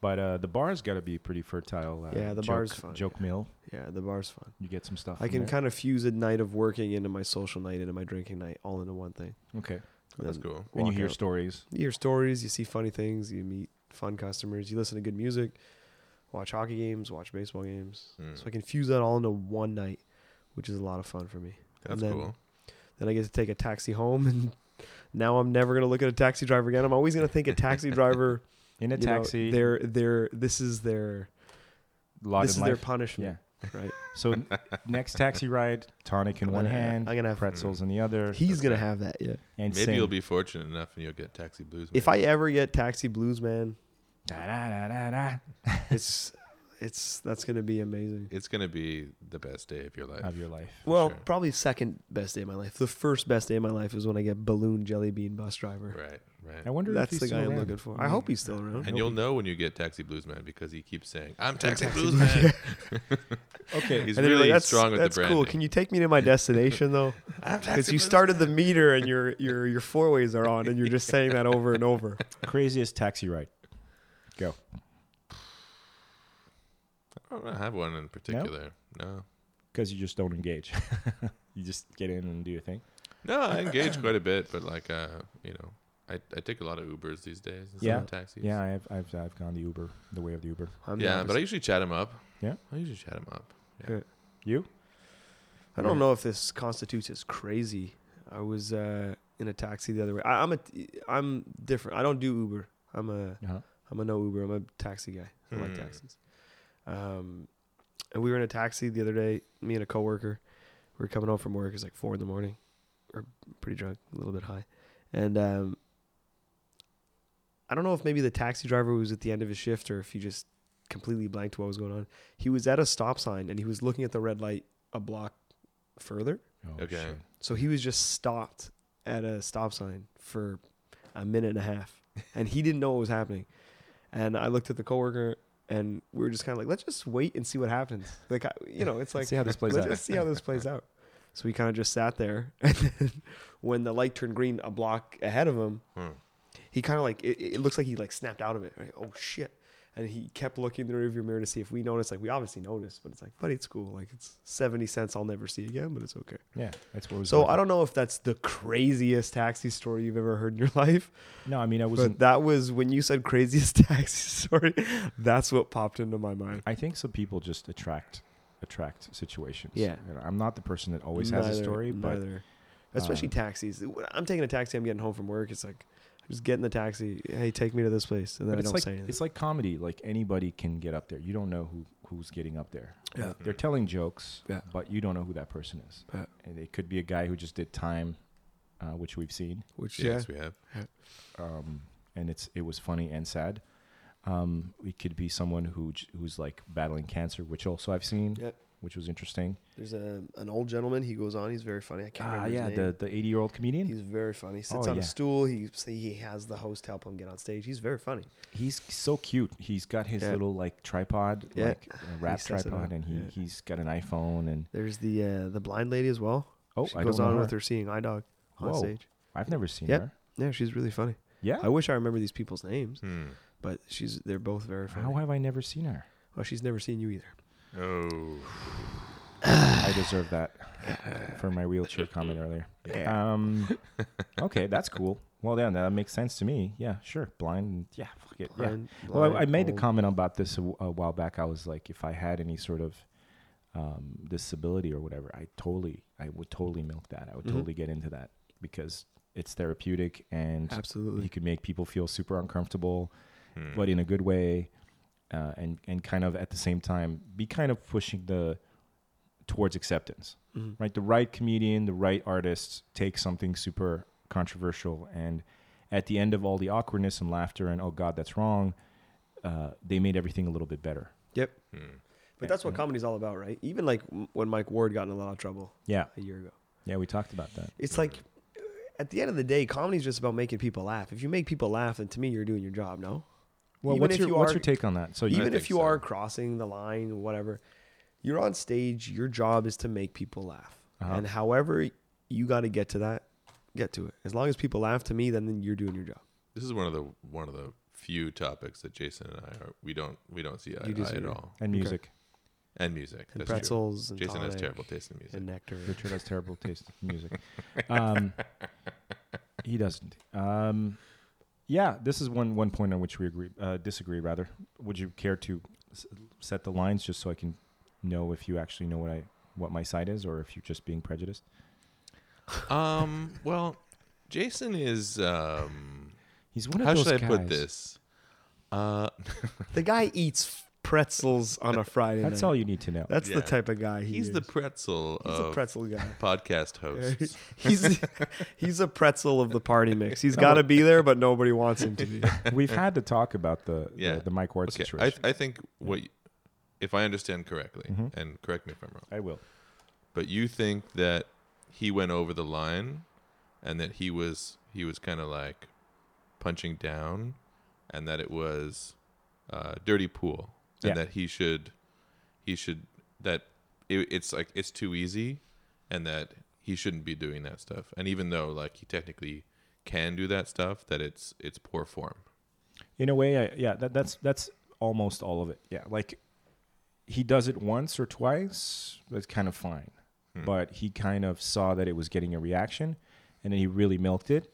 [SPEAKER 1] But uh, the bar's got to be pretty fertile. Uh,
[SPEAKER 4] Yeah, the
[SPEAKER 1] joke,
[SPEAKER 4] bar's fun,
[SPEAKER 1] Joke mill.
[SPEAKER 4] yeah, the bar's fun.
[SPEAKER 1] You get some stuff.
[SPEAKER 4] I
[SPEAKER 1] from
[SPEAKER 4] can
[SPEAKER 1] there.
[SPEAKER 4] kind of fuse a night of working into my social night into my drinking night all into one thing.
[SPEAKER 1] okay.
[SPEAKER 2] That's
[SPEAKER 4] Then
[SPEAKER 2] cool.
[SPEAKER 1] And you
[SPEAKER 4] walk
[SPEAKER 1] hear
[SPEAKER 4] out.
[SPEAKER 1] stories.
[SPEAKER 4] you hear stories, you see funny things, you meet fun customers, you listen to good music, watch hockey games, watch baseball games.
[SPEAKER 1] Hmm.
[SPEAKER 4] So I can fuse that all into one night, which is a lot of fun for me.
[SPEAKER 2] That's
[SPEAKER 4] then,
[SPEAKER 2] cool.
[SPEAKER 4] Then I get to take a taxi home, and now I'm never gonna look at a taxi driver again. I'm always gonna think a taxi driver.
[SPEAKER 1] In a
[SPEAKER 4] you know,
[SPEAKER 1] taxi.
[SPEAKER 4] they're they're this is their
[SPEAKER 1] lot
[SPEAKER 4] this
[SPEAKER 1] in
[SPEAKER 4] is their
[SPEAKER 1] life.
[SPEAKER 4] punishment, right?
[SPEAKER 1] So n- next taxi ride, tonic in
[SPEAKER 4] I'm
[SPEAKER 1] one
[SPEAKER 4] gonna-
[SPEAKER 1] hand,
[SPEAKER 4] I'm gonna have- Mm.
[SPEAKER 1] pretzels in the other.
[SPEAKER 4] He's gonna have that, yeah.
[SPEAKER 1] and
[SPEAKER 2] Maybe
[SPEAKER 1] sing.
[SPEAKER 2] you'll be fortunate enough and you'll get taxi blues.
[SPEAKER 4] If I ever get taxi blues, man,
[SPEAKER 1] Da, da, da, da, da.
[SPEAKER 4] it's it's that's gonna be amazing.
[SPEAKER 2] it's gonna be the best day of your life.
[SPEAKER 1] of your life.
[SPEAKER 4] Well,
[SPEAKER 2] sure.
[SPEAKER 4] probably second best day of my life. The first best day of my life is when I get balloon jelly bean bus driver.
[SPEAKER 2] Right, right.
[SPEAKER 1] I wonder
[SPEAKER 4] That's
[SPEAKER 1] if
[SPEAKER 4] the
[SPEAKER 1] he's
[SPEAKER 4] guy
[SPEAKER 1] still
[SPEAKER 4] I'm
[SPEAKER 1] around.
[SPEAKER 4] looking for. I hope he's still around.
[SPEAKER 2] And you'll know when you get Taxi Blues Man because he keeps saying, "I'm Taxi Blues Man."
[SPEAKER 1] Okay.
[SPEAKER 2] He's
[SPEAKER 4] And they're like,
[SPEAKER 2] really
[SPEAKER 4] that's,
[SPEAKER 2] strong with
[SPEAKER 4] that's
[SPEAKER 2] the brand.
[SPEAKER 4] cool. Can you take me to my destination though? Because you started the meter and your your your four ways are on, and you're just saying that over and over.
[SPEAKER 1] Craziest taxi ride. Go.
[SPEAKER 2] I don't have one in particular. No,
[SPEAKER 1] Because you just don't engage. you just get in and do your thing.
[SPEAKER 2] no, I engage quite a bit, but like, uh, you know, I, I take a lot of Ubers these days. Instead
[SPEAKER 1] Yeah.
[SPEAKER 2] of taxis.
[SPEAKER 1] Yeah, I've, I've, I've gone the Uber, the way of the Uber.
[SPEAKER 4] I'm
[SPEAKER 2] yeah.
[SPEAKER 4] nervous.
[SPEAKER 2] But I usually chat him up.
[SPEAKER 1] Yeah?
[SPEAKER 2] I usually chat him up.
[SPEAKER 1] You?
[SPEAKER 4] I don't know if this constitutes as crazy. I was uh, in a taxi the other way. I, I'm a I'm different. I don't do Uber. I'm a
[SPEAKER 1] Uh-huh.
[SPEAKER 4] I'm a no Uber. I'm a taxi guy. I like
[SPEAKER 2] Hmm.
[SPEAKER 4] taxis. Um, and we were in a taxi the other day. Me and a coworker. We were coming home from work. It's like four in the morning. We're pretty drunk, a little bit high, and um, I don't know if maybe the taxi driver was at the end of his shift or if he just completely blanked what was going on. He was at a stop sign and he was looking at the red light a block further.
[SPEAKER 1] Oh,
[SPEAKER 2] Okay.
[SPEAKER 1] shit.
[SPEAKER 4] So he was just stopped at a stop sign for a minute and a half, and he didn't know what was happening. And I looked at the coworker, and we were just kind of like, let's just wait and see what happens. Like, I- you know, it's like
[SPEAKER 1] see how this plays
[SPEAKER 4] let's
[SPEAKER 1] out.
[SPEAKER 4] just see how this plays out. So we kind of just sat there, and then when the light turned green a block ahead of him,
[SPEAKER 2] Hmm.
[SPEAKER 4] he kind of like it, it looks like he like snapped out of it. Like, oh shit! And he kept looking in the rearview mirror to see if we noticed. Like we obviously noticed, but it's like, buddy, it's cool. Like it's seventy cents I'll never see again, but it's okay.
[SPEAKER 1] Yeah, that's what was
[SPEAKER 4] So I don't know if that's the craziest taxi story you've ever heard in your life,
[SPEAKER 1] No, I mean, I
[SPEAKER 4] but
[SPEAKER 1] wasn't.
[SPEAKER 4] that was when you said craziest taxi story. That's what popped into my mind.
[SPEAKER 1] I think some people just attract attract situations.
[SPEAKER 4] Yeah.
[SPEAKER 1] And I'm not the person that always has a story, but
[SPEAKER 4] neither.
[SPEAKER 5] uh,
[SPEAKER 4] especially taxis. When I'm taking a taxi. I'm getting home from work. It's like I just get in the taxi. Hey, take me to this place, and then
[SPEAKER 1] But
[SPEAKER 4] I
[SPEAKER 1] it's
[SPEAKER 4] don't
[SPEAKER 1] like
[SPEAKER 4] say anything.
[SPEAKER 1] it's like comedy. Like anybody can get up there. You don't know who who's getting up there. Yeah. They're telling jokes,
[SPEAKER 4] Yeah.
[SPEAKER 1] but you don't know who that person is.
[SPEAKER 4] Yeah.
[SPEAKER 1] And it could be a guy who just did time, uh, which we've seen,
[SPEAKER 4] Which
[SPEAKER 2] Yes, we have.
[SPEAKER 1] um, and it's it was funny and sad. Um, it could be someone who j- who's like battling cancer, which also I've seen,
[SPEAKER 4] Yep.
[SPEAKER 1] which was interesting.
[SPEAKER 5] There's a, an old gentleman. He goes on. He's very funny. I can't
[SPEAKER 1] Ah,
[SPEAKER 5] remember
[SPEAKER 1] yeah,
[SPEAKER 5] his name.
[SPEAKER 1] the the eighty year old comedian.
[SPEAKER 5] He's very funny. He sits
[SPEAKER 1] Oh,
[SPEAKER 5] on
[SPEAKER 1] yeah.
[SPEAKER 5] a stool. He he has the host help him get on stage. He's very funny.
[SPEAKER 1] he's so cute. He's got his
[SPEAKER 4] Yeah.
[SPEAKER 1] little like tripod,
[SPEAKER 4] Yeah.
[SPEAKER 1] like a rap
[SPEAKER 4] sets it
[SPEAKER 1] tripod,
[SPEAKER 4] up.
[SPEAKER 1] and he
[SPEAKER 4] Yeah.
[SPEAKER 1] he's got an iPhone and
[SPEAKER 4] There's the uh, the blind lady as well.
[SPEAKER 1] Oh,
[SPEAKER 4] she
[SPEAKER 1] I
[SPEAKER 4] goes
[SPEAKER 1] don't know
[SPEAKER 4] on
[SPEAKER 1] her.
[SPEAKER 4] with her seeing eye dog. on
[SPEAKER 1] Whoa.
[SPEAKER 4] stage.
[SPEAKER 1] I've never seen
[SPEAKER 4] Yep.
[SPEAKER 1] her.
[SPEAKER 4] Yeah, she's really funny.
[SPEAKER 1] Yeah.
[SPEAKER 4] I wish I remember these people's names,
[SPEAKER 2] Hmm.
[SPEAKER 4] but she's they're both very
[SPEAKER 1] How
[SPEAKER 4] funny.
[SPEAKER 1] have I never seen her?
[SPEAKER 4] Oh, she's never seen you either.
[SPEAKER 2] Oh.
[SPEAKER 1] I deserve that for my wheelchair comment earlier. Um, okay, that's cool. Well, yeah, that makes sense to me. Yeah, sure. Blind. Yeah, fuck it.
[SPEAKER 4] Blind-
[SPEAKER 1] yeah. Well, I, I
[SPEAKER 4] blind,
[SPEAKER 1] made the
[SPEAKER 4] old.
[SPEAKER 1] comment about this a, w- a while back. I was like, if I had any sort of um, disability or whatever, I totally, I would totally milk that. I
[SPEAKER 4] Mm-hmm.
[SPEAKER 1] would totally get into that because it's therapeutic and
[SPEAKER 4] Absolutely.
[SPEAKER 1] you can make people feel super uncomfortable, but in a good way, uh, and and kind of at the same time be kind of pushing the towards acceptance,
[SPEAKER 4] Mm-hmm.
[SPEAKER 1] right? The right comedian, the right artist takes something super controversial, and at the end of all the awkwardness and laughter and oh god that's wrong, uh, they made everything a little bit better.
[SPEAKER 4] Yep. But that's what comedy's all about, right? Even like m- when Mike Ward got in a lot of trouble
[SPEAKER 1] Yeah,
[SPEAKER 4] a year ago.
[SPEAKER 1] yeah, we talked about that.
[SPEAKER 4] It's like at the end of the day, comedy's just about making people laugh. If you make people laugh, then to me you're doing your job, no?
[SPEAKER 1] Well,
[SPEAKER 4] Even
[SPEAKER 1] what's
[SPEAKER 4] if
[SPEAKER 1] your
[SPEAKER 4] you
[SPEAKER 1] what's
[SPEAKER 4] are-
[SPEAKER 1] your take on that? So you,
[SPEAKER 4] Even
[SPEAKER 9] think
[SPEAKER 4] if you
[SPEAKER 9] so.
[SPEAKER 4] are crossing the line, whatever, you're on stage, your job is to make people laugh. And however you got to get to that, get to it. As long as people laugh to me, then, then you're doing your job.
[SPEAKER 2] This is one of the one of the few topics that Jason and I are we don't we don't see eye to eye at
[SPEAKER 4] disagree.
[SPEAKER 2] all.
[SPEAKER 1] and music.
[SPEAKER 2] And music.
[SPEAKER 4] And
[SPEAKER 2] that's true.
[SPEAKER 4] pretzels and
[SPEAKER 2] Jason has
[SPEAKER 4] tonic
[SPEAKER 2] terrible taste in music.
[SPEAKER 4] and nectar.
[SPEAKER 1] Richard has terrible taste in music. Um, he doesn't. Um, yeah, this is one one point on which we agree uh, disagree. Rather, would you care to s- set the lines just so I can know if you actually know what I what my side is, or if you're just being prejudiced?
[SPEAKER 2] Um. Well, Jason is. Um,
[SPEAKER 1] He's one of
[SPEAKER 2] how
[SPEAKER 1] those
[SPEAKER 2] should I
[SPEAKER 1] guys.
[SPEAKER 2] put this? Uh,
[SPEAKER 4] The guy eats pretzels on a Friday
[SPEAKER 1] That's
[SPEAKER 4] night.
[SPEAKER 1] all you need to know.
[SPEAKER 4] That's
[SPEAKER 2] Yeah.
[SPEAKER 4] the type of guy he
[SPEAKER 2] he's
[SPEAKER 4] is.
[SPEAKER 2] the pretzel
[SPEAKER 4] he's
[SPEAKER 2] of
[SPEAKER 4] a pretzel guy.
[SPEAKER 2] podcast hosts.
[SPEAKER 4] he's he's a pretzel of the party mix. He's got to be there, but nobody wants him to be.
[SPEAKER 1] We've had to talk about the
[SPEAKER 2] Yeah.
[SPEAKER 1] the, the Mike Ward
[SPEAKER 2] okay. I,
[SPEAKER 1] situation. Mm-hmm.
[SPEAKER 2] I think what, y- if I understand correctly, and correct me if I'm wrong,
[SPEAKER 1] I will.
[SPEAKER 2] but you think that he went over the line, and that he was he was kind of like punching down, and that it was uh, dirty pool, and
[SPEAKER 1] Yeah.
[SPEAKER 2] that he should he should that it, it's like it's too easy, and that he shouldn't be doing that stuff. And even though like he technically can do that stuff, that it's it's poor form.
[SPEAKER 1] In a way, I, yeah, that, that's that's almost all of it. Yeah, like he does it once or twice. That's kind of fine, but he kind of saw that it was getting a reaction, and then he really milked it.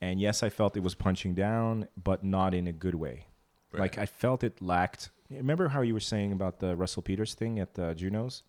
[SPEAKER 1] And yes, I felt it was punching down, but not in a good way. Like I felt it lacked. Remember how you were saying about the Russell Peters thing at the Junos?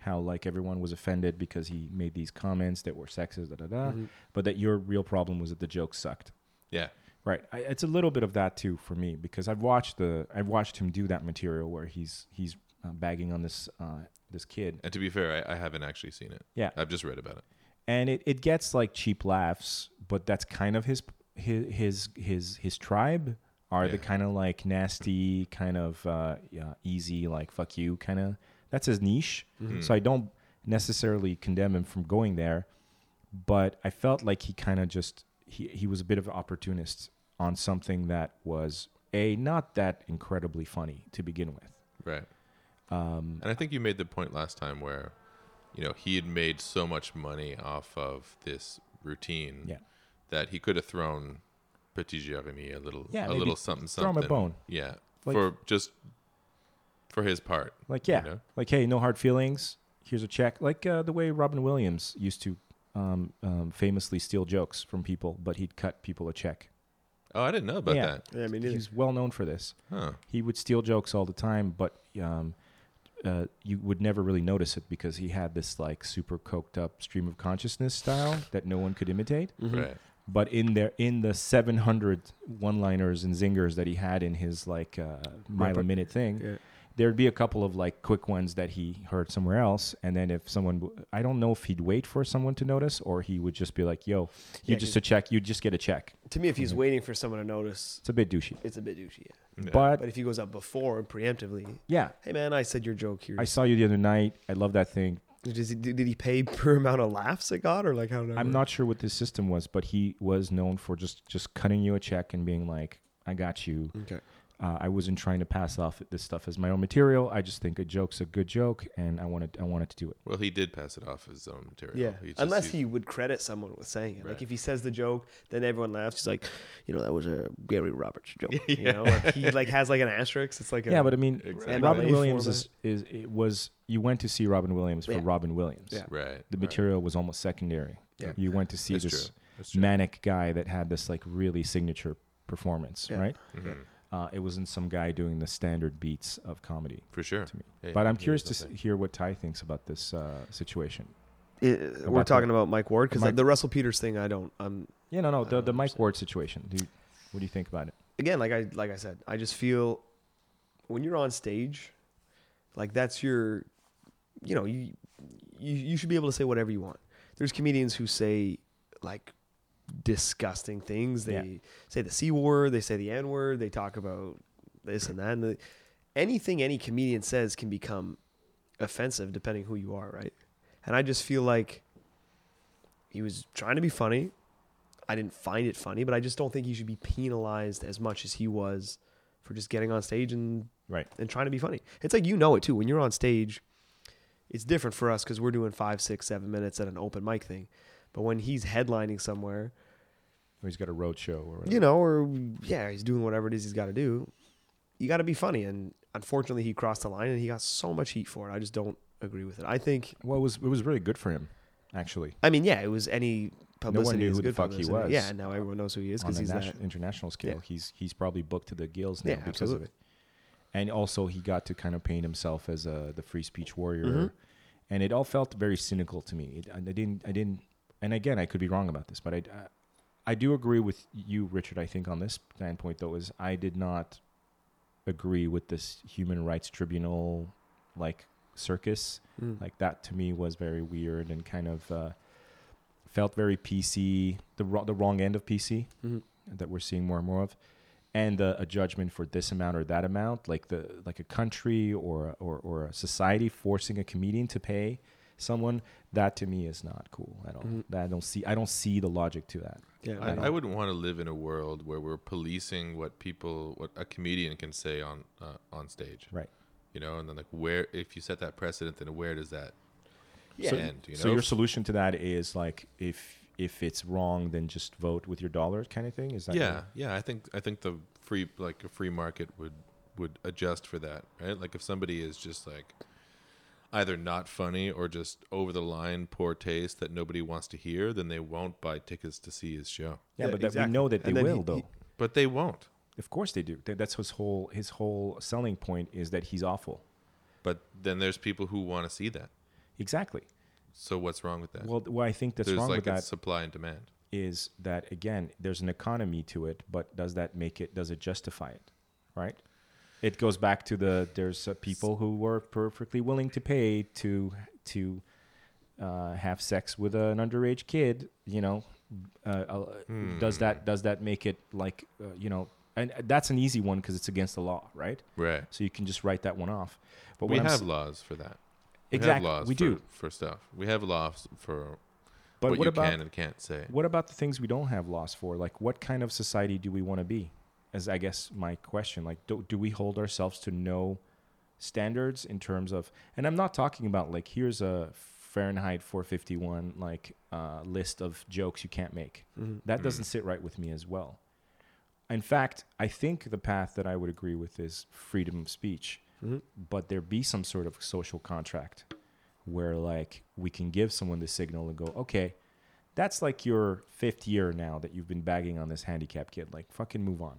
[SPEAKER 1] How like everyone was offended because he made these comments that were sexist, da da da. But that your real problem was that the joke sucked.
[SPEAKER 2] Yeah.
[SPEAKER 1] Right. I, it's a little bit of that too for me because I've watched the I've watched him do that material where he's he's uh, bagging on this uh, this kid
[SPEAKER 2] And to be fair, I, I haven't actually seen it.
[SPEAKER 1] Yeah.
[SPEAKER 2] I've just read about it.
[SPEAKER 1] and it, it gets like cheap laughs, but that's kind of his his his his, his tribe are the
[SPEAKER 2] Yeah.
[SPEAKER 1] kind of like nasty kind of uh, yeah, easy like fuck you kind of that's his niche. So I don't necessarily condemn him from going there, but I felt like he kind of just he he was a bit of an opportunist on something that was a not that incredibly funny to begin with.
[SPEAKER 2] Right. Um, and I think you made the point last time where, you know, he had made so much money off of this routine
[SPEAKER 1] Yeah.
[SPEAKER 2] that he could have thrown Petit Jeremy a little,
[SPEAKER 1] Yeah,
[SPEAKER 2] a
[SPEAKER 1] maybe
[SPEAKER 2] little something,
[SPEAKER 1] throw him
[SPEAKER 2] something.
[SPEAKER 1] a bone.
[SPEAKER 2] Yeah.
[SPEAKER 1] Like-
[SPEAKER 2] for just for his part.
[SPEAKER 1] Like yeah,
[SPEAKER 2] You know?
[SPEAKER 1] like hey, no hard feelings. Here's a check. Like uh, the way Robin Williams used to um, um, famously steal jokes from people, but he'd cut people a check.
[SPEAKER 2] Oh, I didn't know about
[SPEAKER 1] yeah,
[SPEAKER 2] that.
[SPEAKER 4] Yeah, I mean, neither.
[SPEAKER 1] he's well known for this.
[SPEAKER 2] Huh.
[SPEAKER 1] He would steal jokes all the time, but um, uh, you would never really notice it because he had this like super coked up stream of consciousness style that no one could
[SPEAKER 4] Mm-hmm.
[SPEAKER 1] imitate.
[SPEAKER 2] Right.
[SPEAKER 1] But in there, in the 700 one-liners and zingers that he had in his like uh, mile a minute thing,
[SPEAKER 4] yeah.
[SPEAKER 1] there'd be a couple of like quick ones that he heard somewhere else, and then if someone, w- I don't know if he'd wait for someone to notice or he would just be like, "Yo, you just a check, you just get a check."
[SPEAKER 4] To me, if he's waiting for someone to notice,
[SPEAKER 1] It's a bit douchey,
[SPEAKER 4] it's a bit douchey. Yeah.
[SPEAKER 1] but
[SPEAKER 4] But if he goes up before and preemptively,
[SPEAKER 1] yeah,
[SPEAKER 4] hey man, I said your joke here.
[SPEAKER 1] I saw you the other night. I love that thing.
[SPEAKER 4] Does he- did he pay per amount of laughs it got, or like how? did I
[SPEAKER 1] I'm
[SPEAKER 4] work?
[SPEAKER 1] not sure what this system
[SPEAKER 4] Mm.
[SPEAKER 1] was, but he was known for just just cutting you a check and being like, "I got you."
[SPEAKER 4] Okay.
[SPEAKER 1] Uh, I wasn't trying to pass off this stuff as my own material. I just think a joke's a good joke, and I wanted I wanted to do it.
[SPEAKER 2] Well, he did pass it off as his own material.
[SPEAKER 4] Yeah,
[SPEAKER 2] He just
[SPEAKER 4] unless
[SPEAKER 2] used-
[SPEAKER 4] he would credit someone with saying it.
[SPEAKER 2] Right.
[SPEAKER 4] Like if he says the joke, then everyone laughs. He's like, you know, that was a Gary Roberts joke. You know, like he like has like an asterisk. It's like a,
[SPEAKER 1] Yeah, but I mean,
[SPEAKER 2] Exactly.
[SPEAKER 1] Robin
[SPEAKER 4] MLA
[SPEAKER 1] Williams is, is it was you went to see Robin Williams for
[SPEAKER 4] Yeah.
[SPEAKER 1] Robin Williams.
[SPEAKER 4] Yeah.
[SPEAKER 2] Right.
[SPEAKER 1] The material was almost secondary.
[SPEAKER 4] Yeah.
[SPEAKER 1] You went to see
[SPEAKER 2] That's
[SPEAKER 1] this
[SPEAKER 2] true. That's true.
[SPEAKER 1] manic guy that had this like really signature performance,
[SPEAKER 4] Yeah.
[SPEAKER 1] right?
[SPEAKER 2] Mm-hmm.
[SPEAKER 1] Uh, it wasn't some guy doing the standard beats of comedy.
[SPEAKER 2] For sure. Yeah,
[SPEAKER 1] but I'm
[SPEAKER 2] yeah,
[SPEAKER 1] curious to s
[SPEAKER 2] there's nothing.
[SPEAKER 1] hear what Ty thinks about this uh, situation.
[SPEAKER 4] it- we're
[SPEAKER 1] About
[SPEAKER 4] talking
[SPEAKER 1] the-
[SPEAKER 4] about Mike Ward because
[SPEAKER 1] Mike-
[SPEAKER 4] the Russell Peters thing. I don't. I'm
[SPEAKER 1] Yeah, no, no, the,
[SPEAKER 4] don't
[SPEAKER 1] the Mike
[SPEAKER 4] understand.
[SPEAKER 1] Ward situation. Do you, what do you think about it?
[SPEAKER 4] again, like I like I said, I just feel when you're on stage, like that's your, you know, you you, you should be able to say whatever you want. There's comedians who say like disgusting things. They
[SPEAKER 1] Yeah.
[SPEAKER 4] say the c word, they say the n word, they talk about this and that. And the, anything any comedian says can become offensive depending who you are, right? And I just feel like he was trying to be funny. I didn't find it funny, but I just don't think he should be penalized as much as he was for just getting on stage and
[SPEAKER 1] Right.
[SPEAKER 4] and trying to be funny. It's like you know it too. When you're on stage, it's different for us because we're doing five, six, seven minutes at an open mic thing. But when he's headlining somewhere,
[SPEAKER 1] Or he's got a road show or whatever.
[SPEAKER 4] you know, or yeah, he's doing whatever it is he's got to do. You got to be funny, and unfortunately, he crossed the line and he got so much heat for it. I just don't agree with it. I think,
[SPEAKER 1] Well, it was it was really good for him, actually.
[SPEAKER 4] I mean, yeah, it was any publicity.
[SPEAKER 1] knew
[SPEAKER 4] is
[SPEAKER 1] who the
[SPEAKER 4] good
[SPEAKER 1] fuck he
[SPEAKER 4] publicity.
[SPEAKER 1] was
[SPEAKER 4] Yeah, and now everyone knows who he is
[SPEAKER 1] on
[SPEAKER 4] because
[SPEAKER 1] the
[SPEAKER 4] he's
[SPEAKER 1] nation-
[SPEAKER 4] that.
[SPEAKER 1] international scale.
[SPEAKER 4] Yeah.
[SPEAKER 1] He's he's probably booked to the gills now
[SPEAKER 4] Yeah,
[SPEAKER 1] because
[SPEAKER 4] absolutely.
[SPEAKER 1] of it. And also, he got to kind of paint himself as a the free speech warrior,
[SPEAKER 4] Mm-hmm.
[SPEAKER 1] and it all felt very cynical to me. It, I didn't, I didn't, and again, I could be wrong about this, but I, I, I do agree with you, Richard. I think on this standpoint, though, is I did not agree with this human rights tribunal like circus. Like that to me was very weird and kind of uh, felt very PC, the wro- the wrong end of PC that we're seeing more and more of, and uh, a judgment for this amount or that amount, like the like a country or or or a society forcing a comedian to pay someone. That to me is not cool at all. That I don't see. I don't see the logic to that.
[SPEAKER 4] Yeah,
[SPEAKER 2] I, I wouldn't want to live in a world where we're policing what people, what a comedian can say on uh, on stage.
[SPEAKER 1] Right.
[SPEAKER 2] You know, and then like where, if you set that precedent, then where does that
[SPEAKER 1] so,
[SPEAKER 2] end? You know.
[SPEAKER 1] so your solution to that is like if if it's wrong, then just vote with your dollar kind of thing. Is that
[SPEAKER 2] yeah, yeah. I think I think the free like a free market would would adjust for that, right? Like if somebody is just like either not funny or just over the line poor taste that nobody wants to hear, then they won't buy tickets to see his show.
[SPEAKER 1] yeah,
[SPEAKER 4] Yeah,
[SPEAKER 1] but that
[SPEAKER 4] exactly.
[SPEAKER 1] we know that they
[SPEAKER 4] And then
[SPEAKER 1] will
[SPEAKER 4] he-
[SPEAKER 1] though.
[SPEAKER 4] he-
[SPEAKER 2] But they won't.
[SPEAKER 1] of course they do. That- That's his whole his whole selling point is that he's awful.
[SPEAKER 2] But then there's people who want to see that.
[SPEAKER 1] Exactly.
[SPEAKER 2] So what's wrong with that?
[SPEAKER 1] Well, what I think that's
[SPEAKER 2] there's
[SPEAKER 1] wrong
[SPEAKER 2] like
[SPEAKER 1] with
[SPEAKER 2] a
[SPEAKER 1] that
[SPEAKER 2] supply and demand.
[SPEAKER 1] is that again there's an economy to it but does that make it does it justify it right it goes back to the there's uh, people who were perfectly willing to pay to to uh, have sex with an underage kid you know uh, uh,
[SPEAKER 2] Hmm.
[SPEAKER 1] does that does that make it like uh, you know and that's an easy one because it's against the law right
[SPEAKER 2] Right.
[SPEAKER 1] so you can just write that one off but
[SPEAKER 2] we
[SPEAKER 1] what I'm
[SPEAKER 2] have
[SPEAKER 1] s-
[SPEAKER 2] laws for that.
[SPEAKER 1] exactly
[SPEAKER 2] We, have laws
[SPEAKER 1] we
[SPEAKER 2] for,
[SPEAKER 1] do
[SPEAKER 2] for stuff. We have laws for
[SPEAKER 1] but
[SPEAKER 2] what,
[SPEAKER 1] what
[SPEAKER 2] you
[SPEAKER 1] about
[SPEAKER 2] can and can't say.
[SPEAKER 1] What about the things we don't have laws for? Like, what kind of society do we want to be? As I guess my question, like, do, do we hold ourselves to no standards in terms of? And I'm not talking about like here's a Fahrenheit 451 like uh, list of jokes you can't make. That doesn't sit right with me as well. In fact, I think the path that I would agree with is freedom of speech, but there be some sort of social contract where like we can give someone the signal and go, okay, that's like your fifth year now that you've been bagging on this handicapped kid. Like fucking move on.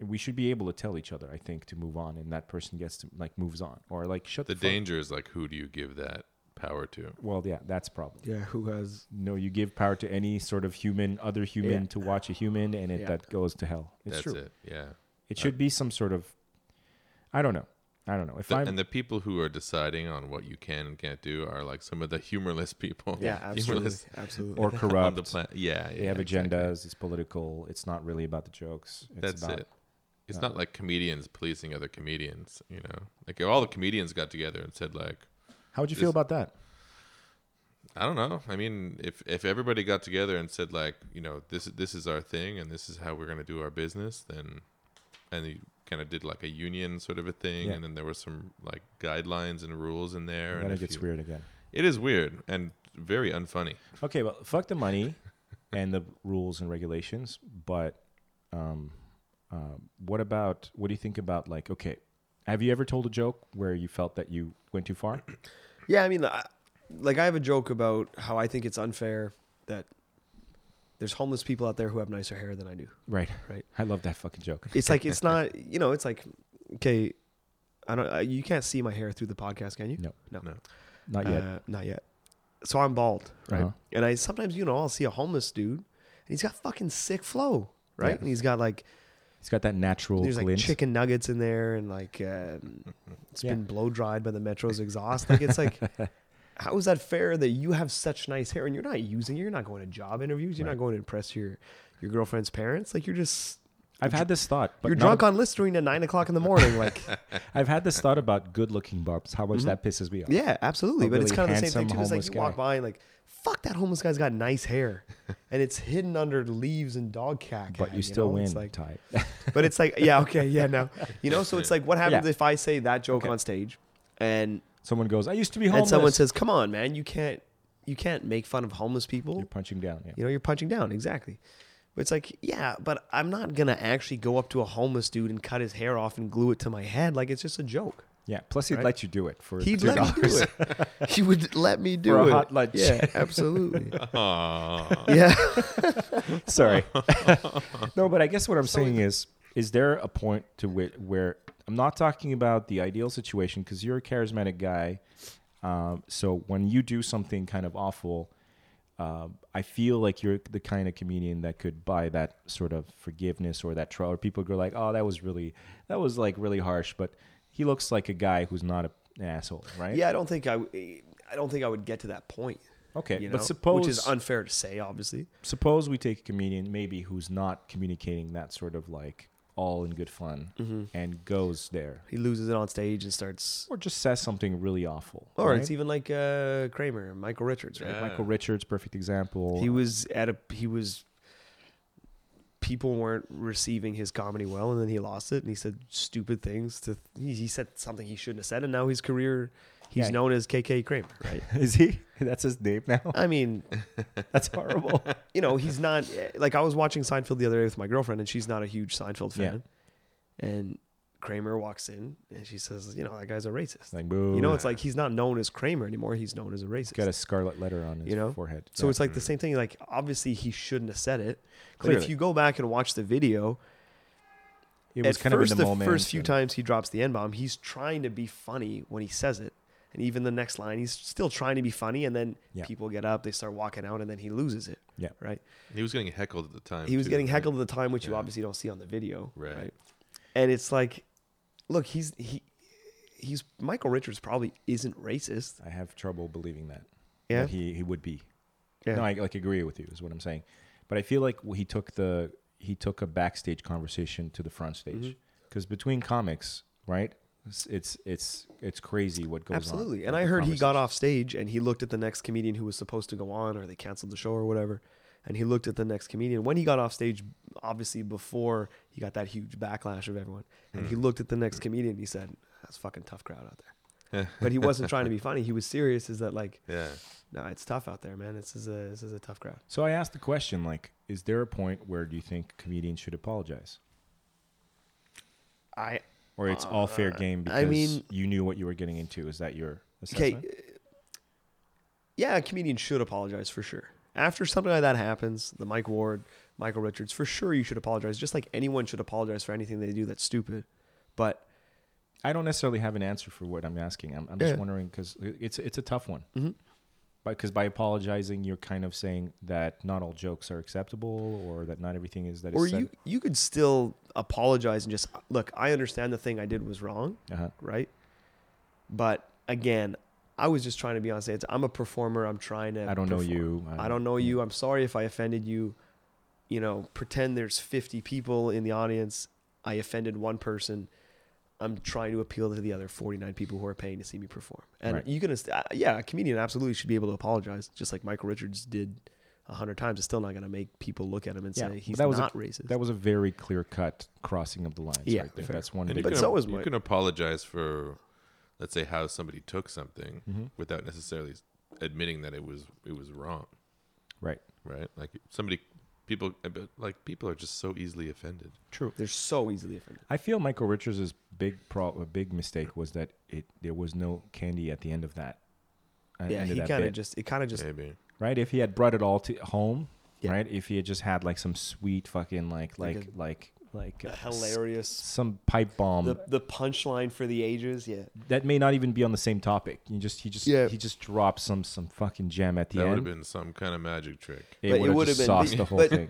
[SPEAKER 1] We should be able to tell each other, I think, to move on, and that person gets to like moves on or like shut
[SPEAKER 2] The
[SPEAKER 1] the, fuck-
[SPEAKER 2] danger is like who do you give that power to?
[SPEAKER 1] Well, yeah, that's a problem.
[SPEAKER 4] Yeah, who has?
[SPEAKER 1] No, you give power to any sort of human, other human
[SPEAKER 4] Yeah.
[SPEAKER 1] to watch a human, and it,
[SPEAKER 4] Yeah.
[SPEAKER 1] that goes to hell. It's
[SPEAKER 2] That's
[SPEAKER 1] true.
[SPEAKER 2] it. Uh, Yeah.
[SPEAKER 1] It should be some sort of, I don't know, I don't know. If
[SPEAKER 2] The-
[SPEAKER 1] I'm
[SPEAKER 2] and the people who are deciding on what you can and can't do are like some of the humorless people.
[SPEAKER 4] Yeah, absolutely,
[SPEAKER 2] Humorless
[SPEAKER 4] absolutely.
[SPEAKER 1] or
[SPEAKER 2] on the
[SPEAKER 1] corrupt,
[SPEAKER 2] planet. Yeah, yeah.
[SPEAKER 1] they have
[SPEAKER 2] yeah, exactly.
[SPEAKER 1] agendas. It's political. It's not really about the jokes. It's
[SPEAKER 2] That's
[SPEAKER 1] about,
[SPEAKER 2] it. It's not like comedians policing other comedians, you know. Like if all the comedians got together and said like,
[SPEAKER 1] How would you feel
[SPEAKER 2] Just-
[SPEAKER 1] about that?
[SPEAKER 2] I don't know. I mean, if if everybody got together and said like, you know, this this is our thing and this is how we're going to do our business, then and you kind of did like a union sort of a thing,
[SPEAKER 1] Yeah.
[SPEAKER 2] and then there were some like guidelines and rules in there.
[SPEAKER 1] Then
[SPEAKER 2] and
[SPEAKER 1] it
[SPEAKER 2] if
[SPEAKER 1] gets
[SPEAKER 2] you-
[SPEAKER 1] weird again.
[SPEAKER 2] It is weird and very unfunny.
[SPEAKER 1] Okay, well, fuck the money and the rules and regulations, but um, uh, what about what do you think about like okay, have you ever told a joke where you felt that you went too far?
[SPEAKER 4] Yeah, I mean, I- like I have a joke about how I think it's unfair that there's homeless people out there who have nicer hair than I do.
[SPEAKER 1] right,
[SPEAKER 4] Right.
[SPEAKER 1] I love that fucking joke.
[SPEAKER 4] It's like it's not, you know, it's like okay, I don't. I, you can't see my hair through the podcast, can you?
[SPEAKER 1] No.
[SPEAKER 4] no,
[SPEAKER 2] No.
[SPEAKER 1] Not yet.
[SPEAKER 4] Uh, not yet. So I'm bald, right?
[SPEAKER 1] Uh-huh.
[SPEAKER 4] And I sometimes, you know, I'll see a homeless dude, and he's got fucking sick flow, right?
[SPEAKER 1] Yeah.
[SPEAKER 4] And he's got like
[SPEAKER 1] He's got that natural
[SPEAKER 4] there's like
[SPEAKER 1] glint.
[SPEAKER 4] chicken nuggets in there, and like um, it's
[SPEAKER 1] Yeah.
[SPEAKER 4] been blow dried by the metro's exhaust. Like it's like, how is that fair that you have such nice hair and you're not using it? You're not going to job interviews. You're
[SPEAKER 1] Right.
[SPEAKER 4] not going to impress your your girlfriend's parents. Like you're just
[SPEAKER 1] I've had this thought, but
[SPEAKER 4] you're
[SPEAKER 1] not
[SPEAKER 4] drunk on Listerine at nine o'clock in the morning. Like
[SPEAKER 1] I've had this thought about good-looking barbs. How much that pisses me off.
[SPEAKER 4] Mm-hmm. Yeah, absolutely.
[SPEAKER 1] A
[SPEAKER 4] but it's
[SPEAKER 1] really
[SPEAKER 4] kind of the same thing
[SPEAKER 1] handsome
[SPEAKER 4] too. It's
[SPEAKER 1] homeless
[SPEAKER 4] like you walk
[SPEAKER 1] guy.
[SPEAKER 4] by and like, fuck that homeless guy's got nice hair, and it's hidden under leaves and dog cack.
[SPEAKER 1] but
[SPEAKER 4] hag,
[SPEAKER 1] you still
[SPEAKER 4] know?
[SPEAKER 1] win,
[SPEAKER 4] It's like,
[SPEAKER 1] Ty.
[SPEAKER 4] but it's like, yeah, okay, yeah, no, you know. So it's like, what happens
[SPEAKER 1] Yeah.
[SPEAKER 4] if I say that joke on stage, and
[SPEAKER 1] someone goes, "I used to be
[SPEAKER 4] and
[SPEAKER 1] homeless."
[SPEAKER 4] someone says, come on, man, you can't, you can't make fun of homeless people.
[SPEAKER 1] "You're punching down." Yeah.
[SPEAKER 4] You know, you're punching down exactly. But it's like, yeah, but I'm not gonna actually go up to a homeless dude and cut his hair off and glue it to my head. Like it's just a joke.
[SPEAKER 1] yeah. Plus, he'd let you do it for
[SPEAKER 4] He'd
[SPEAKER 1] two
[SPEAKER 4] let me
[SPEAKER 1] dollars.
[SPEAKER 4] do it. He would let me do
[SPEAKER 1] a
[SPEAKER 4] it.
[SPEAKER 1] hot lunch.
[SPEAKER 4] Yeah, absolutely.
[SPEAKER 2] Aw.
[SPEAKER 4] yeah.
[SPEAKER 1] Sorry. no, but I guess what I'm saying is, is there a point to which where I'm not talking about the ideal situation because you're a charismatic guy. Um, so when you do something kind of awful, um, I feel like you're the kind of comedian that could buy that sort of forgiveness or that trial. Or people go like, "Oh, that was really, that was like really harsh," but he looks like a guy who's not a, an asshole, right?
[SPEAKER 4] Yeah, I don't think I w- I don't think I would get to that point.
[SPEAKER 1] Okay,
[SPEAKER 4] you
[SPEAKER 1] but
[SPEAKER 4] know,
[SPEAKER 1] suppose
[SPEAKER 4] which is unfair to say, obviously.
[SPEAKER 1] suppose we take a comedian maybe who's not communicating that sort of like all in good fun
[SPEAKER 4] Mm-hmm.
[SPEAKER 1] and goes there
[SPEAKER 4] He loses it on stage and starts
[SPEAKER 1] or just says something really awful
[SPEAKER 4] or
[SPEAKER 1] right?
[SPEAKER 4] it's even like uh Kramer, Michael Richards, right?
[SPEAKER 2] Yeah.
[SPEAKER 1] michael richards perfect example
[SPEAKER 4] He was at a he was people weren't receiving his comedy well and then he lost it and he said stupid things to he, he said something he shouldn't have said and now his career he's
[SPEAKER 1] Yeah.
[SPEAKER 4] known as KK Kramer, right?
[SPEAKER 1] is he that's his name now
[SPEAKER 4] I mean,
[SPEAKER 1] that's horrible
[SPEAKER 4] you know, he's not like I was watching Seinfeld the other day with my girlfriend, and she's not a huge Seinfeld
[SPEAKER 1] Yeah.
[SPEAKER 4] fan. And Kramer walks in, and she says, "You know, that guy's a racist."
[SPEAKER 1] like boo
[SPEAKER 4] you know, it's like he's not known as Kramer anymore; he's known as a racist.
[SPEAKER 1] got a scarlet letter on his
[SPEAKER 4] you know,
[SPEAKER 1] forehead
[SPEAKER 4] So
[SPEAKER 1] Yeah.
[SPEAKER 4] it's like the same thing. Like obviously, he shouldn't have said it. But
[SPEAKER 1] Clearly.
[SPEAKER 4] if you go back and watch the video,
[SPEAKER 1] it was
[SPEAKER 4] at
[SPEAKER 1] kind
[SPEAKER 4] first
[SPEAKER 1] of in the,
[SPEAKER 4] the
[SPEAKER 1] moment
[SPEAKER 4] first few
[SPEAKER 1] and-
[SPEAKER 4] times he drops the n bomb, he's trying to be funny when he says it, and even the next line, he's still trying to be funny. And then
[SPEAKER 1] Yeah.
[SPEAKER 4] people get up, they start walking out, and then he loses it.
[SPEAKER 1] yeah
[SPEAKER 4] Right.
[SPEAKER 2] He was getting heckled at the time.
[SPEAKER 4] he was
[SPEAKER 2] too,
[SPEAKER 4] getting
[SPEAKER 2] right?
[SPEAKER 4] heckled at the time, which you
[SPEAKER 2] Yeah.
[SPEAKER 4] obviously don't see on the video,
[SPEAKER 2] Right.
[SPEAKER 4] And it's like, look, he's he, he's Michael Richards probably isn't racist.
[SPEAKER 1] i have trouble believing that
[SPEAKER 4] Yeah.
[SPEAKER 1] that he, he would be
[SPEAKER 4] Yeah.
[SPEAKER 1] No, I like agree with you is what I'm saying. But I feel like he took the he took a backstage conversation to the front stage
[SPEAKER 4] Mm-hmm.
[SPEAKER 1] because between comics, right? It's, it's it's it's crazy what goes on.
[SPEAKER 4] Absolutely. And
[SPEAKER 1] with
[SPEAKER 4] I
[SPEAKER 1] the
[SPEAKER 4] heard he got
[SPEAKER 1] conversation.
[SPEAKER 4] off stage and he looked at the next comedian who was supposed to go on, or they canceled the show or whatever. And he looked at the next comedian when he got off stage, obviously before he got that huge backlash of everyone. And
[SPEAKER 1] Hmm.
[SPEAKER 4] he looked at the next comedian. And he said, "That's a fucking tough crowd out there." but he wasn't trying to be funny. He was serious. Is that like,
[SPEAKER 2] Yeah.
[SPEAKER 4] no, it's tough out there, man. This is a this is a tough crowd.
[SPEAKER 1] So I asked the question like, is there a point where do you think comedians should apologize,
[SPEAKER 4] I
[SPEAKER 1] or it's all fair game because
[SPEAKER 4] Uh, I mean-
[SPEAKER 1] you knew what you were getting into? Is that your
[SPEAKER 4] Okay. uh,
[SPEAKER 1] assessment?
[SPEAKER 4] Yeah, a comedian should apologize for sure. After something like that happens, the Mike Ward, Michael Richards, for sure you should apologize. Just like anyone should apologize for anything they do that's stupid. But
[SPEAKER 1] I don't necessarily have an answer for what I'm asking. I'm, I'm just
[SPEAKER 4] Yeah. Mm-hmm.
[SPEAKER 1] wondering because it's it's a tough one. Because by apologizing, you're kind of saying that not all jokes are acceptable, or that not everything is that. is
[SPEAKER 4] or
[SPEAKER 1] said.
[SPEAKER 4] you you could still apologize and just look, I understand the thing I did was wrong,
[SPEAKER 1] Uh-huh.
[SPEAKER 4] right? But again, I was just trying to be honest. It's, I'm a performer. I'm trying to.
[SPEAKER 1] I don't know
[SPEAKER 4] perform.
[SPEAKER 1] you. I
[SPEAKER 4] I
[SPEAKER 1] don't-
[SPEAKER 4] don't know you. I'm sorry if I offended you. You know, pretend there's 50 people in the audience. I offended one person. I'm trying to appeal to the other 49 people who are paying to see me perform. And
[SPEAKER 1] Right.
[SPEAKER 4] you can, uh, yeah, a comedian absolutely should be able to apologize, just like Michael Richards did a hundred times, it's still not going to make people look at him and say
[SPEAKER 1] but
[SPEAKER 4] he's
[SPEAKER 1] that was
[SPEAKER 4] not
[SPEAKER 1] a,
[SPEAKER 4] racist.
[SPEAKER 1] That was a very clear cut crossing of the lines.
[SPEAKER 4] Yeah,
[SPEAKER 1] right there.
[SPEAKER 4] fair.
[SPEAKER 1] that's one. big-
[SPEAKER 2] And you
[SPEAKER 4] But
[SPEAKER 2] can,
[SPEAKER 4] so is
[SPEAKER 2] you
[SPEAKER 4] Mike.
[SPEAKER 2] can apologize for, let's say, how somebody took something
[SPEAKER 4] Mm-hmm.
[SPEAKER 2] without necessarily admitting that it was it was wrong,
[SPEAKER 1] right.
[SPEAKER 2] right? Like somebody, people, but, like people are just so easily offended.
[SPEAKER 1] True.
[SPEAKER 4] They're so easily offended.
[SPEAKER 1] I feel Michael Richards' big pro- a big mistake was that it there was no candy at the end of that. uh,
[SPEAKER 4] Yeah,
[SPEAKER 1] end of
[SPEAKER 4] he
[SPEAKER 1] that
[SPEAKER 4] kind of
[SPEAKER 1] bit,
[SPEAKER 4] just it kind of just
[SPEAKER 2] Maybe
[SPEAKER 1] right. If he had brought it all to home,
[SPEAKER 4] Yeah.
[SPEAKER 1] right. If he had just had like some sweet fucking like
[SPEAKER 4] Like
[SPEAKER 1] like like like uh,
[SPEAKER 4] a
[SPEAKER 1] s-
[SPEAKER 4] hilarious.
[SPEAKER 1] some pipe bomb
[SPEAKER 4] The the punchline for the ages, yeah.
[SPEAKER 1] that may not even be on the same topic. You just he just
[SPEAKER 4] Yeah.
[SPEAKER 1] he just dropped some some fucking gem at the
[SPEAKER 2] that would
[SPEAKER 1] end.
[SPEAKER 2] have been some kind of magic trick.
[SPEAKER 4] but it
[SPEAKER 1] it would
[SPEAKER 4] would've
[SPEAKER 1] have
[SPEAKER 4] been-
[SPEAKER 1] sauced the whole
[SPEAKER 4] but-
[SPEAKER 1] thing.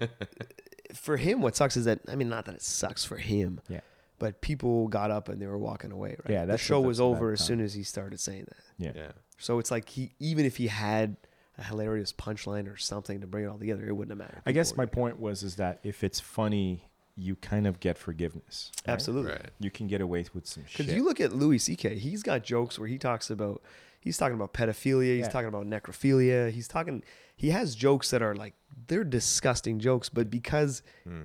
[SPEAKER 4] For him, what sucks is that I mean, not that it sucks for him,
[SPEAKER 1] Yeah.
[SPEAKER 4] but people got up and they were walking away. Right?
[SPEAKER 1] Yeah,
[SPEAKER 4] the
[SPEAKER 1] that's-
[SPEAKER 4] show
[SPEAKER 1] that's
[SPEAKER 4] was
[SPEAKER 1] a bad
[SPEAKER 4] over as
[SPEAKER 1] time.
[SPEAKER 4] soon as he started saying that.
[SPEAKER 1] Yeah.
[SPEAKER 2] Yeah,
[SPEAKER 4] So it's like he, even if he had a hilarious punchline or something to bring it all together, it wouldn't have mattered.
[SPEAKER 1] I guess
[SPEAKER 4] People
[SPEAKER 1] my point was is that if it's funny, you kind of get forgiveness.
[SPEAKER 4] were- absolutely
[SPEAKER 2] right.
[SPEAKER 1] You can get away with some shit.
[SPEAKER 4] because you look at Louis C.K. He's got jokes where he talks about he's talking about pedophilia, he's
[SPEAKER 1] Yeah.
[SPEAKER 4] talking about necrophilia, he's talking he has jokes that are like they're disgusting jokes, but because
[SPEAKER 1] Hmm.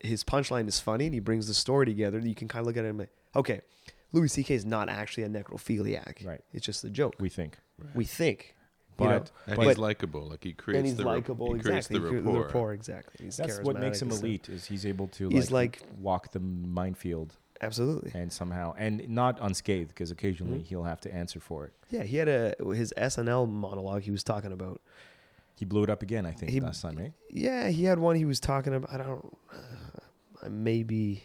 [SPEAKER 4] his punchline is funny and he brings the story together, you can kind of look at him like, okay, Louis C.K. is not actually a necrophiliac,
[SPEAKER 1] Right.
[SPEAKER 4] It's just a joke. We,
[SPEAKER 1] we think.
[SPEAKER 4] think, you know?
[SPEAKER 1] But,
[SPEAKER 2] And
[SPEAKER 1] but
[SPEAKER 2] he's likable. Like he creates
[SPEAKER 4] and he's
[SPEAKER 2] the rap-
[SPEAKER 4] likable,
[SPEAKER 2] he creates
[SPEAKER 4] exactly.
[SPEAKER 2] the
[SPEAKER 4] He cre-
[SPEAKER 2] rapport.
[SPEAKER 4] exactly. He's
[SPEAKER 1] that's what makes
[SPEAKER 4] charismatic
[SPEAKER 1] him
[SPEAKER 4] and stuff.
[SPEAKER 1] elite is he's able to
[SPEAKER 4] He's
[SPEAKER 1] like,
[SPEAKER 4] like-
[SPEAKER 1] walk the minefield
[SPEAKER 4] Absolutely.
[SPEAKER 1] and somehow and not unscathed because
[SPEAKER 4] Hmm?
[SPEAKER 1] occasionally he'll have to answer for it.
[SPEAKER 4] Yeah, he had a his SNL monologue. He was talking about.
[SPEAKER 1] He blew it up again, I think,
[SPEAKER 4] He-
[SPEAKER 1] last time, right?
[SPEAKER 4] Yeah, he had one. He was talking about. I don't. Uh, maybe.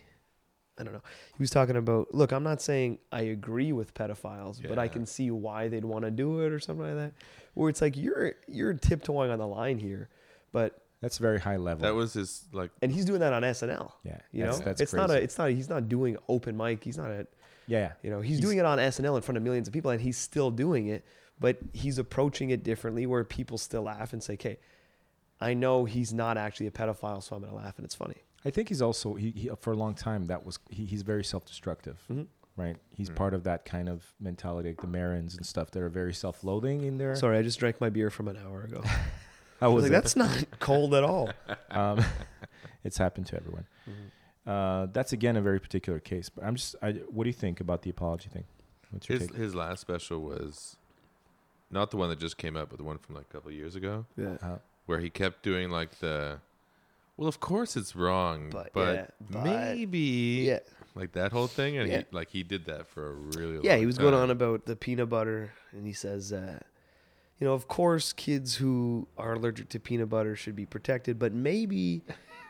[SPEAKER 4] I don't know. He was talking about. Look, I'm not saying I agree with pedophiles, but I
[SPEAKER 2] Yeah.
[SPEAKER 4] can see why they'd want to do it or something like that. Where it's like you're you're tiptoeing on the line here, but
[SPEAKER 1] That's very high level.
[SPEAKER 2] That was his like.
[SPEAKER 4] and he's doing that on SNL.
[SPEAKER 1] Yeah,
[SPEAKER 4] you know,
[SPEAKER 1] that's- that's
[SPEAKER 4] it's not a.
[SPEAKER 1] crazy.
[SPEAKER 4] It's not. He's not doing open mic. He's not a.
[SPEAKER 1] yeah.
[SPEAKER 4] You know, he's, doing it on SNL in front of millions of people, and he's still doing it, but he's approaching it differently, where people still laugh and say, "Okay, I know he's not actually a pedophile, so I'm gonna laugh and it's funny."
[SPEAKER 1] I think he's also he, he for a long time that was he, he's very self-destructive, right? He's part of that kind of mentality, like the Marins and stuff that are very self-loathing in their.
[SPEAKER 4] Sorry, I just drank my beer from an hour ago.
[SPEAKER 1] How
[SPEAKER 4] I was
[SPEAKER 1] was
[SPEAKER 4] like,
[SPEAKER 1] it?
[SPEAKER 4] "That's not cold at all."
[SPEAKER 1] Um, it's happened to everyone. Uh, that's again a very particular case. But I'm just, I, what do you think about the apology thing? What's your
[SPEAKER 2] His,
[SPEAKER 1] take?
[SPEAKER 2] his last special was not the one that just came out, but the one from like a couple of years ago.
[SPEAKER 4] Yeah.
[SPEAKER 1] Uh,
[SPEAKER 2] where he kept doing like the well of course it's wrong
[SPEAKER 4] But,
[SPEAKER 2] but,
[SPEAKER 4] yeah, but-
[SPEAKER 2] maybe
[SPEAKER 4] Yeah.
[SPEAKER 2] like that whole thing and
[SPEAKER 4] Yeah.
[SPEAKER 2] he, like he did that for a really
[SPEAKER 4] Yeah,
[SPEAKER 2] long
[SPEAKER 4] he was going
[SPEAKER 2] time.
[SPEAKER 4] on about the peanut butter, and he says, uh, "You know, of course, kids who are allergic to peanut butter should be protected, but maybe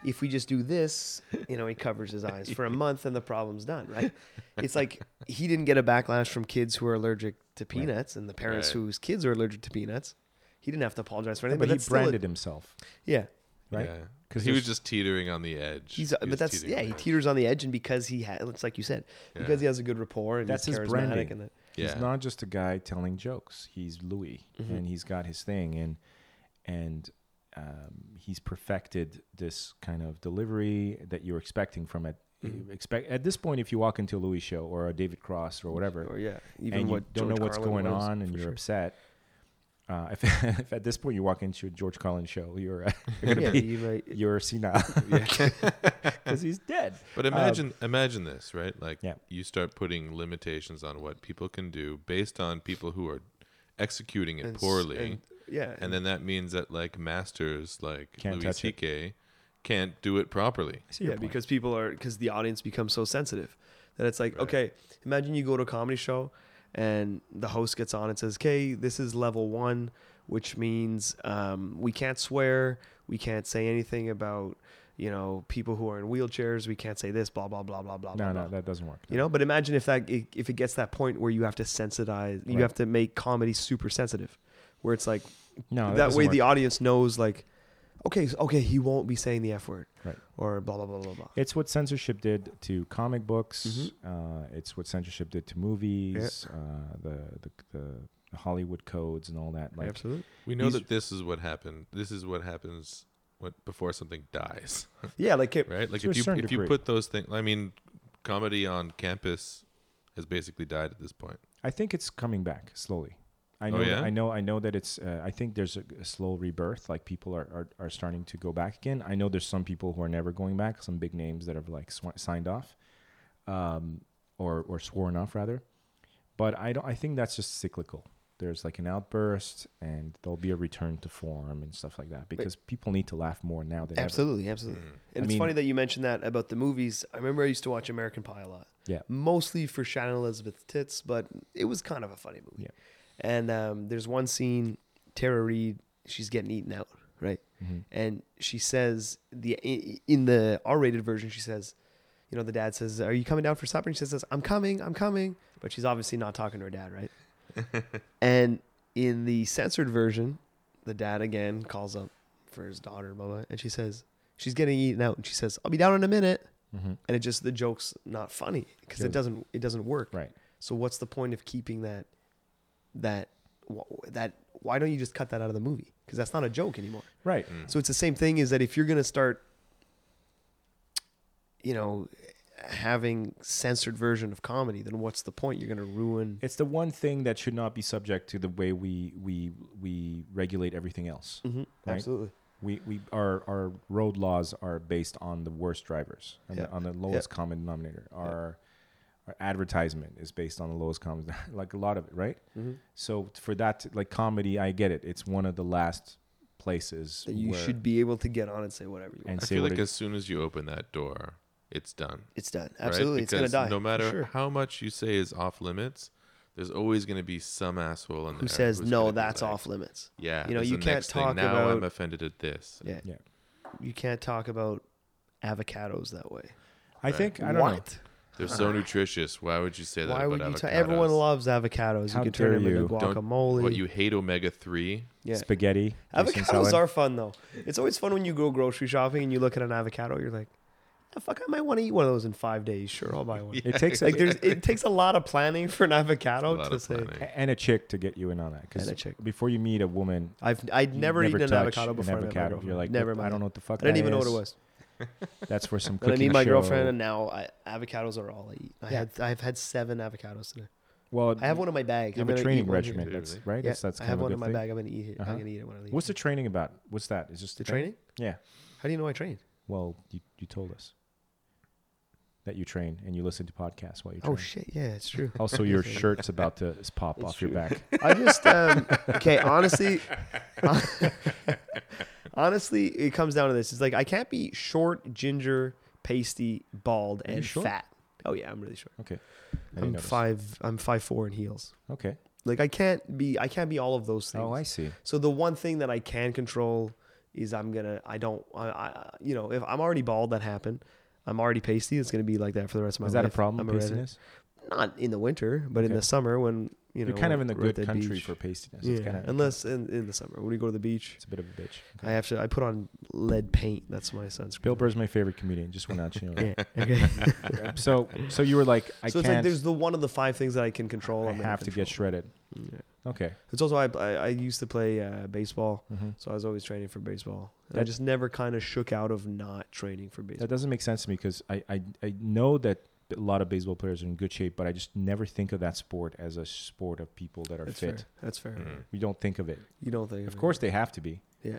[SPEAKER 4] if we just do this, you know, he covers his eyes for a month, and the problem's done, right? It's like he didn't get a backlash from kids who are allergic to peanuts, and the parents
[SPEAKER 2] Right.
[SPEAKER 4] whose kids are allergic to peanuts. He didn't have to apologize for anything,
[SPEAKER 1] but he
[SPEAKER 4] that's still a-
[SPEAKER 1] branded himself,
[SPEAKER 4] yeah,
[SPEAKER 1] right?
[SPEAKER 2] yeah because
[SPEAKER 1] 'Cause
[SPEAKER 2] he was
[SPEAKER 1] there's- uh,
[SPEAKER 2] just teetering on the edge
[SPEAKER 4] he's,
[SPEAKER 2] He
[SPEAKER 4] but
[SPEAKER 2] was
[SPEAKER 4] that's
[SPEAKER 2] teetering
[SPEAKER 4] yeah,
[SPEAKER 2] on
[SPEAKER 4] he
[SPEAKER 2] the edge.
[SPEAKER 4] teeters on the edge, and because he had, it's like you said, because he has a good rapport, and
[SPEAKER 1] That's
[SPEAKER 4] he's
[SPEAKER 1] his
[SPEAKER 4] charismatic
[SPEAKER 1] branding.
[SPEAKER 4] and that,
[SPEAKER 2] Yeah.
[SPEAKER 1] He's not just a guy telling jokes. He's Louis,
[SPEAKER 4] Mm-hmm.
[SPEAKER 1] and he's got his thing, and and um, he's perfected this kind of delivery that you're expecting from it.
[SPEAKER 4] Mm-hmm.
[SPEAKER 1] Expect at this point, if you walk into a Louis show or a David Cross or whatever,
[SPEAKER 4] or yeah,
[SPEAKER 1] and you don't
[SPEAKER 4] George
[SPEAKER 1] know what's
[SPEAKER 4] Carlin
[SPEAKER 1] going
[SPEAKER 4] was,
[SPEAKER 1] on and
[SPEAKER 4] for
[SPEAKER 1] you're
[SPEAKER 4] sure.
[SPEAKER 1] upset. Uh, if, if at this point you walk into a George Carlin show, you're, uh, you're gonna
[SPEAKER 4] Yeah,
[SPEAKER 1] be
[SPEAKER 4] you might-
[SPEAKER 1] you're senile because he's dead.
[SPEAKER 2] but imagine imagine this right like
[SPEAKER 1] uh, Yeah.
[SPEAKER 2] you start putting limitations on what people can do based on people who are executing it
[SPEAKER 4] And s-
[SPEAKER 2] poorly
[SPEAKER 4] and- yeah,
[SPEAKER 2] and then that means that like masters like
[SPEAKER 1] Can't
[SPEAKER 2] Louis
[SPEAKER 1] touch it.
[SPEAKER 2] C.K. can't do it properly
[SPEAKER 1] I see your
[SPEAKER 4] yeah,
[SPEAKER 1] point.
[SPEAKER 4] because people are because the audience becomes so sensitive that it's like, okay, imagine you go to a comedy show and the host gets on and says, "Okay, this is level one, which means um, we can't swear, we can't say anything about you know people who are in wheelchairs, we can't say this, blah blah blah blah blah."
[SPEAKER 1] no,
[SPEAKER 4] blah,
[SPEAKER 1] no,
[SPEAKER 4] blah.
[SPEAKER 1] that doesn't work.
[SPEAKER 4] Oh, You know, but imagine if that if it gets that point where you have to sensitize, you
[SPEAKER 1] Right.
[SPEAKER 4] have to make comedy super sensitive, where it's like
[SPEAKER 1] No, that,
[SPEAKER 4] that
[SPEAKER 1] doesn't
[SPEAKER 4] way the
[SPEAKER 1] work.
[SPEAKER 4] audience knows like, okay, s- okay, he won't be saying the f word,
[SPEAKER 1] Right.
[SPEAKER 4] Or blah blah blah blah blah.
[SPEAKER 1] It's what censorship did to comic books. Uh, it's what censorship did to movies. Uh, the, the the Hollywood codes and all that. Like,
[SPEAKER 4] Absolutely.
[SPEAKER 2] We know
[SPEAKER 1] These-
[SPEAKER 2] that this is what happened. This is what happens when, before something dies,
[SPEAKER 4] Yeah, like it,
[SPEAKER 2] right? Like
[SPEAKER 1] To a
[SPEAKER 2] if you
[SPEAKER 1] certain
[SPEAKER 2] if you
[SPEAKER 1] degree.
[SPEAKER 2] put those things, I mean, comedy on campus has basically died at this point.
[SPEAKER 1] I think it's coming back slowly. I know.
[SPEAKER 2] yeah?
[SPEAKER 1] I know. I know that it's. Uh, I think there's a, a slow rebirth. Like people are, are are starting to go back again. I know there's some people who are never going back. Some big names that have like sw- signed off, um, or or sworn off rather. But I don't. I think that's just cyclical. There's like an outburst, and there'll be a return to form and stuff like that because people need to laugh more now than
[SPEAKER 4] Absolutely, absolutely.
[SPEAKER 1] Mm-hmm. I
[SPEAKER 4] And it's
[SPEAKER 1] mean-
[SPEAKER 4] funny that you mentioned that about the movies. I remember I used to watch American Pie a lot.
[SPEAKER 1] Yeah.
[SPEAKER 4] Mostly for Shannon Elizabeth's tits, but it was kind of a funny movie.
[SPEAKER 1] Yeah.
[SPEAKER 4] And um, there's one scene, Tara Reid, she's getting eaten out, right? And she says the i- in the R-rated version, she says, you know, the dad says, "Are you coming down for supper?" And she says, "I'm coming, I'm coming," but she's obviously not talking to her dad, right? And in the censored version, the dad again calls up for his daughter, Mama, and she says, She's getting eaten out. And she says, I'll be down in a minute. And it just, the joke's not funny because it doesn't, it doesn't work.
[SPEAKER 1] Right.
[SPEAKER 4] So what's the point of keeping that, that, wh- that, why don't you just cut that out of the movie? Because that's not a joke anymore.
[SPEAKER 1] ever. Right.
[SPEAKER 4] So it's the same thing is that if you're going to start, you know, having censored version of comedy, then what's the point? You're going to ruin.
[SPEAKER 1] It's the one thing that should not be subject to the way we we we regulate everything else. Mm-hmm.
[SPEAKER 4] Absolutely.
[SPEAKER 1] We, we our, our road laws are based on the worst drivers and the,
[SPEAKER 4] Yeah.
[SPEAKER 1] on the lowest common denominator. Our our advertisement is based on the lowest common like a lot of it, right?
[SPEAKER 4] Mm-hmm.
[SPEAKER 1] So for that, like comedy, I get it. It's one of the last places
[SPEAKER 4] that you
[SPEAKER 1] where-
[SPEAKER 4] should be able to get on and say whatever you want.
[SPEAKER 1] and
[SPEAKER 2] I
[SPEAKER 1] say
[SPEAKER 2] feel
[SPEAKER 1] what
[SPEAKER 2] like
[SPEAKER 1] it-
[SPEAKER 2] as soon as you open that door, it's done.
[SPEAKER 4] It's done.
[SPEAKER 2] right?
[SPEAKER 4] Absolutely. It's going to
[SPEAKER 2] Because
[SPEAKER 4] die.
[SPEAKER 2] No
[SPEAKER 4] for
[SPEAKER 2] matter
[SPEAKER 4] sure.
[SPEAKER 2] how much you say is off limits, there's always going to be some asshole in there
[SPEAKER 4] who says
[SPEAKER 2] who's
[SPEAKER 4] no,
[SPEAKER 2] gonna be
[SPEAKER 4] that's
[SPEAKER 2] like,
[SPEAKER 4] off limits.
[SPEAKER 2] Yeah,
[SPEAKER 4] you know,
[SPEAKER 2] there's
[SPEAKER 4] you
[SPEAKER 2] the
[SPEAKER 4] can't
[SPEAKER 2] next thing.
[SPEAKER 4] talk
[SPEAKER 2] now I'm
[SPEAKER 4] about
[SPEAKER 2] offended at this.
[SPEAKER 4] yeah,
[SPEAKER 1] yeah.
[SPEAKER 4] you can't talk about avocados that way.
[SPEAKER 1] I think I don't
[SPEAKER 4] what?
[SPEAKER 2] They're so nutritious. Why would you say that?
[SPEAKER 4] Why
[SPEAKER 2] about
[SPEAKER 4] would you?
[SPEAKER 2] avocados?
[SPEAKER 4] Ta- everyone loves avocados.
[SPEAKER 1] How
[SPEAKER 4] you can turn
[SPEAKER 1] dare
[SPEAKER 4] them
[SPEAKER 1] you.
[SPEAKER 4] into
[SPEAKER 2] Don't-
[SPEAKER 4] guacamole.
[SPEAKER 2] What you hate omega three?
[SPEAKER 1] know
[SPEAKER 4] yeah.
[SPEAKER 1] spaghetti. Jason
[SPEAKER 4] Avocados
[SPEAKER 1] salad.
[SPEAKER 4] are fun though. It's always fun when you go grocery shopping and you look at an avocado. You're like, "Ah, fuck, I might want to eat one of those in five days. Sure, I'll buy one.
[SPEAKER 1] It takes
[SPEAKER 4] Like,
[SPEAKER 1] like
[SPEAKER 4] there's it takes a lot of planning for an
[SPEAKER 2] A
[SPEAKER 4] avocado
[SPEAKER 2] lot
[SPEAKER 4] to
[SPEAKER 2] of
[SPEAKER 4] say.
[SPEAKER 2] planning.
[SPEAKER 1] a- and a chick to get you in on that because
[SPEAKER 4] And a chick.
[SPEAKER 1] before you meet a woman,
[SPEAKER 4] I've I'd never,
[SPEAKER 1] never
[SPEAKER 4] eaten an
[SPEAKER 1] touch
[SPEAKER 4] avocado
[SPEAKER 1] an
[SPEAKER 4] before. I met my
[SPEAKER 1] avocado.
[SPEAKER 4] girlfriend.
[SPEAKER 1] You're like,
[SPEAKER 4] never.
[SPEAKER 1] "What-
[SPEAKER 4] in
[SPEAKER 1] I
[SPEAKER 4] my
[SPEAKER 1] don't know
[SPEAKER 4] life."
[SPEAKER 1] what the fuck
[SPEAKER 4] I didn't
[SPEAKER 1] that
[SPEAKER 4] even know what it
[SPEAKER 1] is.
[SPEAKER 4] was.
[SPEAKER 1] that's for some.
[SPEAKER 4] And I
[SPEAKER 1] cooking
[SPEAKER 4] meet my
[SPEAKER 1] show.
[SPEAKER 4] girlfriend, and now I, avocados are all I eat. I had I've had seven avocados today.
[SPEAKER 1] Well,
[SPEAKER 4] I have one in my bag.
[SPEAKER 1] You
[SPEAKER 4] I'm
[SPEAKER 1] have a
[SPEAKER 4] gonna eat
[SPEAKER 1] training
[SPEAKER 4] one here.
[SPEAKER 1] regimen. That's
[SPEAKER 2] Really?
[SPEAKER 1] right.
[SPEAKER 4] Yeah,
[SPEAKER 1] that's, that's
[SPEAKER 4] I
[SPEAKER 1] kind
[SPEAKER 4] have
[SPEAKER 1] of a
[SPEAKER 4] one
[SPEAKER 1] good
[SPEAKER 4] in my
[SPEAKER 1] thing.
[SPEAKER 4] bag. I'm gonna eat it.
[SPEAKER 1] Uh-huh.
[SPEAKER 4] I'm gonna eat it when I leave.
[SPEAKER 1] What's the training about? What's that? Is just
[SPEAKER 4] the
[SPEAKER 1] that-
[SPEAKER 4] training?
[SPEAKER 1] Yeah.
[SPEAKER 4] How do you know I train?
[SPEAKER 1] Well, you, you told us that you train and you listen to podcasts while you train.
[SPEAKER 4] Oh shit! Yeah, it's true.
[SPEAKER 1] Also, your shirt's about to s- pop off your back.
[SPEAKER 4] I just um, okay. Honestly, honestly, it comes down to this: it's like I can't be short, ginger, pasty, bald,
[SPEAKER 1] you
[SPEAKER 4] and
[SPEAKER 1] short?
[SPEAKER 4] fat. Oh yeah, I'm really short.
[SPEAKER 1] Okay. I didn't
[SPEAKER 4] I'm
[SPEAKER 1] notice.
[SPEAKER 4] five. I'm five four in heels.
[SPEAKER 1] Okay.
[SPEAKER 4] Like I can't be. I can't be all of those things.
[SPEAKER 1] Oh, I see.
[SPEAKER 4] So the one thing that I can control is I'm gonna. I don't. I, I you know, if I'm already bald, that happened. I'm already pasty. It's gonna be like that for the rest of my
[SPEAKER 1] Is
[SPEAKER 4] life.
[SPEAKER 1] that a problem?
[SPEAKER 4] I'm redhead.
[SPEAKER 1] pastiness?
[SPEAKER 4] Not in the winter, but in
[SPEAKER 1] Okay.
[SPEAKER 4] the summer when you know
[SPEAKER 1] You're kind of
[SPEAKER 4] we're-
[SPEAKER 1] in the
[SPEAKER 4] we're at
[SPEAKER 1] good country
[SPEAKER 4] beach.
[SPEAKER 1] for pastiness.
[SPEAKER 4] yeah,
[SPEAKER 1] It's kind of
[SPEAKER 4] unless in, in the summer when we go to the beach,
[SPEAKER 1] it's a bit of a bitch. Okay.
[SPEAKER 4] I have to. I put on lead paint. That's my sunscreen.
[SPEAKER 1] Bill Burr's my favorite comedian. Just want to let you know.
[SPEAKER 4] Yeah. Okay.
[SPEAKER 1] that. So, so you were like, I
[SPEAKER 4] so it's like
[SPEAKER 1] can't.
[SPEAKER 4] there's the one of the five things that I can control.
[SPEAKER 1] I
[SPEAKER 4] I'm not
[SPEAKER 1] have to get
[SPEAKER 4] controlling.
[SPEAKER 1] shredded. Okay.
[SPEAKER 4] It's also I, I I used to play uh, baseball, so I was always training for baseball. And
[SPEAKER 1] Mm-hmm.
[SPEAKER 4] I
[SPEAKER 1] That-
[SPEAKER 4] just never kind of shook out of not training for baseball.
[SPEAKER 1] That doesn't make sense to me because I, I, I know that a lot of baseball players are in good shape, but I just never think of that sport as a sport of people that are
[SPEAKER 4] That's
[SPEAKER 1] fit.
[SPEAKER 4] fair. That's fair.
[SPEAKER 1] We don't think of it.
[SPEAKER 4] You don't think
[SPEAKER 1] Of course, they have to be.
[SPEAKER 4] Yeah.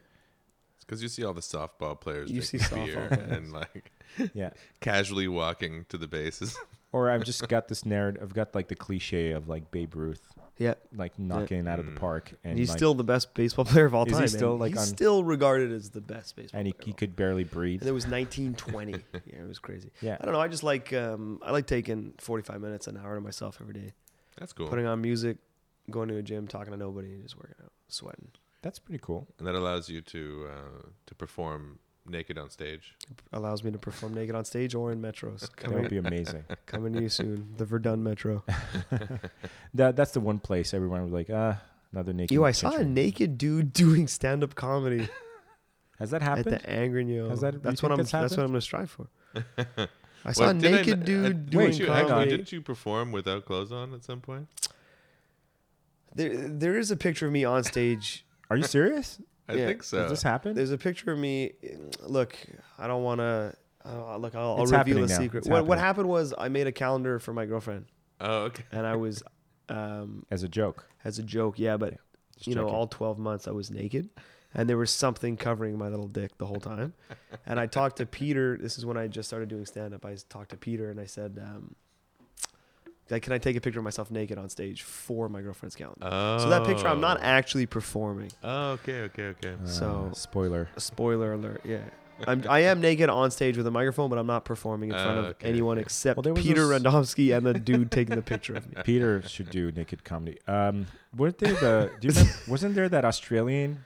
[SPEAKER 2] It's because you see all the softball players
[SPEAKER 4] You
[SPEAKER 2] drinking
[SPEAKER 4] see softball
[SPEAKER 2] beer
[SPEAKER 4] players.
[SPEAKER 2] and like
[SPEAKER 1] Yeah.
[SPEAKER 2] casually walking to the bases.
[SPEAKER 1] Or I've just got this narrative. I've got like the cliche of like Babe Ruth,
[SPEAKER 4] Yeah.
[SPEAKER 1] like knocking out of
[SPEAKER 4] Mm.
[SPEAKER 1] the park, and
[SPEAKER 4] he's
[SPEAKER 1] like-
[SPEAKER 4] still the best baseball player of all
[SPEAKER 1] Is he
[SPEAKER 4] time. man.
[SPEAKER 1] still, like,
[SPEAKER 4] he's
[SPEAKER 1] on-
[SPEAKER 4] still regarded as the best baseball
[SPEAKER 1] and he,
[SPEAKER 4] player.
[SPEAKER 1] he could barely breathe.
[SPEAKER 4] and it was 1920. yeah, it was crazy.
[SPEAKER 1] Yeah.
[SPEAKER 4] I don't know. I just like um, I like taking 45 minutes an hour to myself every day,
[SPEAKER 2] That's cool.
[SPEAKER 4] putting on music, going to a gym, talking to nobody, and just working out, sweating.
[SPEAKER 1] That's pretty cool.
[SPEAKER 2] and that allows you to uh, to perform naked on stage.
[SPEAKER 4] Allows me to perform naked on stage or in metros.
[SPEAKER 1] That would
[SPEAKER 4] Coming,
[SPEAKER 1] be amazing.
[SPEAKER 4] coming to you soon. The Verdun Metro.
[SPEAKER 1] that that's the one place everyone was like, ah, another naked.
[SPEAKER 4] You, I saw a
[SPEAKER 1] country."
[SPEAKER 4] naked dude doing stand up comedy
[SPEAKER 1] Has that
[SPEAKER 4] at
[SPEAKER 1] happened?
[SPEAKER 4] the Angry Yo.
[SPEAKER 1] Has that- you
[SPEAKER 4] that's
[SPEAKER 1] think
[SPEAKER 4] what I'm.
[SPEAKER 1] that's
[SPEAKER 4] That's, what
[SPEAKER 1] happened?
[SPEAKER 4] I'm gonna strive for. I saw a
[SPEAKER 2] What, did I
[SPEAKER 4] naked
[SPEAKER 2] ma-
[SPEAKER 4] dude
[SPEAKER 2] uh,
[SPEAKER 4] doing
[SPEAKER 2] didn't you, hang
[SPEAKER 4] comedy.
[SPEAKER 2] on, Didn't you perform without clothes on at some point?
[SPEAKER 4] There, there is a picture of me on stage.
[SPEAKER 1] Are you serious?
[SPEAKER 2] I
[SPEAKER 4] Yeah.
[SPEAKER 2] think so.
[SPEAKER 1] Has this happened?
[SPEAKER 4] There's a picture of me. Look, I don't want to. Uh, look, I'll, I'll
[SPEAKER 1] It's
[SPEAKER 4] reveal
[SPEAKER 1] happening
[SPEAKER 4] the
[SPEAKER 1] now.
[SPEAKER 4] secret.
[SPEAKER 1] It's
[SPEAKER 4] What, what
[SPEAKER 1] happening.
[SPEAKER 4] happened was I made a calendar for my girlfriend,
[SPEAKER 2] oh, okay.
[SPEAKER 4] and I was um,
[SPEAKER 1] as a joke.
[SPEAKER 4] as a joke. Yeah, but
[SPEAKER 1] Just
[SPEAKER 4] you know,
[SPEAKER 1] checking.
[SPEAKER 4] all 12 months I was naked and there was something covering my little dick the whole time. and I talked to Peter. This is when I just started doing stand up. I talked to Peter and I said, um, like, can I take a picture of myself naked on stage for my girlfriend's calendar? So that picture, I'm not
[SPEAKER 2] Oh.
[SPEAKER 4] actually performing.
[SPEAKER 2] Oh, okay, okay, okay.
[SPEAKER 4] So-
[SPEAKER 1] Uh, spoiler.
[SPEAKER 4] Spoiler alert. Yeah. I'm, I am naked on stage with a microphone, but I'm not performing in front
[SPEAKER 2] Oh,
[SPEAKER 4] of
[SPEAKER 2] okay,
[SPEAKER 4] anyone
[SPEAKER 2] okay.
[SPEAKER 4] except
[SPEAKER 1] Well, there was
[SPEAKER 4] Peter
[SPEAKER 1] this-
[SPEAKER 4] Randomski and the dude taking the picture of me.
[SPEAKER 1] Peter should do naked comedy. Um, weren't there the? Do you remember, wasn't there that Australian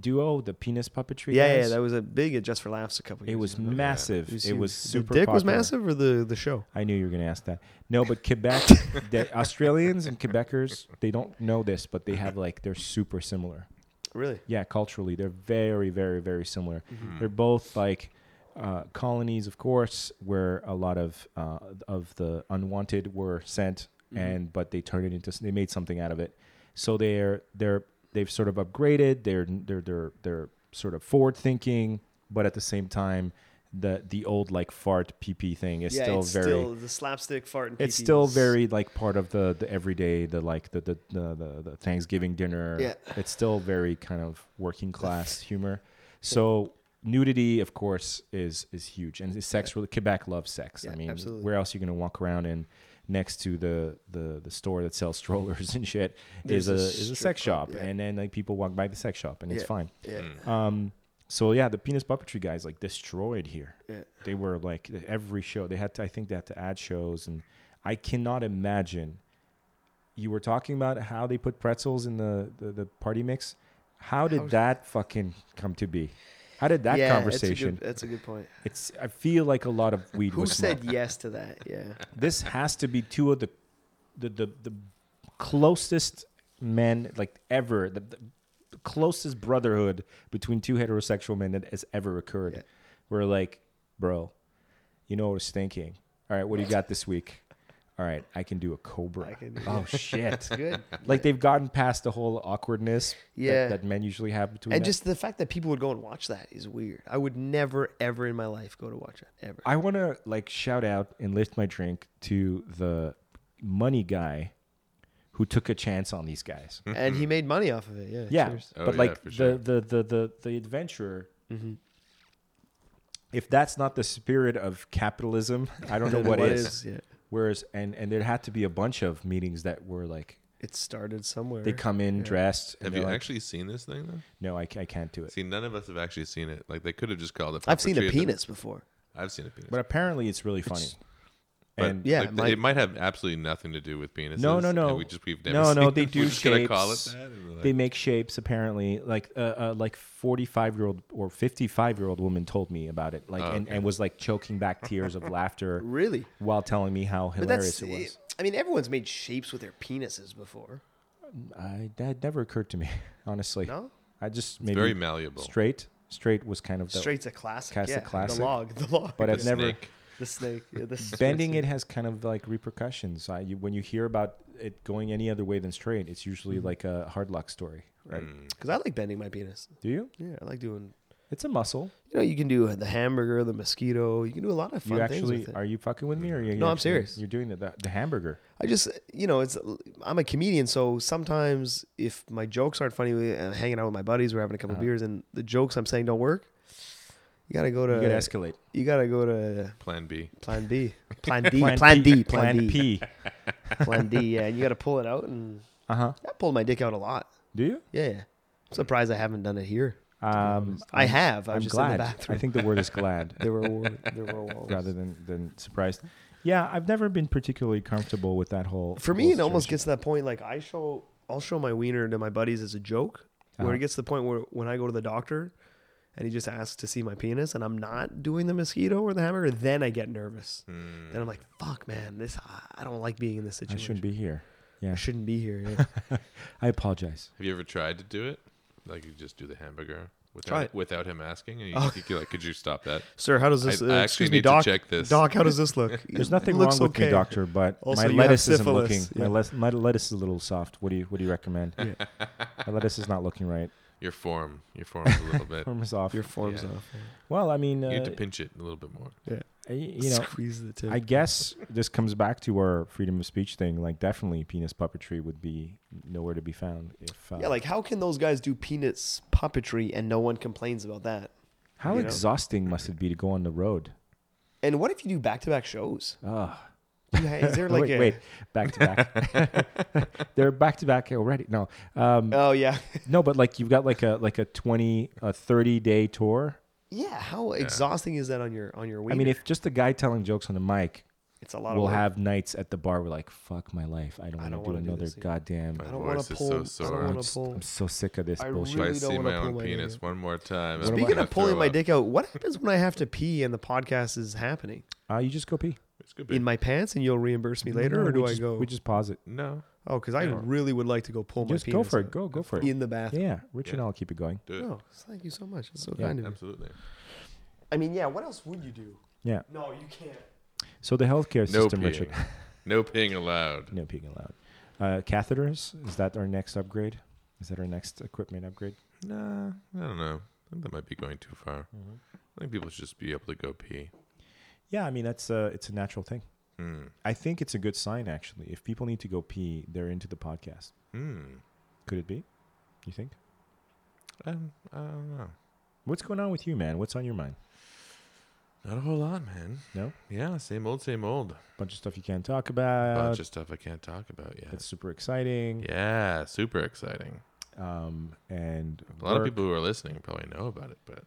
[SPEAKER 1] duo, the penis puppetry?
[SPEAKER 4] Yeah,
[SPEAKER 1] guys?
[SPEAKER 4] yeah, that was a big at Just for Laughs a couple years
[SPEAKER 1] It was
[SPEAKER 4] ago.
[SPEAKER 1] massive. It
[SPEAKER 4] huge.
[SPEAKER 1] was
[SPEAKER 4] The
[SPEAKER 1] super.
[SPEAKER 4] dick was
[SPEAKER 1] popular.
[SPEAKER 4] massive or the, the show?
[SPEAKER 1] I knew you were going to ask that. No, but Quebec, the Australians and Quebecers, they don't know this, but they have like they're super similar.
[SPEAKER 4] Really?
[SPEAKER 1] Yeah, culturally, they're very, very, very similar.
[SPEAKER 4] Mm-hmm.
[SPEAKER 1] They're both like uh, colonies, of course, where a lot of uh, of the unwanted were sent,
[SPEAKER 4] Mm-hmm.
[SPEAKER 1] and but they turned it into they made something out of it. So they're they're they've sort of upgraded. They're they're they're they're sort of forward thinking, but at the same time, the the old like fart pee pee thing is still
[SPEAKER 4] it's
[SPEAKER 1] very
[SPEAKER 4] still the slapstick fart and
[SPEAKER 1] it's
[SPEAKER 4] pee-pee
[SPEAKER 1] still
[SPEAKER 4] is-
[SPEAKER 1] very like part of the, the everyday the like the the, the the the thanksgiving dinner
[SPEAKER 4] Yeah.
[SPEAKER 1] it's still very kind of working class humor so nudity of course is is huge and sex really quebec loves sex i
[SPEAKER 4] Yeah,
[SPEAKER 1] mean
[SPEAKER 4] absolutely.
[SPEAKER 1] where else are you going to walk around and next to the, the the store that sells strollers and shit is
[SPEAKER 4] There's a
[SPEAKER 1] a is a
[SPEAKER 4] strip
[SPEAKER 1] sex shop
[SPEAKER 4] club, yeah.
[SPEAKER 1] and then like people walk by the sex shop and it's
[SPEAKER 4] Yeah.
[SPEAKER 1] fine
[SPEAKER 4] Yeah.
[SPEAKER 1] um, so yeah, the penis puppetry guys like destroyed here.
[SPEAKER 4] Yeah.
[SPEAKER 1] They were like every show they had to. I think they had to add shows, and I cannot imagine. You were talking about how they put pretzels in the the, the party mix. How did that fucking come to be? How did that
[SPEAKER 4] Yeah,
[SPEAKER 1] conversation?
[SPEAKER 4] That's a, good, that's a good point.
[SPEAKER 1] it's. I feel like a lot of weed
[SPEAKER 4] Who
[SPEAKER 1] was
[SPEAKER 4] said
[SPEAKER 1] smoked.
[SPEAKER 4] yes to that? Yeah.
[SPEAKER 1] this has to be two of the the the, the closest men like ever the, the closest brotherhood between two heterosexual men that has ever occurred
[SPEAKER 4] Yeah.
[SPEAKER 1] we're like bro you know what i was thinking all right what do you got this week all right i can do a cobra
[SPEAKER 4] can-
[SPEAKER 1] oh shit
[SPEAKER 4] Good.
[SPEAKER 1] like they've gotten past the whole awkwardness that-
[SPEAKER 4] Yeah.
[SPEAKER 1] that, men usually have between
[SPEAKER 4] and
[SPEAKER 1] them.
[SPEAKER 4] just the fact that people would go and watch that is weird. I would never, ever in my life go to watch it. Ever.
[SPEAKER 1] I want to like shout out and lift my drink to the money guy who took a chance on these guys.
[SPEAKER 4] and he made money off of it. Yeah.
[SPEAKER 1] yeah,
[SPEAKER 4] cheers.
[SPEAKER 2] Oh,
[SPEAKER 1] but
[SPEAKER 2] yeah,
[SPEAKER 1] like
[SPEAKER 2] for sure.
[SPEAKER 1] the, the the the the adventurer. If that's not the spirit of capitalism, I don't know what is.
[SPEAKER 4] Yeah.
[SPEAKER 1] Whereas, and and there had to be a bunch of meetings that were like
[SPEAKER 4] It started somewhere.
[SPEAKER 1] they come in dressed. And
[SPEAKER 2] Have
[SPEAKER 1] they're
[SPEAKER 2] you
[SPEAKER 1] like,
[SPEAKER 2] actually seen this thing though?
[SPEAKER 1] No, I, ca- I can't do it.
[SPEAKER 2] See, none of us have actually seen it. Like they could have just called it.
[SPEAKER 4] I've seen a
[SPEAKER 2] puppetry at the-
[SPEAKER 4] penis before.
[SPEAKER 2] I've seen a penis.
[SPEAKER 1] But apparently, it's really funny.
[SPEAKER 2] But,
[SPEAKER 1] and-
[SPEAKER 4] Yeah,
[SPEAKER 2] like,
[SPEAKER 4] it
[SPEAKER 2] it,
[SPEAKER 4] might-
[SPEAKER 2] might, it might have absolutely nothing to do with penises.
[SPEAKER 1] No, no, no.
[SPEAKER 2] and We just we've never
[SPEAKER 1] no,
[SPEAKER 2] seen
[SPEAKER 1] no.
[SPEAKER 2] it.
[SPEAKER 1] They
[SPEAKER 2] We're
[SPEAKER 1] do
[SPEAKER 2] just gonna call it
[SPEAKER 1] shapes.
[SPEAKER 2] that. and we're like,
[SPEAKER 1] They make shapes apparently. Like uh, uh, like forty five year old or fifty five year old woman told me about it. Like and, and was like choking back tears of laughter.
[SPEAKER 4] Really?
[SPEAKER 1] While telling me how
[SPEAKER 4] But that's.
[SPEAKER 1] hilarious it was.
[SPEAKER 4] I mean, everyone's made shapes with their penises before.
[SPEAKER 1] I, that never occurred to me honestly.
[SPEAKER 4] No?
[SPEAKER 1] I just maybe
[SPEAKER 2] very malleable.
[SPEAKER 1] Straight straight was kind of the,
[SPEAKER 4] Straight's a classic.
[SPEAKER 1] Cast a
[SPEAKER 4] yeah.
[SPEAKER 1] classic.
[SPEAKER 4] The log. The log.
[SPEAKER 1] But I've
[SPEAKER 2] The
[SPEAKER 1] never
[SPEAKER 2] snake.
[SPEAKER 4] the snake. Yeah, the
[SPEAKER 1] bending
[SPEAKER 4] snake.
[SPEAKER 1] it has kind of like repercussions. I, you, when you hear about it going any other way than straight, it's usually
[SPEAKER 4] Mm-hmm.
[SPEAKER 1] like a hard luck story, right?
[SPEAKER 2] Mm.
[SPEAKER 4] Because I like bending my penis.
[SPEAKER 1] Do you?
[SPEAKER 4] Yeah, I like doing.
[SPEAKER 1] It's a muscle.
[SPEAKER 4] You know, you can do the hamburger, the mosquito. You can do a lot of fun
[SPEAKER 1] you
[SPEAKER 4] things
[SPEAKER 1] actually
[SPEAKER 4] with it.
[SPEAKER 1] are you fucking with me or are you
[SPEAKER 4] No, I'm
[SPEAKER 1] actually-
[SPEAKER 4] serious.
[SPEAKER 1] You're doing the, the the hamburger.
[SPEAKER 4] I just, you know, it's I'm a comedian, so sometimes if my jokes aren't funny, we- I'm hanging out with my buddies, we're having a couple
[SPEAKER 1] Uh-huh.
[SPEAKER 4] beers, and the jokes I'm saying don't work. You gotta go to.
[SPEAKER 1] You gotta escalate.
[SPEAKER 4] you gotta go to
[SPEAKER 2] Plan B.
[SPEAKER 4] Plan B, Plan D, Plan D, Plan
[SPEAKER 1] Plan
[SPEAKER 4] D,
[SPEAKER 1] P.
[SPEAKER 4] Plan D. Yeah, and you gotta pull it out, and
[SPEAKER 1] Uh huh.
[SPEAKER 4] I pulled my dick out a lot.
[SPEAKER 1] Do you?
[SPEAKER 4] Yeah, yeah. I'm surprised I haven't done it here.
[SPEAKER 1] Um,
[SPEAKER 4] I have. I
[SPEAKER 1] I'm
[SPEAKER 4] was just in the
[SPEAKER 1] glad.
[SPEAKER 4] bathroom.
[SPEAKER 1] I think the word is glad
[SPEAKER 4] there were wa- there were walls.
[SPEAKER 1] rather than than surprised. Yeah, I've never been particularly comfortable with that whole.
[SPEAKER 4] For
[SPEAKER 1] whole
[SPEAKER 4] me, it almost
[SPEAKER 1] situation.
[SPEAKER 4] gets to that point. Like I show, I'll show my wiener to my buddies as a joke. Where
[SPEAKER 1] Uh-huh.
[SPEAKER 4] it gets to the point where when I go to the doctor, and he just asks to see my penis, and I'm not doing the mosquito or the hamburger, then I get nervous. Then I'm like, "Fuck, man, this I- I don't like being in this
[SPEAKER 1] Hmm. I
[SPEAKER 4] situation.
[SPEAKER 1] shouldn't be here. Yeah,
[SPEAKER 4] I shouldn't be here." yeah.
[SPEAKER 1] I apologize.
[SPEAKER 2] Have you ever tried to do it? Like you just do the hamburger
[SPEAKER 4] Try
[SPEAKER 2] without
[SPEAKER 4] it.
[SPEAKER 2] without him asking, and you,
[SPEAKER 4] Oh.
[SPEAKER 2] you could, like, could you stop that?
[SPEAKER 4] Sir, how does this?
[SPEAKER 2] I-
[SPEAKER 4] uh,
[SPEAKER 2] I actually
[SPEAKER 4] excuse me,
[SPEAKER 2] need to
[SPEAKER 4] doc.
[SPEAKER 2] check this.
[SPEAKER 4] Doc, how does this look?
[SPEAKER 1] There's nothing wrong with me, doctor, but
[SPEAKER 4] Also,
[SPEAKER 1] my
[SPEAKER 4] you have
[SPEAKER 1] lettuce isn't
[SPEAKER 4] syphilis.
[SPEAKER 1] looking.
[SPEAKER 4] Yeah.
[SPEAKER 1] My, les- my lettuce is a little soft. What do you What do you recommend?
[SPEAKER 4] Yeah.
[SPEAKER 1] my lettuce is not looking right.
[SPEAKER 2] Your form, your form a little bit.
[SPEAKER 1] Form is off.
[SPEAKER 4] Your form's off.
[SPEAKER 1] well, I mean,
[SPEAKER 2] You
[SPEAKER 1] uh,
[SPEAKER 2] have to pinch it a little bit more.
[SPEAKER 4] Yeah.
[SPEAKER 1] I- you know,
[SPEAKER 5] Squeeze the tip.
[SPEAKER 1] I guess this comes back to our freedom of speech thing. Like, definitely, penis puppetry would be nowhere to be found. If uh,
[SPEAKER 5] yeah, like how can those guys do peanuts puppetry and no one complains about that?
[SPEAKER 1] how exhausting must it be to go on the road?
[SPEAKER 5] And what if you do back to back shows?
[SPEAKER 1] Ah,
[SPEAKER 5] Yeah, is there like
[SPEAKER 1] wait,
[SPEAKER 5] a
[SPEAKER 1] wait, back to back. They're back to back already. No, um,
[SPEAKER 5] oh yeah,
[SPEAKER 1] no, but like you've got like a like a twenty a thirty day tour.
[SPEAKER 5] yeah? How exhausting is that on your on your week?
[SPEAKER 1] I mean, if just a guy telling jokes on the mic
[SPEAKER 5] it's a lot
[SPEAKER 1] will
[SPEAKER 5] of work.
[SPEAKER 1] have nights at the bar, we're like, fuck my life. I don't want
[SPEAKER 5] don't
[SPEAKER 1] to do
[SPEAKER 5] wanna do
[SPEAKER 1] another
[SPEAKER 5] this either.
[SPEAKER 1] goddamn.
[SPEAKER 2] My
[SPEAKER 5] I don't want
[SPEAKER 2] voice
[SPEAKER 5] to
[SPEAKER 2] is
[SPEAKER 5] pull.
[SPEAKER 2] so
[SPEAKER 5] I
[SPEAKER 2] sore.
[SPEAKER 5] don't want
[SPEAKER 2] Just-
[SPEAKER 5] to pull.
[SPEAKER 1] I'm so sick of this
[SPEAKER 5] I
[SPEAKER 1] bullshit.
[SPEAKER 5] really
[SPEAKER 2] if I
[SPEAKER 5] don't
[SPEAKER 2] see
[SPEAKER 5] wanna
[SPEAKER 2] my
[SPEAKER 5] pull
[SPEAKER 2] own
[SPEAKER 5] my
[SPEAKER 2] penis
[SPEAKER 5] dick.
[SPEAKER 2] one more time, I'm
[SPEAKER 5] Speaking
[SPEAKER 2] gonna
[SPEAKER 5] of pulling
[SPEAKER 2] throw
[SPEAKER 5] my
[SPEAKER 2] up.
[SPEAKER 5] dick out, what happens when I have to pee and the podcast is happening
[SPEAKER 1] Uh, you just go pee
[SPEAKER 2] It's good,
[SPEAKER 5] in my pants and you'll reimburse me later,
[SPEAKER 1] No,
[SPEAKER 5] or
[SPEAKER 1] we
[SPEAKER 5] do I
[SPEAKER 1] just-
[SPEAKER 5] go?
[SPEAKER 1] We just pause it.
[SPEAKER 2] no,
[SPEAKER 5] oh, because I really would like to go pull my
[SPEAKER 1] Just go
[SPEAKER 5] penis
[SPEAKER 1] for it.
[SPEAKER 5] out
[SPEAKER 1] Go go for it.
[SPEAKER 5] in the bathroom.
[SPEAKER 1] Yeah, Rich and I'll keep it going.
[SPEAKER 2] do it.
[SPEAKER 5] No, thank you so much. It's so
[SPEAKER 1] Yeah.
[SPEAKER 5] kind of you.
[SPEAKER 2] Absolutely.
[SPEAKER 5] I mean, yeah. What else would you do?
[SPEAKER 1] Yeah.
[SPEAKER 5] No, you can't.
[SPEAKER 1] So the healthcare
[SPEAKER 2] No
[SPEAKER 1] system, Richard.
[SPEAKER 2] peeing. no peeing allowed.
[SPEAKER 1] no peeing allowed. Uh, catheters. Is that our next upgrade? Is that our next equipment upgrade?
[SPEAKER 2] Nah, I don't know. I think that might be going too far.
[SPEAKER 1] Mm-hmm.
[SPEAKER 2] I think people should just be able to go pee.
[SPEAKER 1] Yeah, I mean that's uh, it's a natural thing.
[SPEAKER 2] Hmm.
[SPEAKER 1] I think it's a good sign actually. If people need to go pee, they're into the podcast.
[SPEAKER 2] Hmm.
[SPEAKER 1] Could it be? You think?
[SPEAKER 2] Um, I don't know.
[SPEAKER 1] What's going on with you, man? What's on your mind?
[SPEAKER 2] Not a whole lot, man.
[SPEAKER 1] No,
[SPEAKER 2] Yeah, same old, same old.
[SPEAKER 1] bunch of stuff you can't talk about.
[SPEAKER 2] Bunch of stuff I can't talk about yet.
[SPEAKER 1] That's super exciting.
[SPEAKER 2] Yeah, super exciting.
[SPEAKER 1] Um, and
[SPEAKER 2] A lot of
[SPEAKER 1] work.
[SPEAKER 2] people who are listening probably know about it, but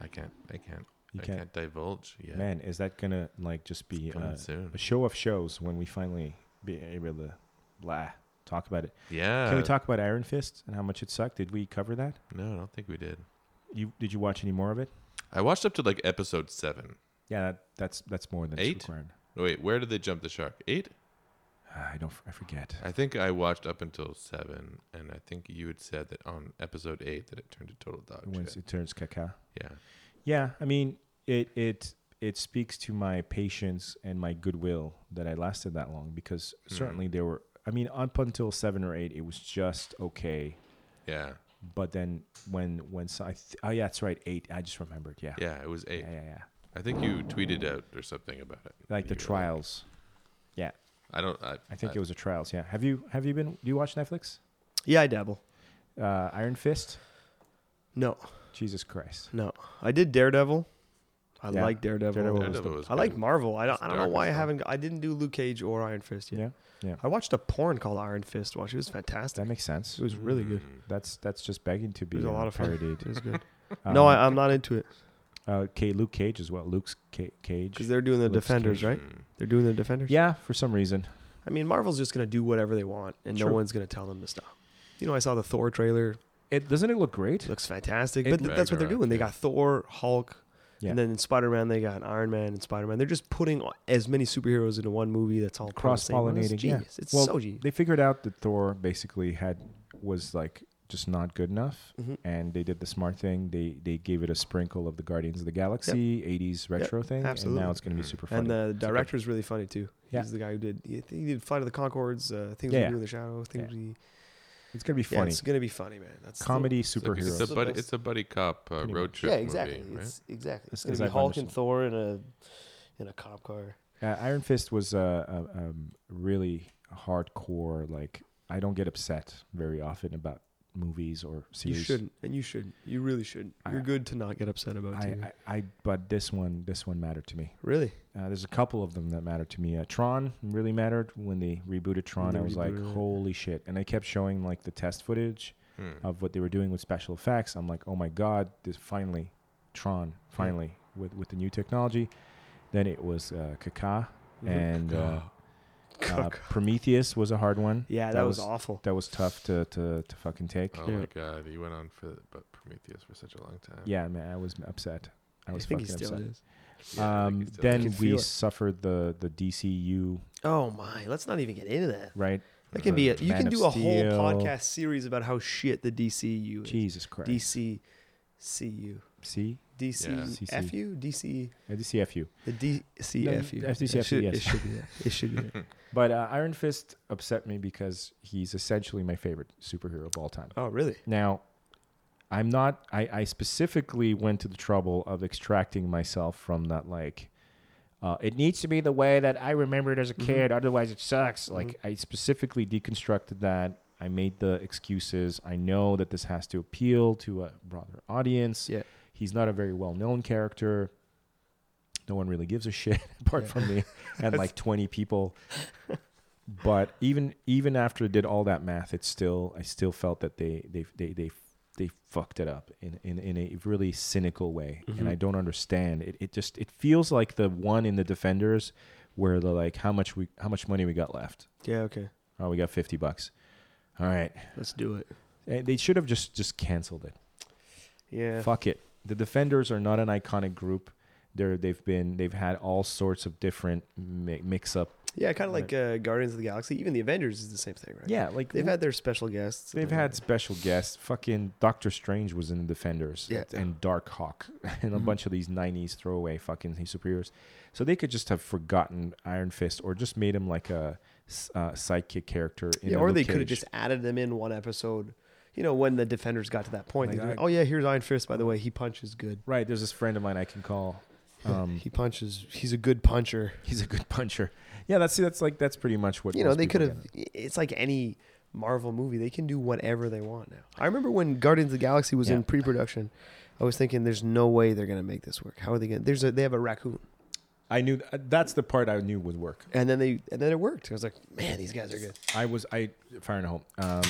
[SPEAKER 2] I can't. I can't.
[SPEAKER 1] You
[SPEAKER 2] I
[SPEAKER 1] can't-
[SPEAKER 2] can't, divulge yet.
[SPEAKER 1] Man, is that gonna like just be
[SPEAKER 2] coming
[SPEAKER 1] uh,
[SPEAKER 2] soon.
[SPEAKER 1] a show of shows when we finally be able to blah talk about it?
[SPEAKER 2] Yeah.
[SPEAKER 1] Can we talk about Iron Fist and how much it sucked? Did we cover that?
[SPEAKER 2] No, I don't think we did.
[SPEAKER 1] You did you watch any more of it?
[SPEAKER 2] I watched up to like episode seven.
[SPEAKER 1] Yeah, that, that's that's more than
[SPEAKER 2] Eight?
[SPEAKER 1] It's required.
[SPEAKER 2] No, Wait, where did they jump the shark? Eight?
[SPEAKER 1] Ah, I don't f- I forget.
[SPEAKER 2] I think I watched up until seven, and I think you had said that on episode eight that it turned to total dog
[SPEAKER 1] When
[SPEAKER 2] shit.
[SPEAKER 1] it turns caca.
[SPEAKER 2] Yeah.
[SPEAKER 1] Yeah, I mean it it it speaks to my patience and my goodwill that I lasted that long because
[SPEAKER 2] Hmm.
[SPEAKER 1] certainly there were. I mean, up until seven or eight, it was just okay.
[SPEAKER 2] Yeah.
[SPEAKER 1] But then when when so I th- oh yeah, that's right, eight. I just remembered. Yeah.
[SPEAKER 2] Yeah, it was eight.
[SPEAKER 1] Yeah, yeah, yeah.
[SPEAKER 2] I think you tweeted out or something about it.
[SPEAKER 1] Like the
[SPEAKER 2] You were
[SPEAKER 1] trials. Yeah,
[SPEAKER 2] I don't. I,
[SPEAKER 1] I think it was the trials. Yeah. Have you have you been? Do you watch Netflix?
[SPEAKER 5] Yeah, I dabble.
[SPEAKER 1] Uh, Iron Fist.
[SPEAKER 5] No,
[SPEAKER 1] Jesus Christ.
[SPEAKER 5] no. I did Daredevil. I
[SPEAKER 1] Yeah.
[SPEAKER 5] like Daredevil.
[SPEAKER 1] Daredevil was
[SPEAKER 2] Daredevil was
[SPEAKER 5] I like
[SPEAKER 2] good.
[SPEAKER 5] Marvel. I don't.
[SPEAKER 2] It's
[SPEAKER 5] I don't know
[SPEAKER 2] dark
[SPEAKER 5] why I
[SPEAKER 2] as hell.
[SPEAKER 5] haven't. got- I didn't do Luke Cage or Iron Fist yet.
[SPEAKER 1] Yeah, yeah.
[SPEAKER 5] I watched a porn called Iron Fist. Watch, it was fantastic.
[SPEAKER 1] That makes sense.
[SPEAKER 5] It was really good.
[SPEAKER 1] That's that's just begging to be
[SPEAKER 5] was a
[SPEAKER 1] uh,
[SPEAKER 5] lot of fun.
[SPEAKER 1] parodied.
[SPEAKER 5] It was good.
[SPEAKER 1] Um,
[SPEAKER 5] no, I, I'm not into it
[SPEAKER 1] uh, K. Luke Cage as well. Luke's ca- Cage.
[SPEAKER 5] because they're doing the
[SPEAKER 1] Luke's
[SPEAKER 5] Defenders,
[SPEAKER 1] Cage.
[SPEAKER 5] right? They're doing the Defenders.
[SPEAKER 1] Yeah, for some reason.
[SPEAKER 5] I mean, Marvel's just gonna do whatever they want, and
[SPEAKER 1] True.
[SPEAKER 5] no one's gonna tell them to stop. You know, I saw the Thor trailer.
[SPEAKER 1] It doesn't it look great?
[SPEAKER 5] It looks fantastic,
[SPEAKER 1] It
[SPEAKER 5] but th- that's what they're
[SPEAKER 2] Ragnarok,
[SPEAKER 5] doing. They
[SPEAKER 2] yeah.
[SPEAKER 5] got Thor, Hulk,
[SPEAKER 1] Yeah.
[SPEAKER 5] and then in Spider Man they got Iron Man and Spider Man. They're just putting a- as many superheroes into one movie. "Oh, That's all part of the
[SPEAKER 1] Cross
[SPEAKER 5] same one. It's
[SPEAKER 1] pollinating. Yeah.
[SPEAKER 5] Genius. It's
[SPEAKER 1] Well,
[SPEAKER 5] so genius.
[SPEAKER 1] They figured out that Thor basically had was like just not good enough,
[SPEAKER 5] Mm-hmm.
[SPEAKER 1] and they did the smart thing. They they gave it a sprinkle of the Guardians of the Galaxy '80s retro thing, and
[SPEAKER 5] absolutely.
[SPEAKER 1] now it's going to be super fun.
[SPEAKER 5] And the director's really funny too.
[SPEAKER 1] Yeah.
[SPEAKER 5] He's the guy who did he he did Flight of the Concords, uh, things
[SPEAKER 1] Yeah,
[SPEAKER 5] we
[SPEAKER 1] yeah.
[SPEAKER 5] do in the shadow, things
[SPEAKER 1] Yeah.
[SPEAKER 5] we
[SPEAKER 1] it's going to be
[SPEAKER 5] yeah,
[SPEAKER 1] funny.
[SPEAKER 5] it's gonna be funny, man. That's the-
[SPEAKER 1] Comedy
[SPEAKER 2] It's, like-
[SPEAKER 1] superheroes.
[SPEAKER 2] it's a buddy. It's a buddy cop uh, road trip.
[SPEAKER 5] yeah, exactly.
[SPEAKER 2] Movie, right?
[SPEAKER 5] It's exactly. It's
[SPEAKER 1] As- as
[SPEAKER 5] gonna be
[SPEAKER 1] I've
[SPEAKER 5] Hulk and
[SPEAKER 1] understood.
[SPEAKER 5] Thor in a in a cop car.
[SPEAKER 1] Uh, Iron Fist was uh, a um, really hardcore. Like I don't get upset very often about movies or
[SPEAKER 5] You
[SPEAKER 1] series.
[SPEAKER 5] shouldn't, and you shouldn't. You really shouldn't. You're good to not get upset about.
[SPEAKER 1] uh, I,
[SPEAKER 5] TV.
[SPEAKER 1] I, I but this one this one mattered to me.
[SPEAKER 5] really,
[SPEAKER 1] Uh, there's a couple of them that matter to me. Uh, Tron really mattered when they rebooted Tron. I was like, holy shit! And they kept showing like the test footage
[SPEAKER 2] Hmm.
[SPEAKER 1] of what they were doing with special effects. I'm like, oh my god, this finally, Tron, finally with with the new technology. Then it was uh, Kaka and uh, uh, Prometheus was a hard one.
[SPEAKER 5] Yeah, that was awful.
[SPEAKER 1] That was tough to to, to fucking take.
[SPEAKER 2] Oh my god, he went on for but Prometheus for such a long time.
[SPEAKER 1] Yeah, man, I was upset. I was
[SPEAKER 5] think he
[SPEAKER 1] fucking
[SPEAKER 5] still
[SPEAKER 1] upset.
[SPEAKER 5] is.
[SPEAKER 2] I think
[SPEAKER 1] Um,
[SPEAKER 2] it's still-
[SPEAKER 1] then
[SPEAKER 5] feel
[SPEAKER 1] we
[SPEAKER 5] it.
[SPEAKER 1] suffered the the DCU
[SPEAKER 5] Oh my, let's not even get into that.
[SPEAKER 1] right.
[SPEAKER 5] That can be. A, you
[SPEAKER 1] Man
[SPEAKER 5] can
[SPEAKER 1] of
[SPEAKER 5] do a whole
[SPEAKER 1] Steel.
[SPEAKER 5] podcast series about how shit the DCU is.
[SPEAKER 1] Jesus Christ.
[SPEAKER 5] DC, CU,
[SPEAKER 1] See,
[SPEAKER 5] DC,
[SPEAKER 1] CC.
[SPEAKER 5] FU, DC,
[SPEAKER 1] Uh, DCFU.
[SPEAKER 5] the DCFU.
[SPEAKER 1] No, FDCFU,
[SPEAKER 5] It should,
[SPEAKER 1] yes.
[SPEAKER 5] it should be. That. It should be. That.
[SPEAKER 1] But uh, Iron Fist upset me because he's essentially my favorite superhero of all time.
[SPEAKER 5] Oh, really?
[SPEAKER 1] Now, I'm not. I, I specifically went to the trouble of extracting myself from that like Uh, it needs to be the way that I remembered as a kid. Otherwise, it sucks. Like I specifically deconstructed that. I made the excuses. I know that this has to appeal to a broader audience.
[SPEAKER 4] Yeah.
[SPEAKER 1] He's not a very well-known character. No one really gives a shit apart from me and like 20 people. but even even after I did all that math, it's still I still felt that they they they they they fucked it up in in, in a really cynical way,
[SPEAKER 4] Mm-hmm.
[SPEAKER 1] and I don't understand. It it just it feels like the one in the Defenders where they're like, how much we how much money we got left?
[SPEAKER 4] Yeah, okay.
[SPEAKER 1] Oh, we got 50 bucks. All right,
[SPEAKER 4] Let's do it.
[SPEAKER 1] Eh, they should have just just canceled it.
[SPEAKER 4] Yeah.
[SPEAKER 1] Fuck it. The Defenders are not an iconic group. They're, they've been they've had all sorts of different mi- mix up.
[SPEAKER 4] Yeah, kind of like uh, Guardians of the Galaxy. Even the Avengers is the same thing, right?
[SPEAKER 1] Yeah, like
[SPEAKER 4] They've had their special guests.
[SPEAKER 1] They've had special guests. Fucking Doctor Strange was in the Defenders
[SPEAKER 4] Yeah. Mm-hmm.
[SPEAKER 1] and Dark Hawk and a bunch of these 90s throwaway fucking superheroes. So they could just have forgotten Iron Fist or just made him like a s- uh, sidekick character. In
[SPEAKER 4] Yeah,
[SPEAKER 1] a
[SPEAKER 4] or
[SPEAKER 1] Luke
[SPEAKER 4] they could have
[SPEAKER 1] Cage.
[SPEAKER 4] just added them in one episode. You know, when the defenders got to that point,
[SPEAKER 1] Like,
[SPEAKER 4] they'd be like,
[SPEAKER 1] I-
[SPEAKER 4] oh yeah, here's Iron Fist. By the way, he punches good.
[SPEAKER 1] Right, there's this friend of mine I can call. Um,
[SPEAKER 4] He punches. He's a good puncher.
[SPEAKER 1] he's a good puncher. Yeah, that's that's like that's pretty much what
[SPEAKER 4] You know,
[SPEAKER 1] most
[SPEAKER 4] they
[SPEAKER 1] people
[SPEAKER 4] could have.
[SPEAKER 1] get.
[SPEAKER 4] It's like any Marvel movie. They can do whatever they want now. I remember when Guardians of the Galaxy was
[SPEAKER 1] Yeah.
[SPEAKER 4] in pre-production. I was thinking, there's no way they're gonna make this work. How are they gonna? There's a. They have a raccoon,
[SPEAKER 1] I knew uh, that's the part I knew would work.
[SPEAKER 4] and then they and then it worked. I was like, man, these guys are good.
[SPEAKER 1] I was I firing a home. Um,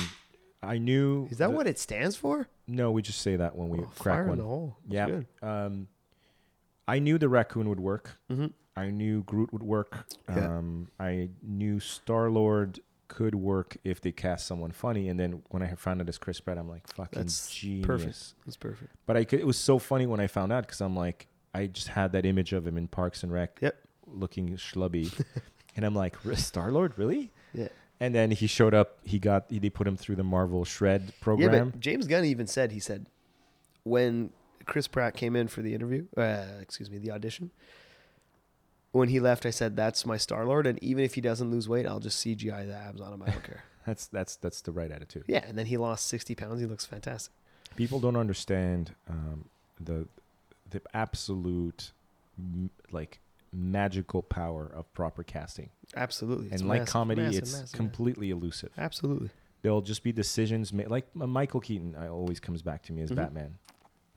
[SPEAKER 1] I knew
[SPEAKER 4] Is that
[SPEAKER 1] the-
[SPEAKER 4] what it stands for?
[SPEAKER 1] No, we just say that when we crack
[SPEAKER 4] fire in
[SPEAKER 1] one.
[SPEAKER 4] the hole. That's
[SPEAKER 1] yeah.
[SPEAKER 4] good. Mm-hmm.
[SPEAKER 1] Um, I knew the raccoon would work. I knew Groot would work.
[SPEAKER 4] Yeah.
[SPEAKER 1] Um, I knew Star Lord could work if they cast someone funny. And then when I found out it's Chris Pratt, I'm like, fucking
[SPEAKER 4] That's
[SPEAKER 1] genius.
[SPEAKER 4] perfect. That's perfect.
[SPEAKER 1] But I could, it was so funny when I found out because I'm like, I just had that image of him in Parks and Rec,
[SPEAKER 4] Yep.
[SPEAKER 1] looking schlubby, and I'm like, Star Lord, really?
[SPEAKER 4] Yeah.
[SPEAKER 1] And then he showed up. He got he, they put him through the Marvel Shred program.
[SPEAKER 4] Yeah, but James Gunn even said he said when Chris Pratt came in for the interview, uh, excuse me, the audition. When he left, I said, "That's my Star Lord," and even if he doesn't lose weight, I'll just CGI the abs on him. I don't care.
[SPEAKER 1] That's that's that's the right attitude.
[SPEAKER 4] Yeah, and then he lost sixty pounds. He looks fantastic.
[SPEAKER 1] People don't understand um, the the absolute m- like magical power of proper casting.
[SPEAKER 4] Absolutely, it's
[SPEAKER 1] and like
[SPEAKER 4] massive,
[SPEAKER 1] comedy,
[SPEAKER 4] massive,
[SPEAKER 1] it's
[SPEAKER 4] massive,
[SPEAKER 1] completely elusive.
[SPEAKER 4] massive. absolutely.
[SPEAKER 1] There'll just be decisions made. Like uh, Michael Keaton, I always comes back to me
[SPEAKER 4] Mm-hmm.
[SPEAKER 1] as Batman.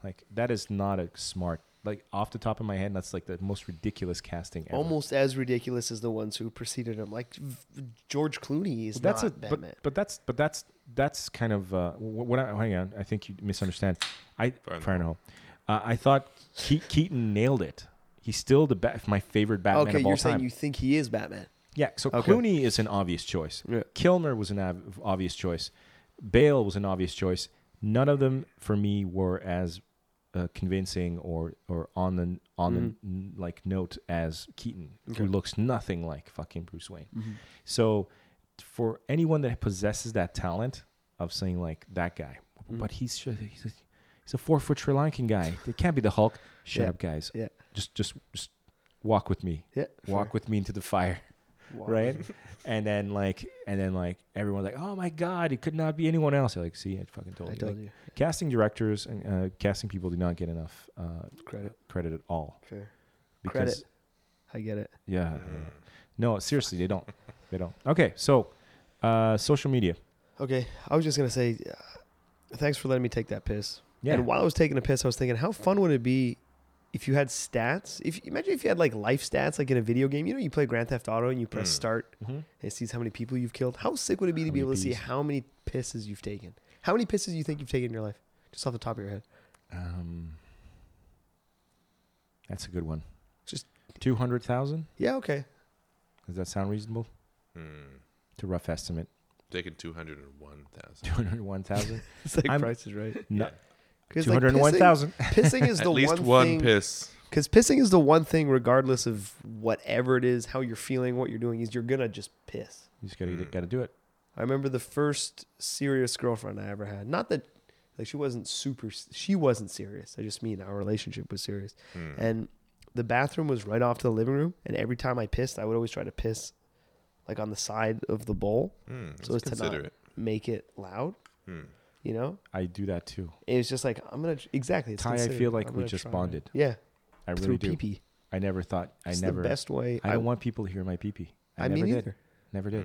[SPEAKER 1] Like that is not a smart. Like off the top of my head, that's like the most ridiculous casting ever.
[SPEAKER 4] Almost as ridiculous as the ones who preceded him, like v- George Clooney is
[SPEAKER 1] But that's
[SPEAKER 4] not
[SPEAKER 1] a,
[SPEAKER 4] Batman.
[SPEAKER 1] But, but that's but that's that's kind of uh, wh- what I hang on. I think you misunderstand. I
[SPEAKER 2] Fire in the
[SPEAKER 1] Fire in the hole. Uh, I thought Ke- Keaton nailed it. He's still the ba- my favorite Batman
[SPEAKER 4] okay,
[SPEAKER 1] of all
[SPEAKER 4] you're
[SPEAKER 1] time.
[SPEAKER 4] saying you think he is Batman.
[SPEAKER 1] yeah, so
[SPEAKER 4] Okay.
[SPEAKER 1] Clooney is an obvious choice.
[SPEAKER 4] Yeah.
[SPEAKER 1] Kilmer was an ob- obvious choice. Bale was an obvious choice. None of them for me were as uh, convincing or or on the on the
[SPEAKER 4] Mm-hmm.
[SPEAKER 1] n- like note as Keaton, who looks nothing like fucking Bruce Wayne.
[SPEAKER 4] Mm-hmm.
[SPEAKER 1] So for anyone that possesses that talent of saying like that guy,
[SPEAKER 4] Mm-hmm.
[SPEAKER 1] but he's ju- he's a, he's a four foot Sri Lankan guy. It can't be the Hulk. Shut
[SPEAKER 4] Yeah.
[SPEAKER 1] up, guys.
[SPEAKER 4] Yeah.
[SPEAKER 1] Just just just walk with me.
[SPEAKER 4] Yeah,
[SPEAKER 1] Walk with me into the fire. Right, and then like, and then like, everyone's like, "Oh my God, it could not be anyone else." You're like, see, I fucking told
[SPEAKER 4] I
[SPEAKER 1] you.
[SPEAKER 4] told
[SPEAKER 1] Like,
[SPEAKER 4] you.
[SPEAKER 1] Casting directors and uh, casting people do not get enough uh,
[SPEAKER 4] Credit.
[SPEAKER 1] credit at all.
[SPEAKER 4] Fair.
[SPEAKER 1] Because
[SPEAKER 4] Credit. Mm. I get it.
[SPEAKER 1] yeah. No, seriously, they don't. They don't. Okay, so uh, social media.
[SPEAKER 4] Okay, I was just gonna say, uh, thanks for letting me take that piss.
[SPEAKER 1] Yeah.
[SPEAKER 4] And while I was taking a piss, I was thinking, how fun would it be if you had stats? If imagine if you had like life stats, like in a video game. You know, you play Grand Theft Auto and you press start, and it sees how many people you've killed. How sick would it be to be
[SPEAKER 1] Mm. Mm-hmm. many
[SPEAKER 4] able to see
[SPEAKER 1] bees?
[SPEAKER 4] how many pisses you've taken? How many pisses you think you've taken in your life, just off the top of your head?
[SPEAKER 1] Um, that's a good one.
[SPEAKER 4] Just-
[SPEAKER 1] two hundred thousand.
[SPEAKER 4] Yeah. Okay.
[SPEAKER 1] Does that sound reasonable?
[SPEAKER 4] Hmm.
[SPEAKER 1] To rough estimate,
[SPEAKER 2] Taking 201,000.
[SPEAKER 1] two hundred one thousand.
[SPEAKER 4] It's like
[SPEAKER 1] I'm-
[SPEAKER 4] Price is Right.
[SPEAKER 1] No,
[SPEAKER 4] 'Cause,
[SPEAKER 1] two
[SPEAKER 4] like,
[SPEAKER 1] hundred one thousand.
[SPEAKER 4] Pissing, pissing is the
[SPEAKER 2] At least
[SPEAKER 4] one,
[SPEAKER 2] one
[SPEAKER 4] thing,
[SPEAKER 2] piss.
[SPEAKER 4] Because pissing is the one thing, regardless of whatever it is, how you're feeling, what you're doing, is you're gonna just piss.
[SPEAKER 1] You just gotta
[SPEAKER 4] Hmm.
[SPEAKER 1] gotta do it.
[SPEAKER 4] I remember the first serious girlfriend I ever had. Not that like she wasn't super she wasn't serious. I just mean our relationship was serious. And the bathroom was right off to the living room and every time I pissed, I would always try to piss like on the side of the bowl. so as to not
[SPEAKER 2] considerate.
[SPEAKER 4] make it loud. You know?
[SPEAKER 1] I do that too.
[SPEAKER 4] It was just like I'm gonna exactly it's
[SPEAKER 1] Ty, I
[SPEAKER 4] considered.
[SPEAKER 1] feel like
[SPEAKER 4] I'm
[SPEAKER 1] we
[SPEAKER 4] gonna
[SPEAKER 1] just
[SPEAKER 4] try.
[SPEAKER 1] bonded.
[SPEAKER 4] Yeah.
[SPEAKER 1] I really
[SPEAKER 4] through
[SPEAKER 1] do.
[SPEAKER 4] pee pee.
[SPEAKER 1] I never thought. I
[SPEAKER 4] It's the
[SPEAKER 1] never.
[SPEAKER 4] best way.
[SPEAKER 1] I don't
[SPEAKER 4] I-
[SPEAKER 1] want people to hear my pee pee. I,
[SPEAKER 4] I
[SPEAKER 1] never
[SPEAKER 4] mean,
[SPEAKER 1] did.
[SPEAKER 4] either.
[SPEAKER 1] Never did.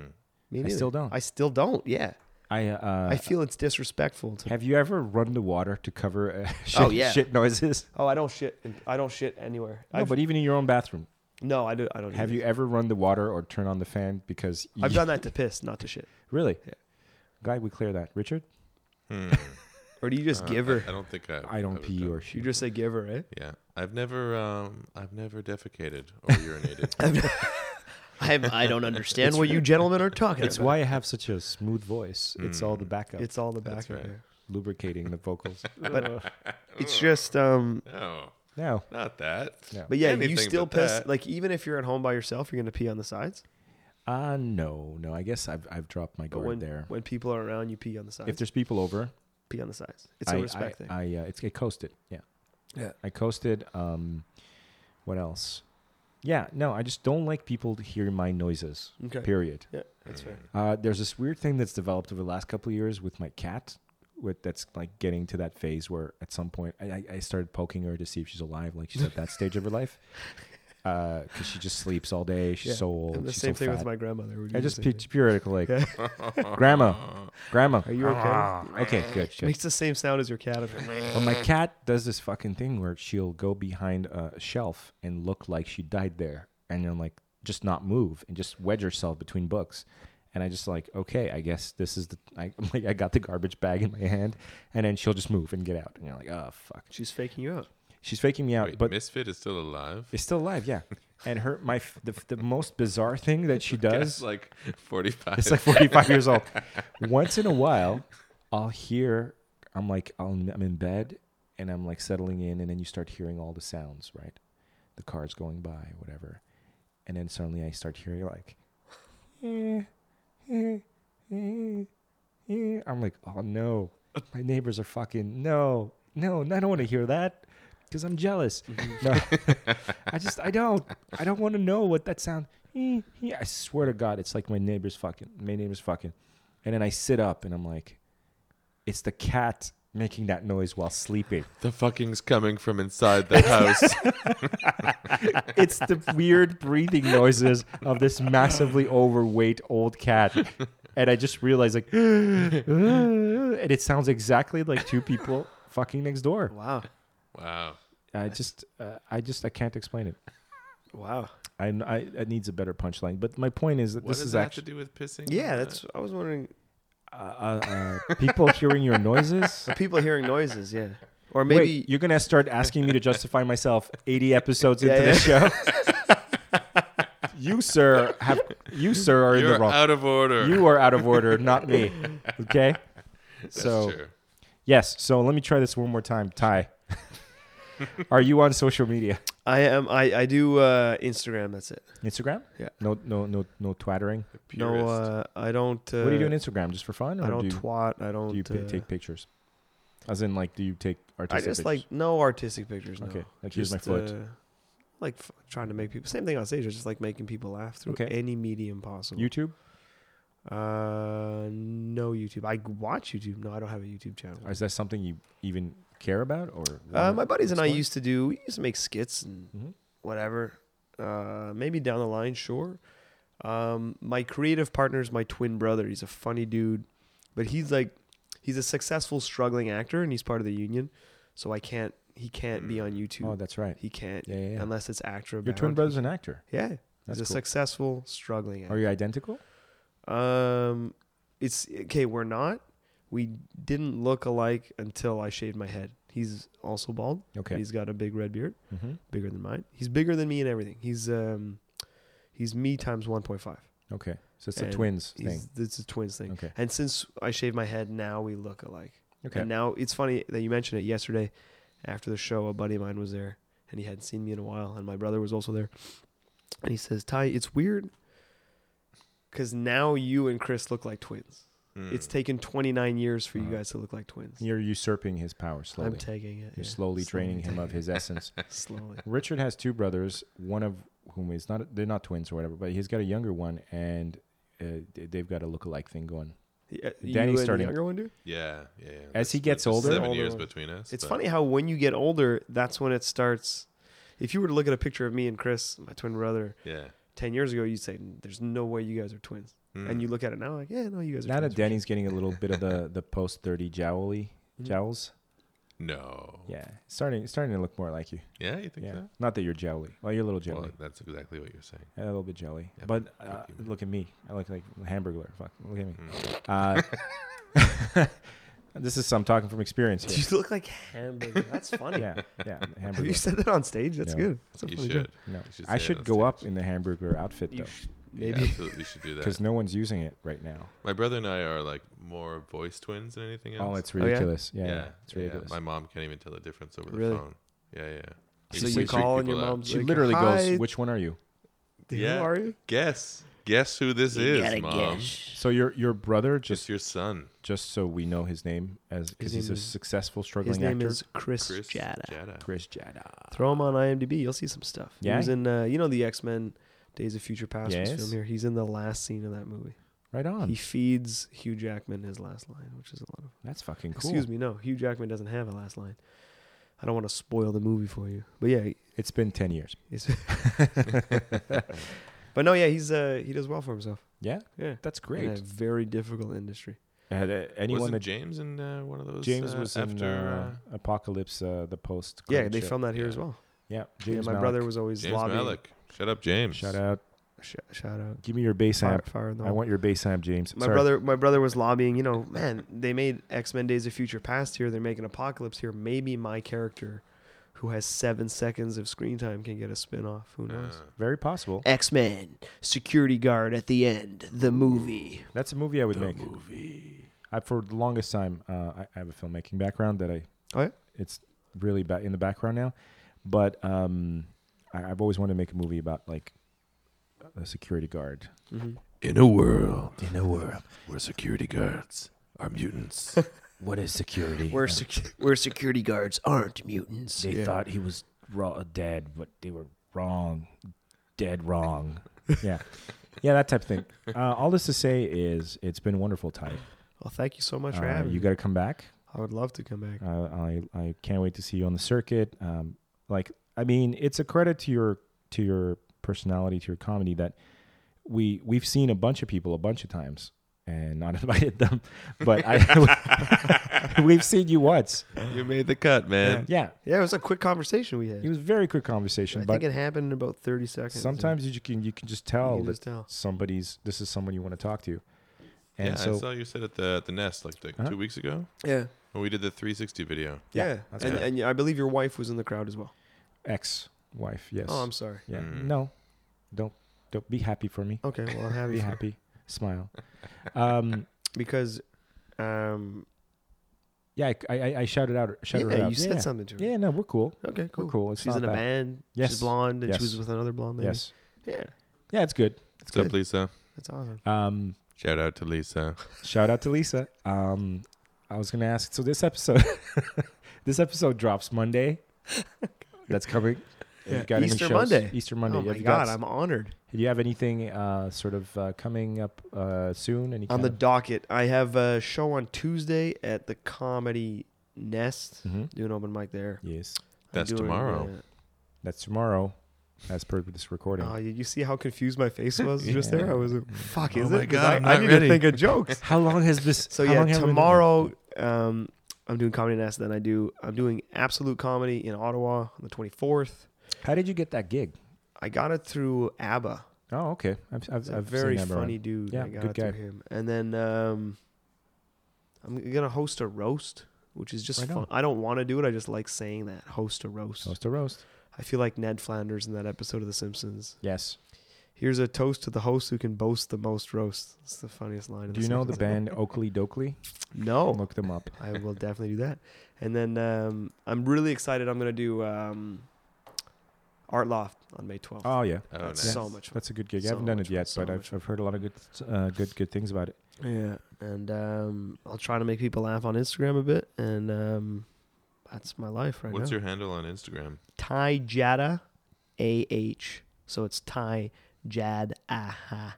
[SPEAKER 4] Me
[SPEAKER 1] I
[SPEAKER 4] neither.
[SPEAKER 1] still don't.
[SPEAKER 4] I still don't. Yeah.
[SPEAKER 1] I uh,
[SPEAKER 4] I feel it's disrespectful to.
[SPEAKER 1] have you ever run to water to cover uh, shit,
[SPEAKER 4] Oh, yeah.
[SPEAKER 1] shit noises?
[SPEAKER 4] oh, I don't shit. in- I don't shit anywhere.
[SPEAKER 1] No,
[SPEAKER 4] I've-
[SPEAKER 1] but even in your own bathroom,
[SPEAKER 4] no, I do. I don't.
[SPEAKER 1] have
[SPEAKER 4] either.
[SPEAKER 1] you ever run to water or turn on the fan because
[SPEAKER 4] I've
[SPEAKER 1] you-
[SPEAKER 4] done that to piss, not to shit.
[SPEAKER 1] Really? Glad we clear that, Richard.
[SPEAKER 4] Or do you just give her?
[SPEAKER 2] I don't think I.
[SPEAKER 1] I don't
[SPEAKER 2] would
[SPEAKER 1] pee
[SPEAKER 2] do-
[SPEAKER 1] or
[SPEAKER 4] You
[SPEAKER 1] shit.
[SPEAKER 4] just say give her, eh?
[SPEAKER 2] Yeah, I've never, um, I've never defecated or urinated.
[SPEAKER 5] I'm, I don't understand
[SPEAKER 4] what you gentlemen are talking
[SPEAKER 1] It's why I have such a smooth voice. It's all the
[SPEAKER 4] Hmm.
[SPEAKER 1] backup.
[SPEAKER 4] It's all the back
[SPEAKER 2] right.
[SPEAKER 4] of there.
[SPEAKER 1] lubricating the vocals.
[SPEAKER 4] But it's just um.
[SPEAKER 2] no,
[SPEAKER 1] no,
[SPEAKER 2] not that.
[SPEAKER 1] No.
[SPEAKER 4] But yeah, you
[SPEAKER 2] Anything
[SPEAKER 4] still
[SPEAKER 2] but
[SPEAKER 4] piss.
[SPEAKER 2] that.
[SPEAKER 4] Like even if you're at home by yourself, you're gonna pee on the sides.
[SPEAKER 1] uh, no, no. I guess I've I've dropped my
[SPEAKER 4] But
[SPEAKER 1] guard
[SPEAKER 4] when
[SPEAKER 1] there.
[SPEAKER 4] when people are around, you pee on the sides.
[SPEAKER 1] if there's people over,
[SPEAKER 4] pee on the sides, it's a
[SPEAKER 1] I,
[SPEAKER 4] respect
[SPEAKER 1] I,
[SPEAKER 4] thing.
[SPEAKER 1] I, uh, it's it coasted. Yeah.
[SPEAKER 4] Yeah.
[SPEAKER 1] I coasted. Um, what else? Yeah. No, I just don't like people to hear my noises.
[SPEAKER 4] Okay.
[SPEAKER 1] Period.
[SPEAKER 4] yeah, that's fair.
[SPEAKER 1] Uh, there's this weird thing that's developed over the last couple of years with my cat, with that's like getting to that phase where at some point I, I- I started poking her to see if she's alive. Like she's at that stage of her life, because she just sleeps all day. She's
[SPEAKER 4] Yeah.
[SPEAKER 1] so old.
[SPEAKER 4] And the
[SPEAKER 1] she's
[SPEAKER 4] same
[SPEAKER 1] so
[SPEAKER 4] thing with
[SPEAKER 1] fat.
[SPEAKER 4] my grandmother. We do
[SPEAKER 1] I
[SPEAKER 4] the
[SPEAKER 1] just
[SPEAKER 4] same
[SPEAKER 1] pu-
[SPEAKER 4] thing.
[SPEAKER 1] periodical like, grandma, grandma, are you Ah. okay? okay, good. good.
[SPEAKER 4] makes the same sound as your cat. apparently.
[SPEAKER 1] But my cat does this fucking thing where she'll go behind a shelf and look like she died there, and then like just not move and just wedge herself between books. And I just like, okay, I guess this is the I like I got the garbage bag in my hand, and then she'll just move and get out. And you're like, oh fuck,
[SPEAKER 4] She's faking you out.
[SPEAKER 1] she's faking me out,
[SPEAKER 2] Wait,
[SPEAKER 1] but
[SPEAKER 2] Misfit is still alive.
[SPEAKER 1] it's still alive, yeah. And her my f- the, the most bizarre thing that she
[SPEAKER 2] That's
[SPEAKER 1] does
[SPEAKER 2] like forty-five.
[SPEAKER 1] it's like 45 years old. Once in a while, I'll hear, I'm like, I'll, I'm in bed and I'm like settling in, and then you start hearing all the sounds, right? The cars going by, whatever. And then suddenly I start hearing like, eh, eh, eh, eh. I'm like, oh no, my neighbors are fucking, no, no, I don't want to hear that. Because I'm jealous. No, I just I don't I don't want to know what that sound. eh, eh. I swear to God, it's like my neighbor's fucking. My neighbor's fucking, and then I sit up and I'm like, it's the cat making that noise while sleeping.
[SPEAKER 2] the fucking's coming from inside the house.
[SPEAKER 1] it's the weird breathing noises of this massively overweight old cat, and I just realized like, and it sounds exactly like two people fucking next door.
[SPEAKER 4] Wow,
[SPEAKER 2] wow.
[SPEAKER 1] I just uh, I just I can't explain it.
[SPEAKER 4] wow.
[SPEAKER 1] I, I it needs a better punchline. But my point is that
[SPEAKER 2] What
[SPEAKER 1] this
[SPEAKER 2] does
[SPEAKER 1] is
[SPEAKER 2] that
[SPEAKER 1] actually.
[SPEAKER 2] have to do with pissing?
[SPEAKER 4] Yeah, that's. I was wondering.
[SPEAKER 1] uh, uh, people hearing your noises.
[SPEAKER 4] People hearing noises. Yeah, or maybe
[SPEAKER 1] Wait, you're gonna start asking me to justify myself 80 episodes into
[SPEAKER 4] Yeah,
[SPEAKER 1] this show. you sir have you sir are in
[SPEAKER 2] You're
[SPEAKER 1] the wrong.
[SPEAKER 2] out of order.
[SPEAKER 1] you are out of order, not me. Okay. so
[SPEAKER 2] Sure.
[SPEAKER 1] yes, so let me try this one more time. Ty, are you on social media?
[SPEAKER 4] I am. I I do uh, Instagram. That's it.
[SPEAKER 1] Instagram?
[SPEAKER 4] Yeah.
[SPEAKER 1] No, no, no, no twattering.
[SPEAKER 4] No,
[SPEAKER 2] Purist.
[SPEAKER 4] uh, I don't. Uh,
[SPEAKER 1] what do you do on Instagram? Just for fun, or
[SPEAKER 4] I
[SPEAKER 1] do,
[SPEAKER 4] don't
[SPEAKER 1] you-
[SPEAKER 4] twat. I don't.
[SPEAKER 1] do you pi-
[SPEAKER 4] uh,
[SPEAKER 1] take pictures? As in, like, do you take
[SPEAKER 4] I
[SPEAKER 1] artistic?
[SPEAKER 4] just
[SPEAKER 1] pictures?
[SPEAKER 4] like no artistic pictures. No.
[SPEAKER 1] Okay, like, here's my foot.
[SPEAKER 4] uh, like f- trying to make people. Same thing on stage. I just like making people laugh through
[SPEAKER 1] Okay.
[SPEAKER 4] any medium possible.
[SPEAKER 1] YouTube.
[SPEAKER 4] Uh, no YouTube. I g- watch YouTube. No, I don't have a YouTube channel.
[SPEAKER 1] Is that something you even care about, or
[SPEAKER 4] Uh,
[SPEAKER 1] wanna
[SPEAKER 4] my buddies and I
[SPEAKER 1] explore?
[SPEAKER 4] used to do. We used to make skits and
[SPEAKER 1] Mhm.
[SPEAKER 4] whatever. Uh, maybe down the line, sure. Um, my creative partner is my twin brother. He's a funny dude, but he's like, he's a successful struggling actor, and he's part of the union. So I can't. He can't be on YouTube.
[SPEAKER 1] Oh, that's right.
[SPEAKER 4] he can't
[SPEAKER 1] Yeah, yeah, yeah.
[SPEAKER 4] unless it's actor.
[SPEAKER 1] Your twin
[SPEAKER 4] bound.
[SPEAKER 1] brother's an actor.
[SPEAKER 4] Yeah,
[SPEAKER 1] That's
[SPEAKER 4] he's a
[SPEAKER 1] cool.
[SPEAKER 4] successful struggling actor.
[SPEAKER 1] Are you identical?
[SPEAKER 4] Um, it's okay. We're not. We didn't look alike until I shaved my head. He's also bald.
[SPEAKER 1] Okay.
[SPEAKER 4] He's got a big red beard,
[SPEAKER 1] Mm-hmm.
[SPEAKER 4] bigger than mine. He's bigger than me in everything. He's um, he's me times one point five.
[SPEAKER 1] Okay, so it's a
[SPEAKER 4] And
[SPEAKER 1] twins thing.
[SPEAKER 4] He's, it's a twins thing.
[SPEAKER 1] Okay.
[SPEAKER 4] And since I shaved my head, now we look alike.
[SPEAKER 1] Okay.
[SPEAKER 4] And now it's funny that you mentioned it yesterday. After the show, a buddy of mine was there, and he hadn't seen me in a while, and my brother was also there. And he says, "Ty, it's weird, because now you and Chris look like twins. It's taken 29 years for you guys to look like twins.
[SPEAKER 1] Uh-huh. You're usurping his power slowly.
[SPEAKER 4] I'm taking it.
[SPEAKER 1] You're
[SPEAKER 4] yeah.
[SPEAKER 1] slowly draining him of his essence.
[SPEAKER 4] slowly.
[SPEAKER 1] Richard has two brothers, one of whom is not they're not twins or whatever, but he's got a younger one, and uh, they- they've got a look-alike thing going.
[SPEAKER 4] Yeah, you
[SPEAKER 1] Danny's
[SPEAKER 4] and the E
[SPEAKER 1] starting-
[SPEAKER 4] Younger one, dude.
[SPEAKER 2] Yeah, yeah. yeah.
[SPEAKER 1] As he
[SPEAKER 2] There's-
[SPEAKER 1] gets
[SPEAKER 2] there's
[SPEAKER 1] older-
[SPEAKER 2] seven
[SPEAKER 4] older
[SPEAKER 2] years
[SPEAKER 4] one.
[SPEAKER 2] between us.
[SPEAKER 4] It's
[SPEAKER 2] but-
[SPEAKER 4] funny how when you get older, that's when it starts. if you were to look at a picture of me and Chris, my twin brother,
[SPEAKER 2] Yeah.
[SPEAKER 4] 10 years ago, you'd say, there's no way you guys are twins. And you look at it now, like, yeah, no, you guys are
[SPEAKER 1] Now that
[SPEAKER 4] twins.
[SPEAKER 1] Danny's getting Hmm. a little bit of the the post thirty jowly
[SPEAKER 4] Mm-hmm.
[SPEAKER 1] jowls.
[SPEAKER 2] No.
[SPEAKER 1] Yeah, starting starting to look more like you.
[SPEAKER 2] Yeah, you think
[SPEAKER 1] Yeah,
[SPEAKER 2] so?
[SPEAKER 1] not that you're jowly. Well, you're a little jelly,
[SPEAKER 2] Well, that's exactly what you're saying.
[SPEAKER 1] a little bit jelly.
[SPEAKER 2] Yeah,
[SPEAKER 1] but
[SPEAKER 2] but
[SPEAKER 1] uh,
[SPEAKER 2] fuck you.
[SPEAKER 1] look at me. I look like a hamburger. Fuck, look at me. Uh, this is some talking from experience. Here.
[SPEAKER 4] You look like hamburger. That's funny.
[SPEAKER 1] Yeah, yeah,
[SPEAKER 4] Have you
[SPEAKER 1] hamburger.
[SPEAKER 4] said that on stage? That's
[SPEAKER 1] Yeah.
[SPEAKER 4] good. That's a
[SPEAKER 2] You
[SPEAKER 4] funny
[SPEAKER 2] should.
[SPEAKER 4] joke.
[SPEAKER 1] No,
[SPEAKER 2] You
[SPEAKER 1] I
[SPEAKER 2] say it
[SPEAKER 1] should
[SPEAKER 2] on
[SPEAKER 1] go up
[SPEAKER 2] stage.
[SPEAKER 1] in the hamburger outfit though,
[SPEAKER 2] Yeah,
[SPEAKER 4] Maybe.
[SPEAKER 2] absolutely, you should do
[SPEAKER 1] because
[SPEAKER 2] that.
[SPEAKER 1] no one's using it right now.
[SPEAKER 2] My brother and I are like more voice twins than anything else.
[SPEAKER 1] Oh, it's
[SPEAKER 4] yeah?
[SPEAKER 1] ridiculous. yeah?
[SPEAKER 2] yeah,
[SPEAKER 1] it's
[SPEAKER 2] yeah.
[SPEAKER 1] ridiculous.
[SPEAKER 2] My mom can't even tell the difference over the
[SPEAKER 4] Really?
[SPEAKER 2] phone. Yeah, yeah.
[SPEAKER 4] So
[SPEAKER 2] She
[SPEAKER 4] you
[SPEAKER 2] freaks
[SPEAKER 4] call and
[SPEAKER 2] people
[SPEAKER 4] your
[SPEAKER 2] out.
[SPEAKER 4] mom's
[SPEAKER 1] She
[SPEAKER 4] like,
[SPEAKER 1] literally
[SPEAKER 4] Hi,
[SPEAKER 1] goes, "Which one are you?"
[SPEAKER 4] Who are you?
[SPEAKER 2] Guess. Guess who this is, mom.
[SPEAKER 1] So your your brother just
[SPEAKER 2] Just your son,
[SPEAKER 1] just so we know his name as because he's a
[SPEAKER 4] name is-
[SPEAKER 1] successful struggling
[SPEAKER 4] His name
[SPEAKER 1] actor.
[SPEAKER 4] is Chris,
[SPEAKER 2] Chris
[SPEAKER 4] Jada.
[SPEAKER 2] Jada.
[SPEAKER 1] Chris Jada.
[SPEAKER 4] Throw him on IMDb. You'll see some stuff. He
[SPEAKER 1] Yeah?
[SPEAKER 4] was in, uh, you know, the X Men Days of Future Past was
[SPEAKER 1] Yes.
[SPEAKER 4] filmed here. He's in the last scene of that movie.
[SPEAKER 1] Right on.
[SPEAKER 4] He feeds Hugh Jackman his last line, which is a lot of.
[SPEAKER 1] That's fucking cool.
[SPEAKER 4] Excuse me, no. Hugh Jackman doesn't have a last line. I don't want to spoil the movie for you, but yeah,
[SPEAKER 1] It's been ten years.
[SPEAKER 4] he's but no, yeah, he's uh, he does well for himself.
[SPEAKER 1] Yeah,
[SPEAKER 4] Yeah,
[SPEAKER 1] that's
[SPEAKER 4] in a
[SPEAKER 1] great.
[SPEAKER 4] very difficult industry.
[SPEAKER 1] Had, uh, anyone
[SPEAKER 2] Wasn't
[SPEAKER 1] that
[SPEAKER 2] James in uh, one of those?
[SPEAKER 1] James
[SPEAKER 2] uh,
[SPEAKER 1] was in
[SPEAKER 2] after.
[SPEAKER 1] uh,
[SPEAKER 2] uh,
[SPEAKER 1] Apocalypse, uh, the post.
[SPEAKER 4] Yeah,
[SPEAKER 1] credit
[SPEAKER 4] they
[SPEAKER 1] show.
[SPEAKER 4] filmed that here
[SPEAKER 2] Yeah.
[SPEAKER 4] as well.
[SPEAKER 1] Yeah, James.
[SPEAKER 4] yeah, my
[SPEAKER 1] Malick.
[SPEAKER 4] brother was always
[SPEAKER 2] James
[SPEAKER 4] lobbying.
[SPEAKER 2] Malik. Shut up, James.
[SPEAKER 1] Shout out.
[SPEAKER 4] Sh- shout out.
[SPEAKER 1] Give me your bass
[SPEAKER 4] Fire,
[SPEAKER 1] amp.
[SPEAKER 4] fire in the
[SPEAKER 1] I
[SPEAKER 4] hole.
[SPEAKER 1] want your bass amp, James.
[SPEAKER 4] my
[SPEAKER 1] Sorry.
[SPEAKER 4] brother my brother was lobbying you know man they made x-men days of future past here they're making apocalypse here maybe my character who has seven seconds of screen time can get a spin-off who knows
[SPEAKER 1] Very possible.
[SPEAKER 5] X-Men, security guard at the end, the movie.
[SPEAKER 1] That's a movie I would make. Movie. I, for the longest time, uh, I, I have a filmmaking background that I.
[SPEAKER 4] Oh, yeah?
[SPEAKER 1] It's really ba- in the background now, but um, I, I've always wanted to make a movie about like a security guard.
[SPEAKER 2] Mm-hmm. In a world. In a world. Where security guards are mutants.
[SPEAKER 1] What is security?
[SPEAKER 5] Where, sec- where security guards aren't mutants.
[SPEAKER 1] they thought he was raw, dead, but they were wrong, dead wrong. yeah, yeah, that type of thing. Uh, all this to say is, it's been a wonderful time.
[SPEAKER 4] well thank you so much for
[SPEAKER 1] Uh,
[SPEAKER 4] having
[SPEAKER 1] you
[SPEAKER 4] me
[SPEAKER 1] got to come back. Uh,
[SPEAKER 4] i would love to come back
[SPEAKER 1] I, I I can't wait to see you on the circuit. Um, like I mean, it's a credit to your to your personality, to your comedy that we we've seen a bunch of people a bunch of times and not invited them, but I we've seen you once.
[SPEAKER 2] you made the cut, man.
[SPEAKER 1] Yeah,
[SPEAKER 4] yeah it was a quick conversation we had
[SPEAKER 1] it was a very quick conversation,
[SPEAKER 4] i
[SPEAKER 1] but
[SPEAKER 4] think it happened in about 30 seconds
[SPEAKER 1] sometimes you can you can just tell
[SPEAKER 4] You can
[SPEAKER 1] that
[SPEAKER 4] just tell.
[SPEAKER 1] somebody's this is someone you want to talk to, and
[SPEAKER 2] Yeah, I
[SPEAKER 1] so
[SPEAKER 2] saw you said at the at the nest like the, two weeks ago
[SPEAKER 4] yeah
[SPEAKER 2] when we did the 360 video.
[SPEAKER 4] yeah,
[SPEAKER 1] that's
[SPEAKER 4] and,
[SPEAKER 1] right.
[SPEAKER 4] and i believe your wife was in the crowd as well
[SPEAKER 1] ex wife, yes,
[SPEAKER 4] oh i'm sorry
[SPEAKER 1] yeah,
[SPEAKER 2] Mm.
[SPEAKER 1] no, don't don't be happy for me,
[SPEAKER 4] okay well i'm
[SPEAKER 1] be
[SPEAKER 4] happy
[SPEAKER 1] happy, smile. Um,
[SPEAKER 4] because um
[SPEAKER 1] Yeah, I, I, I shouted out, shouted her
[SPEAKER 4] yeah,
[SPEAKER 1] out.
[SPEAKER 4] you
[SPEAKER 1] yeah,
[SPEAKER 4] said
[SPEAKER 1] yeah.
[SPEAKER 4] something to her
[SPEAKER 1] Yeah, no, we're cool.
[SPEAKER 4] okay
[SPEAKER 1] We're
[SPEAKER 4] cool
[SPEAKER 1] cool. It's
[SPEAKER 4] she's
[SPEAKER 1] not
[SPEAKER 4] in a
[SPEAKER 1] bad.
[SPEAKER 4] band
[SPEAKER 1] Yes.
[SPEAKER 4] she's blonde and
[SPEAKER 1] Yes.
[SPEAKER 4] she was with another blonde lady
[SPEAKER 1] Yes.
[SPEAKER 4] yeah
[SPEAKER 1] Yeah, it's good.
[SPEAKER 2] What's up, Lisa?
[SPEAKER 4] that's awesome
[SPEAKER 1] Um,
[SPEAKER 2] Shout out to Lisa.
[SPEAKER 1] shout out to Lisa. Um, I was gonna ask. So this episode, this episode drops Monday. That's coming. Have you got any
[SPEAKER 4] Easter
[SPEAKER 1] shows?
[SPEAKER 4] Monday.
[SPEAKER 1] Easter Monday.
[SPEAKER 4] Oh my
[SPEAKER 1] Have you got
[SPEAKER 4] god,
[SPEAKER 1] s-
[SPEAKER 4] I'm honored.
[SPEAKER 1] do you have anything uh, sort of uh, coming up uh, soon? Any
[SPEAKER 4] On
[SPEAKER 1] kind
[SPEAKER 4] the
[SPEAKER 1] of-
[SPEAKER 4] docket, I have a show on Tuesday at the Comedy Nest.
[SPEAKER 1] Mhm.
[SPEAKER 4] Doing open mic there.
[SPEAKER 1] yes,
[SPEAKER 4] I'm
[SPEAKER 2] That's
[SPEAKER 4] doing,
[SPEAKER 2] tomorrow.
[SPEAKER 1] that's tomorrow, as per this recording.
[SPEAKER 4] Uh, oh, you, you see how confused my face was just
[SPEAKER 1] Yeah.
[SPEAKER 4] there? I was like, fuck,
[SPEAKER 2] Oh
[SPEAKER 4] is
[SPEAKER 2] my
[SPEAKER 4] it? 'Cause
[SPEAKER 2] God,
[SPEAKER 4] I,
[SPEAKER 2] I'm
[SPEAKER 4] I
[SPEAKER 2] not
[SPEAKER 4] need
[SPEAKER 2] ready.
[SPEAKER 4] to think of jokes.
[SPEAKER 1] How long has this?
[SPEAKER 4] So
[SPEAKER 1] how
[SPEAKER 4] yeah,
[SPEAKER 1] long have we been-
[SPEAKER 4] tomorrow um, I'm doing Comedy Nest. Then I do I'm doing Absolute Comedy in Ottawa on the 24th.
[SPEAKER 1] How did you get that gig?
[SPEAKER 4] I got it through ABBA.
[SPEAKER 1] Oh, okay. I've, I've,
[SPEAKER 4] He's a
[SPEAKER 1] I've seen
[SPEAKER 4] very
[SPEAKER 1] that around.
[SPEAKER 4] funny dude.
[SPEAKER 1] Yeah,
[SPEAKER 4] I got
[SPEAKER 1] good
[SPEAKER 4] it through
[SPEAKER 1] guy.
[SPEAKER 4] him. And then um, I'm gonna host a roast, which is just
[SPEAKER 1] Right
[SPEAKER 4] fun.
[SPEAKER 1] on.
[SPEAKER 4] I don't want to do it. I just like saying that host a roast.
[SPEAKER 1] Toast to roast.
[SPEAKER 4] I feel like Ned Flanders in that episode of The Simpsons.
[SPEAKER 1] Yes.
[SPEAKER 4] Here's a toast to the host who can boast the most roast. It's the funniest line. in
[SPEAKER 1] Do you know the
[SPEAKER 4] Simpsons.
[SPEAKER 1] band Oakley Dokley?
[SPEAKER 4] No,
[SPEAKER 1] Look them up.
[SPEAKER 4] I will definitely do that. And then um, I'm really excited. I'm gonna do um, Art Loft on May 12th.
[SPEAKER 1] Oh yeah,
[SPEAKER 2] Oh,
[SPEAKER 4] That's
[SPEAKER 2] nice.
[SPEAKER 4] so much fun.
[SPEAKER 1] that's a good gig.
[SPEAKER 4] So
[SPEAKER 1] I haven't done
[SPEAKER 4] much
[SPEAKER 1] it
[SPEAKER 4] fun,
[SPEAKER 1] yet,
[SPEAKER 4] so
[SPEAKER 1] but
[SPEAKER 4] much
[SPEAKER 1] I've, I've heard a lot of good uh, good good things about it.
[SPEAKER 4] Yeah, and um, I'll try to make people laugh on Instagram a bit, and um, that's my life right
[SPEAKER 2] What's
[SPEAKER 4] now.
[SPEAKER 2] your handle on Instagram?
[SPEAKER 4] Ty Jada, A H. So it's Ty Jad Aha.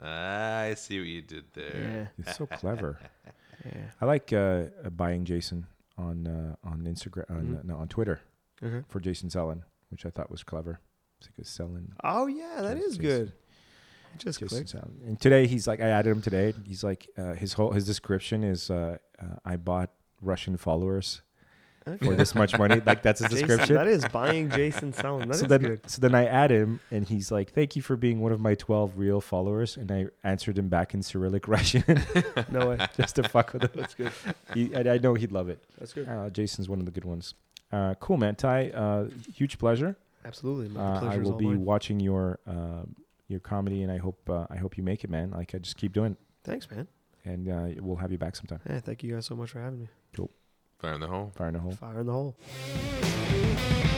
[SPEAKER 2] Ah, I see what you did there.
[SPEAKER 4] Yeah,
[SPEAKER 1] It's so clever.
[SPEAKER 4] yeah.
[SPEAKER 1] I like uh,
[SPEAKER 4] Mm-hmm.
[SPEAKER 1] uh, buying Jason on uh, on Instagram on uh, no, on Twitter
[SPEAKER 4] Okay.
[SPEAKER 1] for Jason Zellen. which I thought was clever. It's like a selling.
[SPEAKER 4] Oh yeah, that is
[SPEAKER 1] Jason-
[SPEAKER 4] good. Just
[SPEAKER 1] Jason
[SPEAKER 4] clicked.
[SPEAKER 1] Salmon. And today he's like, I added him today. He's like, uh, his whole his description is, uh, uh, I bought Russian followers for this much money. Like that's his
[SPEAKER 4] Jason,
[SPEAKER 1] description.
[SPEAKER 4] that is buying Jason Salmon. That is
[SPEAKER 1] so then,
[SPEAKER 4] good.
[SPEAKER 1] so then I add him, and he's like, "Thank you for being one of my twelve real followers." And I answered him back in Cyrillic Russian,
[SPEAKER 4] No way.
[SPEAKER 1] just to fuck with him. That's good. He, and I know he'd love it.
[SPEAKER 4] That's good.
[SPEAKER 1] Uh, Jason's one of the good ones. Uh, cool, man. Ty, uh, huge pleasure.
[SPEAKER 4] Absolutely. My
[SPEAKER 1] Uh, I
[SPEAKER 4] pleasure is
[SPEAKER 1] will
[SPEAKER 4] all
[SPEAKER 1] be
[SPEAKER 4] mine.
[SPEAKER 1] watching your uh, your comedy, and I hope uh, I hope you make it, man. Like I just keep doing,
[SPEAKER 4] Thanks, man.
[SPEAKER 1] it. and uh, we'll have you back sometime.
[SPEAKER 4] Hey, thank you guys so much for having me.
[SPEAKER 2] Fire in the hole.
[SPEAKER 1] Fire in the hole.
[SPEAKER 4] Fire in the hole.